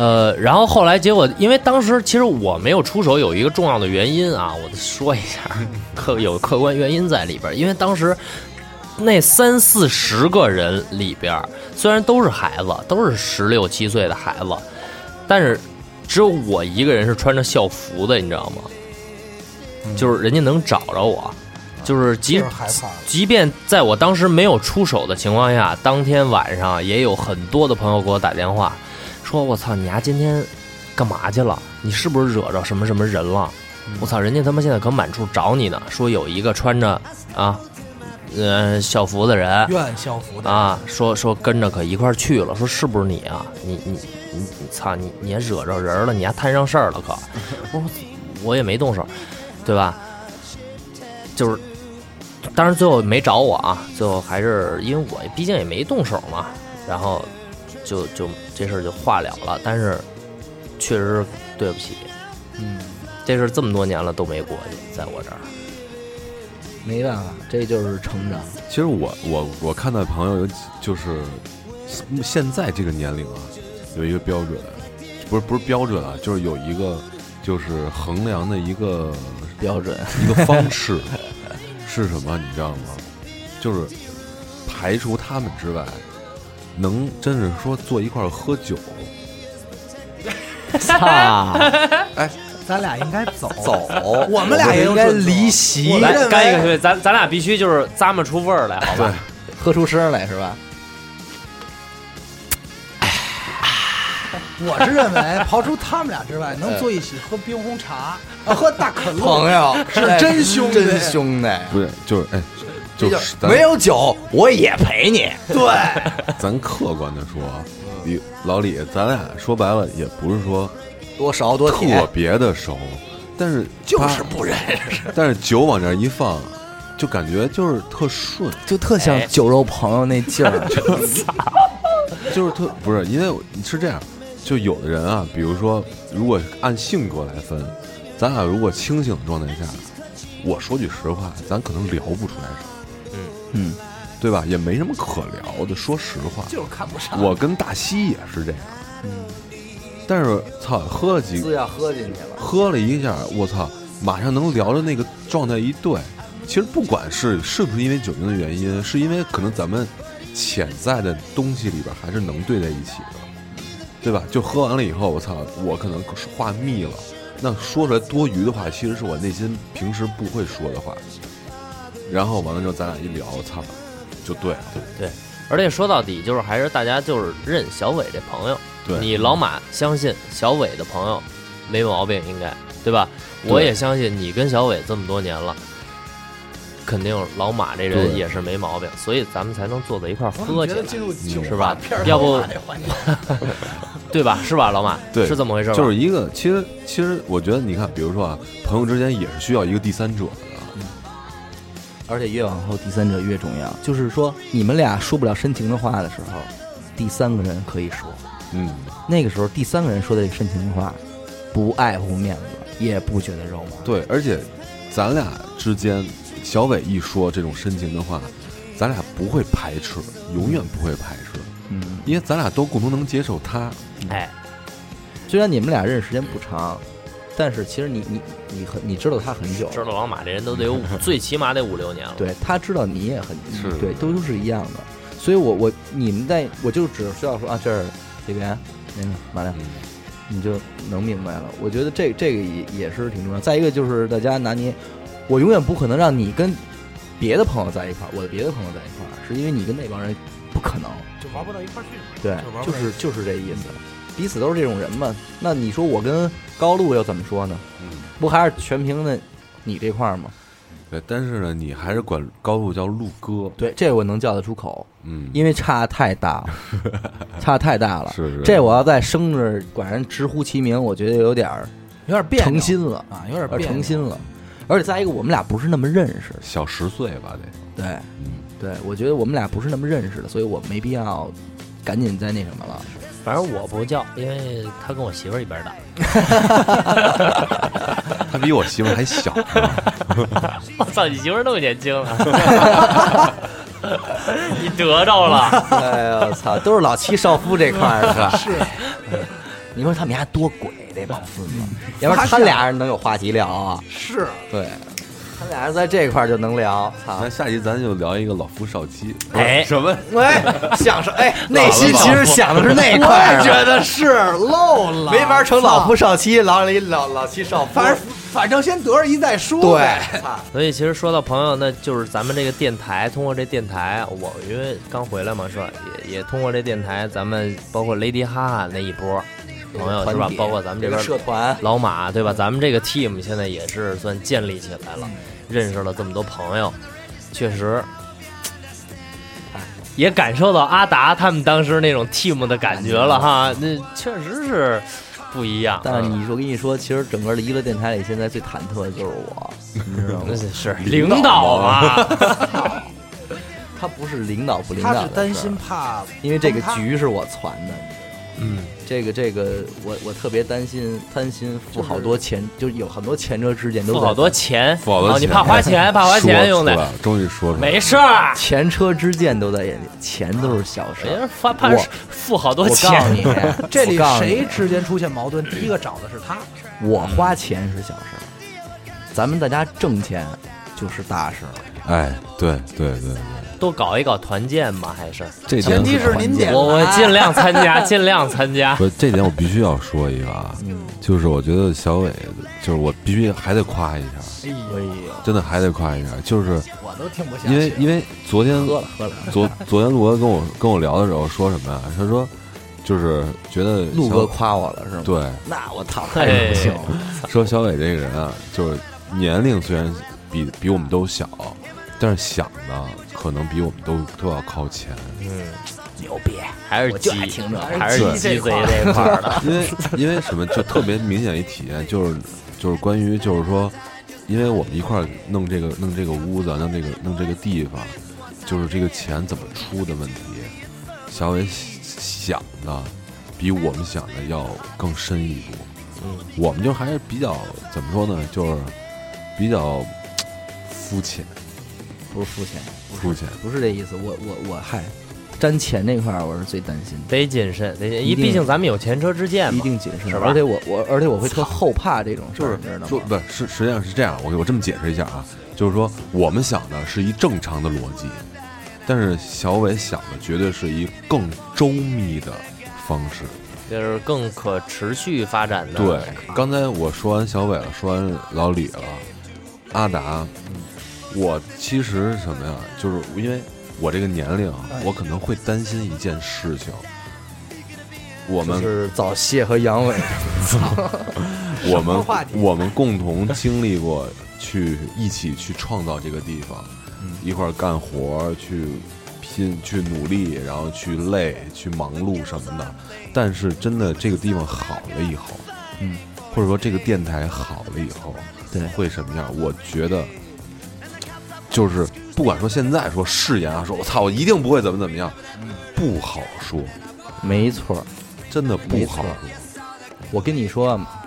Speaker 4: 呃，然后后来结果，因为当时其实我没有出手，有一个重要的原因啊，我说一下，
Speaker 3: 嗯
Speaker 4: [laughs] 客有客观原因在里边儿。因为当时那三四十个人里边儿，虽然都是孩子，都是十六七岁的孩子，但是只有我一个人是穿着校服的，你知道吗？就是人家能找着我，就是即
Speaker 3: 嗯就是害怕了。
Speaker 4: 即便在我当时没有出手的情况下，当天晚上也有很多的朋友给我打电话，说我操你丫、今天干嘛去了？你是不是惹着什么什么人了？
Speaker 3: 嗯
Speaker 4: 我操，人家他妈现在可满处找你呢，说有一个穿着啊，呃校服的人，
Speaker 3: 愿校服的，
Speaker 4: 啊，说说跟着可一块儿去了，说是不是你啊？你你你你操你你也惹着人了，你还摊上事儿了可？ [laughs] 我说我也没动手，对吧？就是，当然最后没找我啊，最后还是因为我毕竟也没动手嘛，然后就就这事儿就化了了，但是确实是对不起，
Speaker 2: 嗯，
Speaker 4: 这事儿这么多年了都没过去，在我这儿，
Speaker 2: 没办法，这就是成长，
Speaker 5: 其实我我我看到朋友有几就是现在这个年龄啊，有一个标准，不是不是标准啊，就是有一个就是衡量的一个
Speaker 2: 标准，
Speaker 5: 一个方式是什么，你知道吗？就是排除他们之外，能真是说坐一块儿喝酒，
Speaker 2: 操，
Speaker 3: 咱俩应该走
Speaker 2: 走，
Speaker 3: 我们俩也有
Speaker 2: 应该
Speaker 3: 准则
Speaker 2: 离席
Speaker 3: 我，认为
Speaker 4: 干一个，咱咱俩必须就是咂摸出味儿来，好吧？
Speaker 2: 喝出声来是吧？
Speaker 3: 我是认为，刨除他们俩之外，能坐一起喝冰红茶，啊喝大可乐，
Speaker 2: 朋友
Speaker 3: 是
Speaker 2: 哎
Speaker 3: 真兄弟
Speaker 2: 真兄弟，
Speaker 5: 不是就是哎，
Speaker 2: 这
Speaker 5: 就
Speaker 2: 就是
Speaker 5: 咱
Speaker 2: 没有酒我也陪你，嗯
Speaker 3: 对，
Speaker 5: [laughs] 咱客观的说啊，李老李，咱俩说白了也不是说
Speaker 2: 多少多
Speaker 5: 特
Speaker 2: 甜，
Speaker 5: 别的熟，但是
Speaker 2: 就是
Speaker 5: 啪
Speaker 2: 不认识，
Speaker 5: 但是酒往这儿一放，就感觉就是特顺，
Speaker 2: 就特像
Speaker 4: 哎
Speaker 2: 酒肉朋友那劲儿，
Speaker 5: 就是特不是因为我是这样，就有的人啊，比如说如果按性格来分，咱俩如果清醒的状态下，我说句实话，咱可能聊不出来什么，
Speaker 2: 嗯，
Speaker 5: 对吧？也没什么可聊的，说实话，
Speaker 3: 就是看不上。
Speaker 5: 我跟大西也是这样，但是操，喝了几
Speaker 2: 资料喝进去了，
Speaker 5: 喝了一下，我操，马上能聊的那个状态一对。其实不管是是不是因为酒精的原因，是因为可能咱们潜在的东西里边还是能对在一起的，对吧？就喝完了以后，我操，我可能话密了，那说出来多余的话，其实是我内心平时不会说的话。然后完了之后，咱俩一聊，我操，就对了。
Speaker 4: 对，而且说到底就是还是大家就是认小伟这朋友，
Speaker 5: 对
Speaker 4: 你老马相信小伟的朋友没毛病，应该对吧？我也相信你跟小伟这么多年了。肯定老马这人
Speaker 5: 对
Speaker 4: 也是没毛病，所以咱们才能坐在一块儿
Speaker 3: 我
Speaker 4: 喝起
Speaker 3: 怎么觉
Speaker 4: 来
Speaker 3: 得，进入酒
Speaker 4: 是
Speaker 3: 吧
Speaker 4: 吧
Speaker 3: 片儿
Speaker 4: 要不
Speaker 3: 头发这环节
Speaker 4: [laughs] 对吧？是吧，老马？
Speaker 5: 对
Speaker 4: 是这么回事吧？
Speaker 5: 就是一个，其实其实我觉得，你看，比如说啊，朋友之间也是需要一个第三者的，
Speaker 2: 而且越往后第三者越重要，就是说你们俩说不了深情的话的时候，第三个人可以说，
Speaker 5: 嗯，
Speaker 2: 那个时候第三个人说的这深情的话，不爱护面子，也不觉得肉麻，
Speaker 5: 对，而且咱俩之间，小伟一说这种深情的话，咱俩不会排斥，永远不会排斥，
Speaker 2: 嗯，
Speaker 5: 因为咱俩都共同能接受他。
Speaker 4: 哎，
Speaker 2: 虽然你们俩认识时间不长，但是其实你你你很你知道他很久，
Speaker 4: 知道老马这人都得
Speaker 5: [laughs]
Speaker 4: 有五，最起码得五六年了。
Speaker 2: 对他知道你也很
Speaker 5: 是
Speaker 2: 对，都是一样的。所以我我你们在我就只需要说啊，这儿这边那个马亮，你就能明白了。我觉得这这个也也是挺重要。再一个就是大家拿捏，我永远不可能让你跟别的朋友在一块儿，我的别的朋友在一块儿，是因为你跟那帮人不可能。
Speaker 3: 就玩不到一块儿去嘛。
Speaker 2: 对
Speaker 3: 就玩，不
Speaker 2: 就
Speaker 3: 到
Speaker 2: 是就是这意思，彼此都是这种人嘛。那你说我跟高露又怎么说呢？不还是全凭那你这块儿吗？
Speaker 5: 对，但是呢，你还是管高露叫陆哥，
Speaker 2: 对，这我能叫得出口，
Speaker 5: 嗯，
Speaker 2: 因为差太大了，差太大了。
Speaker 5: 是是
Speaker 2: 这我要在生日管人直呼其名，我觉得有点儿
Speaker 3: 有点别扭
Speaker 2: 诚心了，
Speaker 3: 啊，有点
Speaker 2: 有
Speaker 3: 别
Speaker 2: 点
Speaker 3: 扭
Speaker 2: 诚心了。而且再一个，我们俩不是那么认识，
Speaker 5: 小十岁吧得，
Speaker 2: 对
Speaker 5: 嗯，
Speaker 2: 对，我觉得我们俩不是那么认识的，所以我没必要赶紧再那什么了。
Speaker 6: 反正我不叫，因为他跟我媳妇儿
Speaker 5: [laughs]
Speaker 6: 一边大。
Speaker 5: 他比我媳妇儿还小呢，
Speaker 4: 我操，你媳妇儿那么年轻啊！
Speaker 5: [laughs]
Speaker 4: 你得着了，
Speaker 2: 哎呀，我操，都是老七少夫这块儿的。 [laughs] 是，你说他们家多鬼这帮孙子，要不然他俩人能有话题聊啊？
Speaker 3: 是
Speaker 2: 对，他俩人在这块儿就能聊。操
Speaker 5: 那，下集咱就聊一个老夫少妻，
Speaker 4: 哎
Speaker 5: 什么？
Speaker 2: 喂，想是哎，内心其实想的是那块
Speaker 3: 我
Speaker 2: 儿
Speaker 3: 也
Speaker 2: 啊，
Speaker 3: 觉得是漏了，
Speaker 2: 没法成老
Speaker 3: 操
Speaker 2: 夫。少妻，老了一老老七少夫。
Speaker 3: 反正反正先得着一再说呗。
Speaker 2: 对
Speaker 3: 操
Speaker 4: 所以其实说到朋友，那就是咱们这个电台，通过这电台，我因为刚回来嘛，是吧？也也通过这电台，咱们包括 Lady 哈哈那一波朋友是吧
Speaker 2: 团？体
Speaker 4: 包括咱们这
Speaker 2: 这个
Speaker 4: 边
Speaker 2: 社团，
Speaker 4: 老马对吧？咱们这个 team 现在也是算建立起来了，认识了这么多朋友，确实，也感受到阿达他们当时那种 team 的感觉了哈。那确实是不一样。啊
Speaker 2: 但是你说，我跟你说，其实整个的娱乐电台里，现在最忐忑的就是我，你知道吗
Speaker 4: 那？是是领导啊，
Speaker 2: 他不是领导不领导
Speaker 3: 他
Speaker 2: 的
Speaker 3: 是
Speaker 2: 事儿
Speaker 3: 担心怕，
Speaker 2: 因为这个
Speaker 3: 崩塌
Speaker 2: 局是我攒的，嗯，这个这个我我特别担心，担心付好多钱，就是有很多前车之鉴都
Speaker 4: 付
Speaker 2: 在
Speaker 4: 好多钱，
Speaker 5: 付好多
Speaker 4: 哦你怕花钱，怕花钱用
Speaker 5: 说出
Speaker 4: 的，
Speaker 5: 来了，终于说出来了，
Speaker 4: 没事儿，
Speaker 2: 前车之鉴都在眼里，钱都是小事
Speaker 4: 人
Speaker 2: 儿。
Speaker 4: 家发怕
Speaker 2: 我
Speaker 4: 付好
Speaker 2: 我
Speaker 4: 哎多
Speaker 2: 告诉
Speaker 4: 钱，
Speaker 2: 你，
Speaker 3: 这里
Speaker 2: 我告诉你
Speaker 3: 谁之间出现矛盾，第一个找的是他。
Speaker 2: 我花钱是小事儿，咱们大家挣钱就是大事儿。
Speaker 5: 哎，对对对，
Speaker 4: 多搞一搞团建嘛，还是
Speaker 5: 这点
Speaker 3: 前提是您点
Speaker 4: 我我
Speaker 3: 来
Speaker 4: 尽量参加，尽量参加。
Speaker 5: 不，这点我必须要说一个啊，
Speaker 2: 嗯
Speaker 5: 就是我觉得小伟，就是我必须还得夸一下，
Speaker 2: 哎呦，
Speaker 5: 真的还得夸一下，就是
Speaker 3: 我都听不下去了。
Speaker 5: 因为因为昨天
Speaker 2: 喝了喝了，
Speaker 5: 昨昨天陆哥跟我跟我聊的时候说什么呀？他说就是觉得
Speaker 2: 陆
Speaker 5: 小
Speaker 2: 哥夸我了是吗？，
Speaker 5: 对
Speaker 2: 那我操，太荣幸了。
Speaker 5: 说小伟这个人啊，就是年龄虽然比比我们都小，但是想的可能比我们都都要靠前，
Speaker 2: 牛逼，
Speaker 4: 还是
Speaker 2: 我
Speaker 4: 鸡
Speaker 2: 就爱听这，
Speaker 4: 还是鸡贼这块儿的。
Speaker 5: 因为因为什么就特别明显一体验就是就是关于就是说，因为我们一块儿弄这个弄这个屋子弄这个弄这个地方，就是这个钱怎么出的问题，小伟想的比我们想的要更深一步。我们就还是比较怎么说呢，就是比较肤浅，
Speaker 2: 不是肤浅，
Speaker 5: 肤浅。
Speaker 2: 不是这意思。我我我嗨，沾钱这块儿我是最担心的。
Speaker 4: [laughs] 得谨慎，得谨，
Speaker 2: 一
Speaker 4: 因
Speaker 2: 定
Speaker 4: 毕竟咱们有前车之鉴
Speaker 2: 一
Speaker 4: 嘛。
Speaker 2: 定谨慎，
Speaker 4: 是吧
Speaker 2: 而且我我而且我会特后怕这种事
Speaker 5: 就
Speaker 2: 儿，
Speaker 5: 是
Speaker 2: 你知道
Speaker 5: 说
Speaker 2: 吗？
Speaker 5: 不是，实际上是这样，我我这么解释一下啊，就是说我们想的是一正常的逻辑，但是小伟想的绝对是一更周密的方式。
Speaker 4: 就是更可持续发展的。
Speaker 5: 对，刚才我说完小伟了，说完老李了，阿达，我其实是什么呀，就是因为我这个年龄啊，
Speaker 2: 哎
Speaker 5: 我可能会担心一件事情，我们
Speaker 2: 就是早泄和阳痿，
Speaker 5: 我
Speaker 3: 什么话题
Speaker 5: 们我们共同经历过去一起去创造这个地方，一块儿干活儿去拼去努力，然后去累去忙碌什么的。但是真的这个地方好了以后，
Speaker 2: 嗯，
Speaker 5: 或者说这个电台好了以后，
Speaker 2: 对
Speaker 5: 会什么样？我觉得就是不管说现在说誓言啊，说我操，我一定不会怎么怎么样，不好说，
Speaker 2: 没错儿。
Speaker 5: 真的不
Speaker 2: 没
Speaker 5: 好
Speaker 2: 错
Speaker 5: 说。
Speaker 2: 我跟你说啊，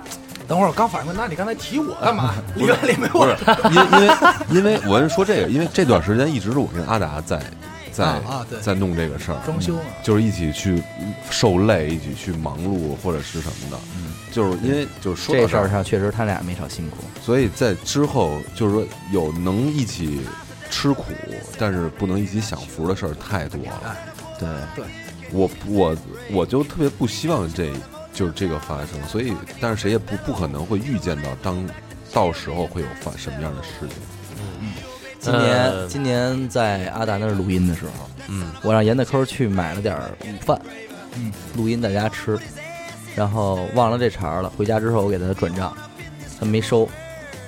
Speaker 3: 等会儿我刚反应过来，那你刚才提我干
Speaker 2: [laughs]
Speaker 3: 嘛？里面里面
Speaker 5: [laughs] 不
Speaker 3: 我
Speaker 5: 是，因为因为因为我跟你说这个，因为这段时间一直是我跟阿达在在、
Speaker 3: 啊啊对
Speaker 5: 在弄这个事儿，
Speaker 3: 装修嘛，啊
Speaker 5: 就是一起去受累，一起去忙碌或者是什么的，就是因为就是说到
Speaker 2: 这事
Speaker 5: 儿
Speaker 2: 儿上确实他俩没少辛苦。
Speaker 5: 所以在之后就是说有能一起吃苦，但是不能一起享福的事儿太多了。
Speaker 2: 对，
Speaker 5: 我我我就特别不希望这就是这个发生，所以但是谁也不不可能会预见到当到时候会有发什么样的事情。
Speaker 2: 今年、
Speaker 7: 呃
Speaker 2: 今年在阿达那儿录音的时候，
Speaker 7: 嗯，
Speaker 2: 我让严大抠去买了点儿午饭，
Speaker 3: 嗯，
Speaker 2: 录音在家吃，然后忘了这茬儿了。回家之后我给他转账，他没收。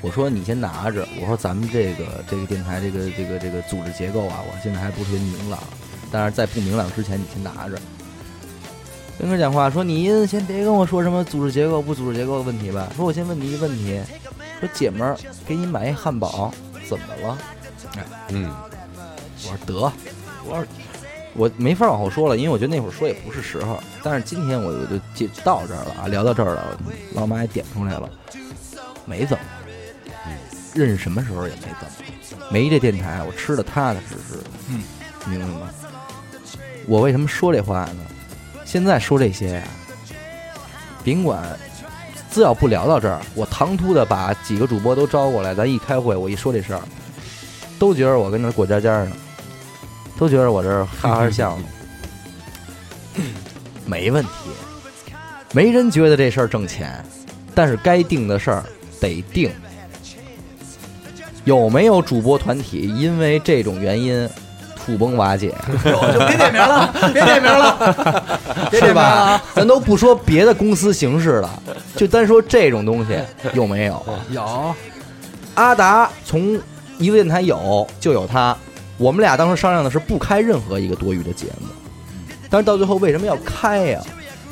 Speaker 2: 我说你先拿着，我说咱们这个这个电台这个这个这个组织结构啊，我现在还不是特别明朗，但是在不明朗之前你先拿着。跟哥讲话说您先别跟我说什么组织结构不组织结构的问题吧，说我先问你一个问题，说姐们儿给你买一汉堡怎么了？
Speaker 5: 嗯，
Speaker 2: 我说得，我说我没法往后说了，因为我觉得那会儿说也不是时候。但是今天我我就就到这儿了啊，聊到这儿了，老马也点出来了，没怎么，认识什么时候也没怎么，没这电台我吃的踏踏实实，
Speaker 3: 嗯，
Speaker 2: 明白吗？我为什么说这话呢？现在说这些呀、甭管。只要不聊到这儿，我唐突的把几个主播都招过来，咱一开会，我一说这事儿，都觉得我跟那过家家呢，都觉得我这儿哈哈笑呢，没问题，没人觉得这事儿挣钱，但是该定的事儿得定。有没有主播团体因为这种原因土崩瓦解？
Speaker 3: 有就别点名了，
Speaker 2: [laughs]
Speaker 3: 别点名了，别点
Speaker 2: 是
Speaker 3: 名了
Speaker 2: 吧
Speaker 3: 啊！？
Speaker 2: 咱都不说别的公司形式了，就单说这种东西有没有？
Speaker 3: 有，
Speaker 2: 阿达从一个电台有就有他，我们俩当时商量的是不开任何一个多余的节目，但是到最后为什么要开呀、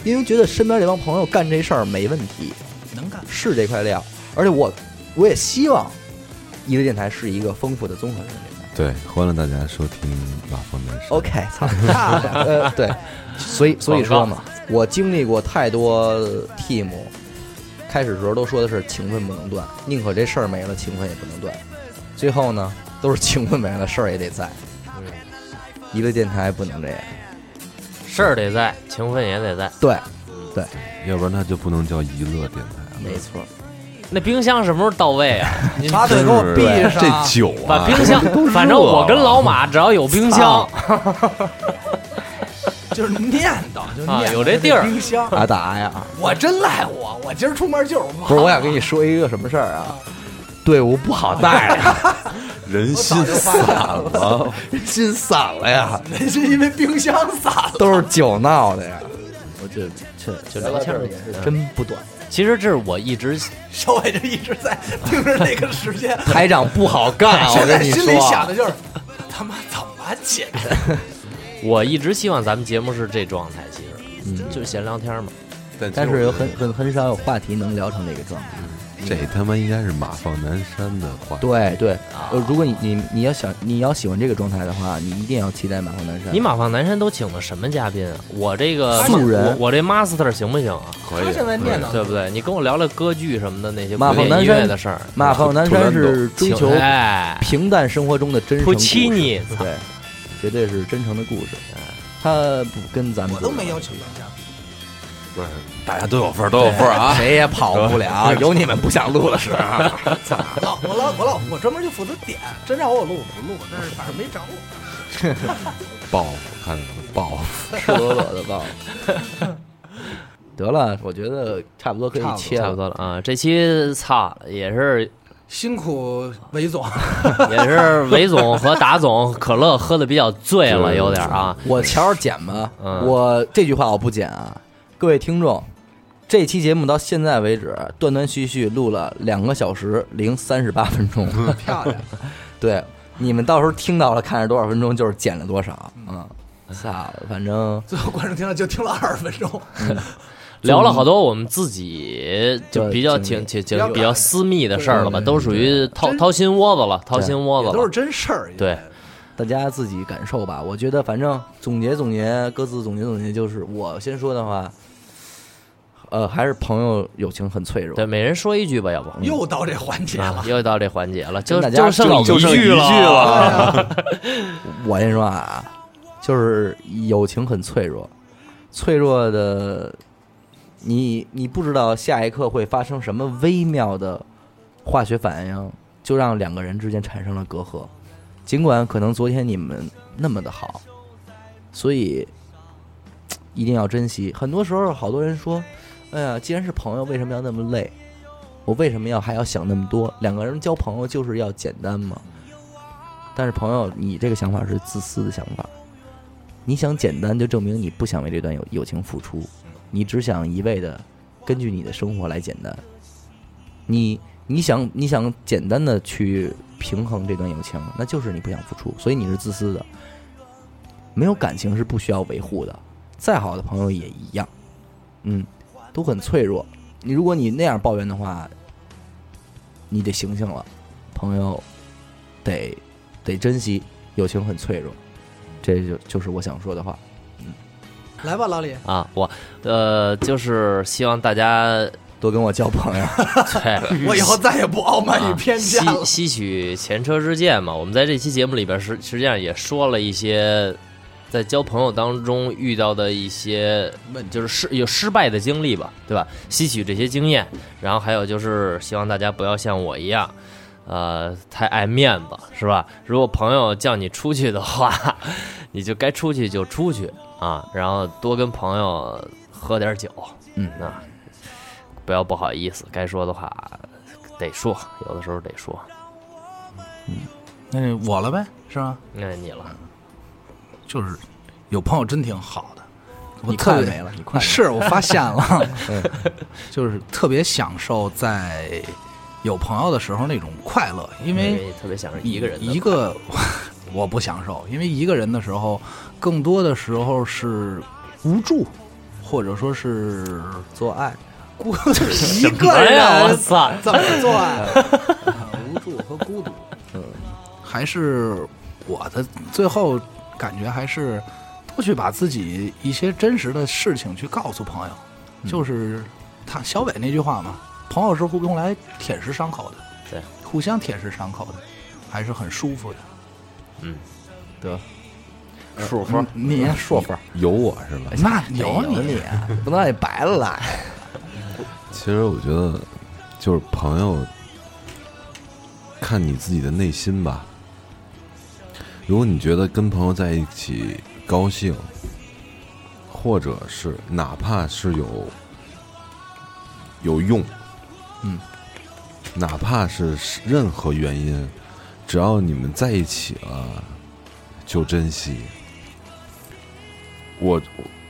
Speaker 2: 因为觉得身边这帮朋友干这事儿没问题，
Speaker 3: 能干。
Speaker 2: 是这块料，而且我我也希望一个电台是一个丰富的综合性电台。
Speaker 5: 对，欢迎大家收听《马蜂男神》。
Speaker 2: OK，操，呃，对， [laughs] 所以所以说嘛，我经历过太多 team，开始时候都说的是情分不能断，宁可这事儿没了，情分也不能断。最后呢，都是情分没了，事儿也得在。一个电台不能这样，
Speaker 4: 事儿得在，情分也得在。
Speaker 2: 对，
Speaker 5: 要不然它就不能叫娱乐电台了。
Speaker 2: 没错，
Speaker 4: 那冰箱什么时候到位啊？你
Speaker 3: 把嘴给我闭
Speaker 5: 真是
Speaker 3: 上，
Speaker 5: 这酒
Speaker 4: 把
Speaker 5: 啊，
Speaker 4: 冰箱，反正我跟老马只要有冰箱，
Speaker 3: 就是念叨，就念
Speaker 4: 啊
Speaker 3: 叨
Speaker 4: 有这地儿
Speaker 3: 冰箱。
Speaker 2: 阿达呀，
Speaker 3: 我真赖我，我今儿出门就是忘了
Speaker 2: 不是，我想跟你说一个什么事儿啊，队伍不好带啊呀，
Speaker 5: 人心散了。
Speaker 2: 心散了呀，
Speaker 3: 那是因为冰箱散了。
Speaker 2: [laughs] 都是酒闹的呀。我这这
Speaker 4: 就聊天儿去。嗯
Speaker 2: 真不短，
Speaker 4: 其实这是我一直
Speaker 3: 小伟就一直在盯着那个时间，
Speaker 2: 台长不好 [laughs] 干，啊我
Speaker 3: 现
Speaker 2: 跟
Speaker 3: 在
Speaker 2: 你说，
Speaker 3: 心里想的就是他妈怎么解决？
Speaker 4: 我一直希望咱们节目是这状态，其实、
Speaker 2: 嗯
Speaker 4: 就是闲聊天嘛。
Speaker 2: 但是有很很很少有话题能聊成这个状态。
Speaker 5: 这他妈应该是马放南山的话。
Speaker 2: 对对，呃，如果你你你要想你要喜欢这个状态的话，你一定要期待马后南山。
Speaker 4: 你马放南山都请的什么嘉宾啊？我这个
Speaker 2: 素人
Speaker 4: 我我这 master 行不行啊？
Speaker 5: 可
Speaker 3: 他现在念叨
Speaker 4: 对不对？你跟我聊聊歌剧什么的那些
Speaker 2: 马
Speaker 4: 古
Speaker 2: 放
Speaker 4: 典
Speaker 2: 南
Speaker 4: 音
Speaker 2: 山
Speaker 4: 乐的事儿，
Speaker 2: 马后南山是追
Speaker 4: 请
Speaker 2: 求
Speaker 4: 哎，
Speaker 2: 平淡生活中的真诚故
Speaker 4: 普
Speaker 2: 事，
Speaker 4: 契尼
Speaker 2: 对，绝对是真诚的故事。啊他不跟咱们
Speaker 3: 我都没要求要嘉宾，
Speaker 5: 不是，大家都有份儿，都有份儿啊！
Speaker 2: [laughs] 谁也跑不了，有你们不想录的时候。
Speaker 3: 我老我老我老我专门就负责点，真让我录我不录，但是反正没找我。
Speaker 5: 报复，看什么报复？
Speaker 2: 赤裸裸的吧。得了，我觉得差不多可以切
Speaker 4: 差不多了啊。这期操也是
Speaker 3: 辛苦韦总，
Speaker 4: 也
Speaker 2: [laughs]
Speaker 4: 是韦总和达总可乐喝的比较醉了，有点儿啊。
Speaker 2: 我瞧着剪吧，
Speaker 4: 嗯
Speaker 2: 我这句话我不剪啊，各位听众，这期节目到现在为止断断续续录了两个小时零三十八分钟，
Speaker 3: 漂
Speaker 2: [laughs]
Speaker 3: 亮，
Speaker 2: 对，你们到时候听到了看是多少分钟，就是剪了多少，嗯，操，反正
Speaker 3: 最后观众听了就听了二十分
Speaker 2: [laughs]
Speaker 3: 钟，
Speaker 4: 聊了好多我们自己就比较挺挺挺比较私密的事儿了吧，
Speaker 2: 对
Speaker 4: 都属于掏掏心窝子了，掏心窝
Speaker 3: 也
Speaker 4: 子
Speaker 3: 都是
Speaker 4: 了。
Speaker 3: 真事儿。也
Speaker 4: 对，
Speaker 2: 大家自己感受吧。我觉得反正总结总结，各自总结总结，就是我先说的话，呃，还是朋友友情很脆弱，
Speaker 4: 对，每人说一句吧，要不
Speaker 2: 嗯
Speaker 3: 又到这环节
Speaker 4: 啊 [laughs]
Speaker 3: 了，，
Speaker 4: 又到这环节了，就
Speaker 2: 跟大家
Speaker 4: 就剩
Speaker 2: 就
Speaker 4: 一句了。
Speaker 2: 我先说啊，就是友情很脆弱，脆弱的你，你不知道下一刻会发生什么微妙的化学反应，就让两个人之间产生了隔阂。尽管可能昨天你们那么的好，所以嘖一定要珍惜。很多时候，好多人说：“哎呀，既然是朋友，为什么要那么累？我为什么要还要想那么多？两个人交朋友就是要简单嘛。”但是朋友，你这个想法是自私的想法。你想简单，就证明你不想为这段友友情付出，你只想一味的根据你的生活来简单。你你想你想简单的去平衡这段友情，那就是你不想付出，所以你是自私的。没有感情是不需要维护的，再好的朋友也一样，嗯，都很脆弱。你如果你那样抱怨的话，你得醒醒了，朋友得得珍惜，友情很脆弱，这就就是我想说的话。嗯
Speaker 3: 来吧，老李，
Speaker 4: 啊，我呃，就是希望大家 [laughs]
Speaker 2: 多跟我交朋友，
Speaker 4: 对
Speaker 3: 我以后再也不傲
Speaker 2: 啊
Speaker 3: 慢与偏见了
Speaker 4: 啊吸。吸取前车之鉴嘛。我们在这期节目里边实实际上也说了一些在交朋友当中遇到的一些问，就是失有失败的经历吧，对吧？吸取这些经验，然后还有就是希望大家不要像我一样。呃，太爱面子是吧？如果朋友叫你出去的话， [laughs] 你就该出去就出去啊，然后多跟朋友喝点酒，
Speaker 2: 嗯
Speaker 4: 啊，不要不好意思，该说的话得说，有的时候得说。
Speaker 3: 那我了呗，是吧？
Speaker 4: 那你了，
Speaker 3: 就是有朋友真挺好的，我
Speaker 2: 你快
Speaker 3: 特别
Speaker 2: 没了，你快没了嗯
Speaker 3: 是我发
Speaker 2: [laughs]
Speaker 3: 现了，就是特别享受在有朋友的时候那种快乐，因
Speaker 4: 因
Speaker 3: 为
Speaker 4: 为特别想是一个人的
Speaker 3: 一个我不享受，因为一个人的时候，更多的时候是无助，或者说是
Speaker 2: 做爱。
Speaker 4: [laughs]
Speaker 3: 孤一个
Speaker 4: 哎呀，我
Speaker 3: 人
Speaker 4: 操！
Speaker 3: 怎么做啊爱？ [laughs] 无助和孤独，还是我的最后感觉还是多去把自己一些真实的事情去告诉朋友，就是他小伟那句话嘛，朋友是互用来舔舐伤口的，
Speaker 4: 对，
Speaker 3: 互相舔舐伤口的，还是很舒服的。
Speaker 2: 得，
Speaker 5: 数
Speaker 3: 嗯你说
Speaker 2: [laughs]
Speaker 3: 法，
Speaker 5: 有我是吧？
Speaker 3: 哎那
Speaker 2: 有
Speaker 3: 有你，
Speaker 2: 不能让你白了来。
Speaker 5: 其实我觉得，就是朋友，看你自己的内心吧。如果你觉得跟朋友在一起高兴，或者是哪怕是有有用，
Speaker 2: 嗯，
Speaker 5: 哪怕是任何原因，只要你们在一起了，就珍惜。我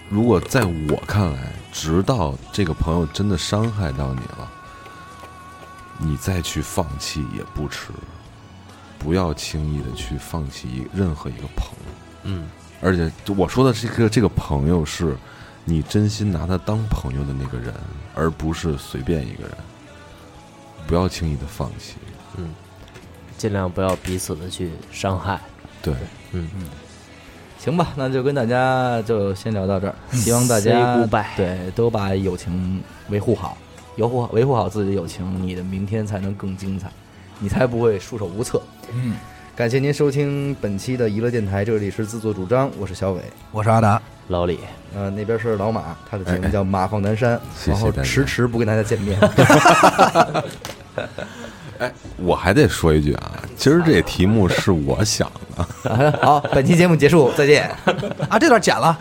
Speaker 5: 如果在我看来，直到这个朋友真的伤害到你了，你再去放弃也不迟。不要轻易的去放弃一任何一个朋友，
Speaker 4: 嗯，
Speaker 5: 而且我说的这个这个朋友是，你真心拿他当朋友的那个人，而不是随便一个人。不要轻易的放弃，
Speaker 4: 尽量不要彼此的去伤害。
Speaker 5: 对，
Speaker 2: 行吧，那就跟大家就先聊到这儿，希望大
Speaker 4: Say
Speaker 2: 家
Speaker 4: goodbye
Speaker 2: 对都把友情维护好，维护维护好自己的友情，你的明天才能更精彩，你才不会束手无策。
Speaker 3: 嗯，
Speaker 2: 感谢您收听本期的娱乐电台，这里是自作主张，我是小伟，
Speaker 3: 我是阿达，
Speaker 4: 老李，
Speaker 2: 呃，那边是老马，他的节目叫《马放南山》，
Speaker 5: 谢谢
Speaker 2: 然后
Speaker 5: 大家
Speaker 2: 迟迟不哎跟大家见面，
Speaker 5: 我还得说一句啊，今儿这题目是我想的。
Speaker 2: 好，本期节目结束，再见。
Speaker 3: 啊，这段剪了。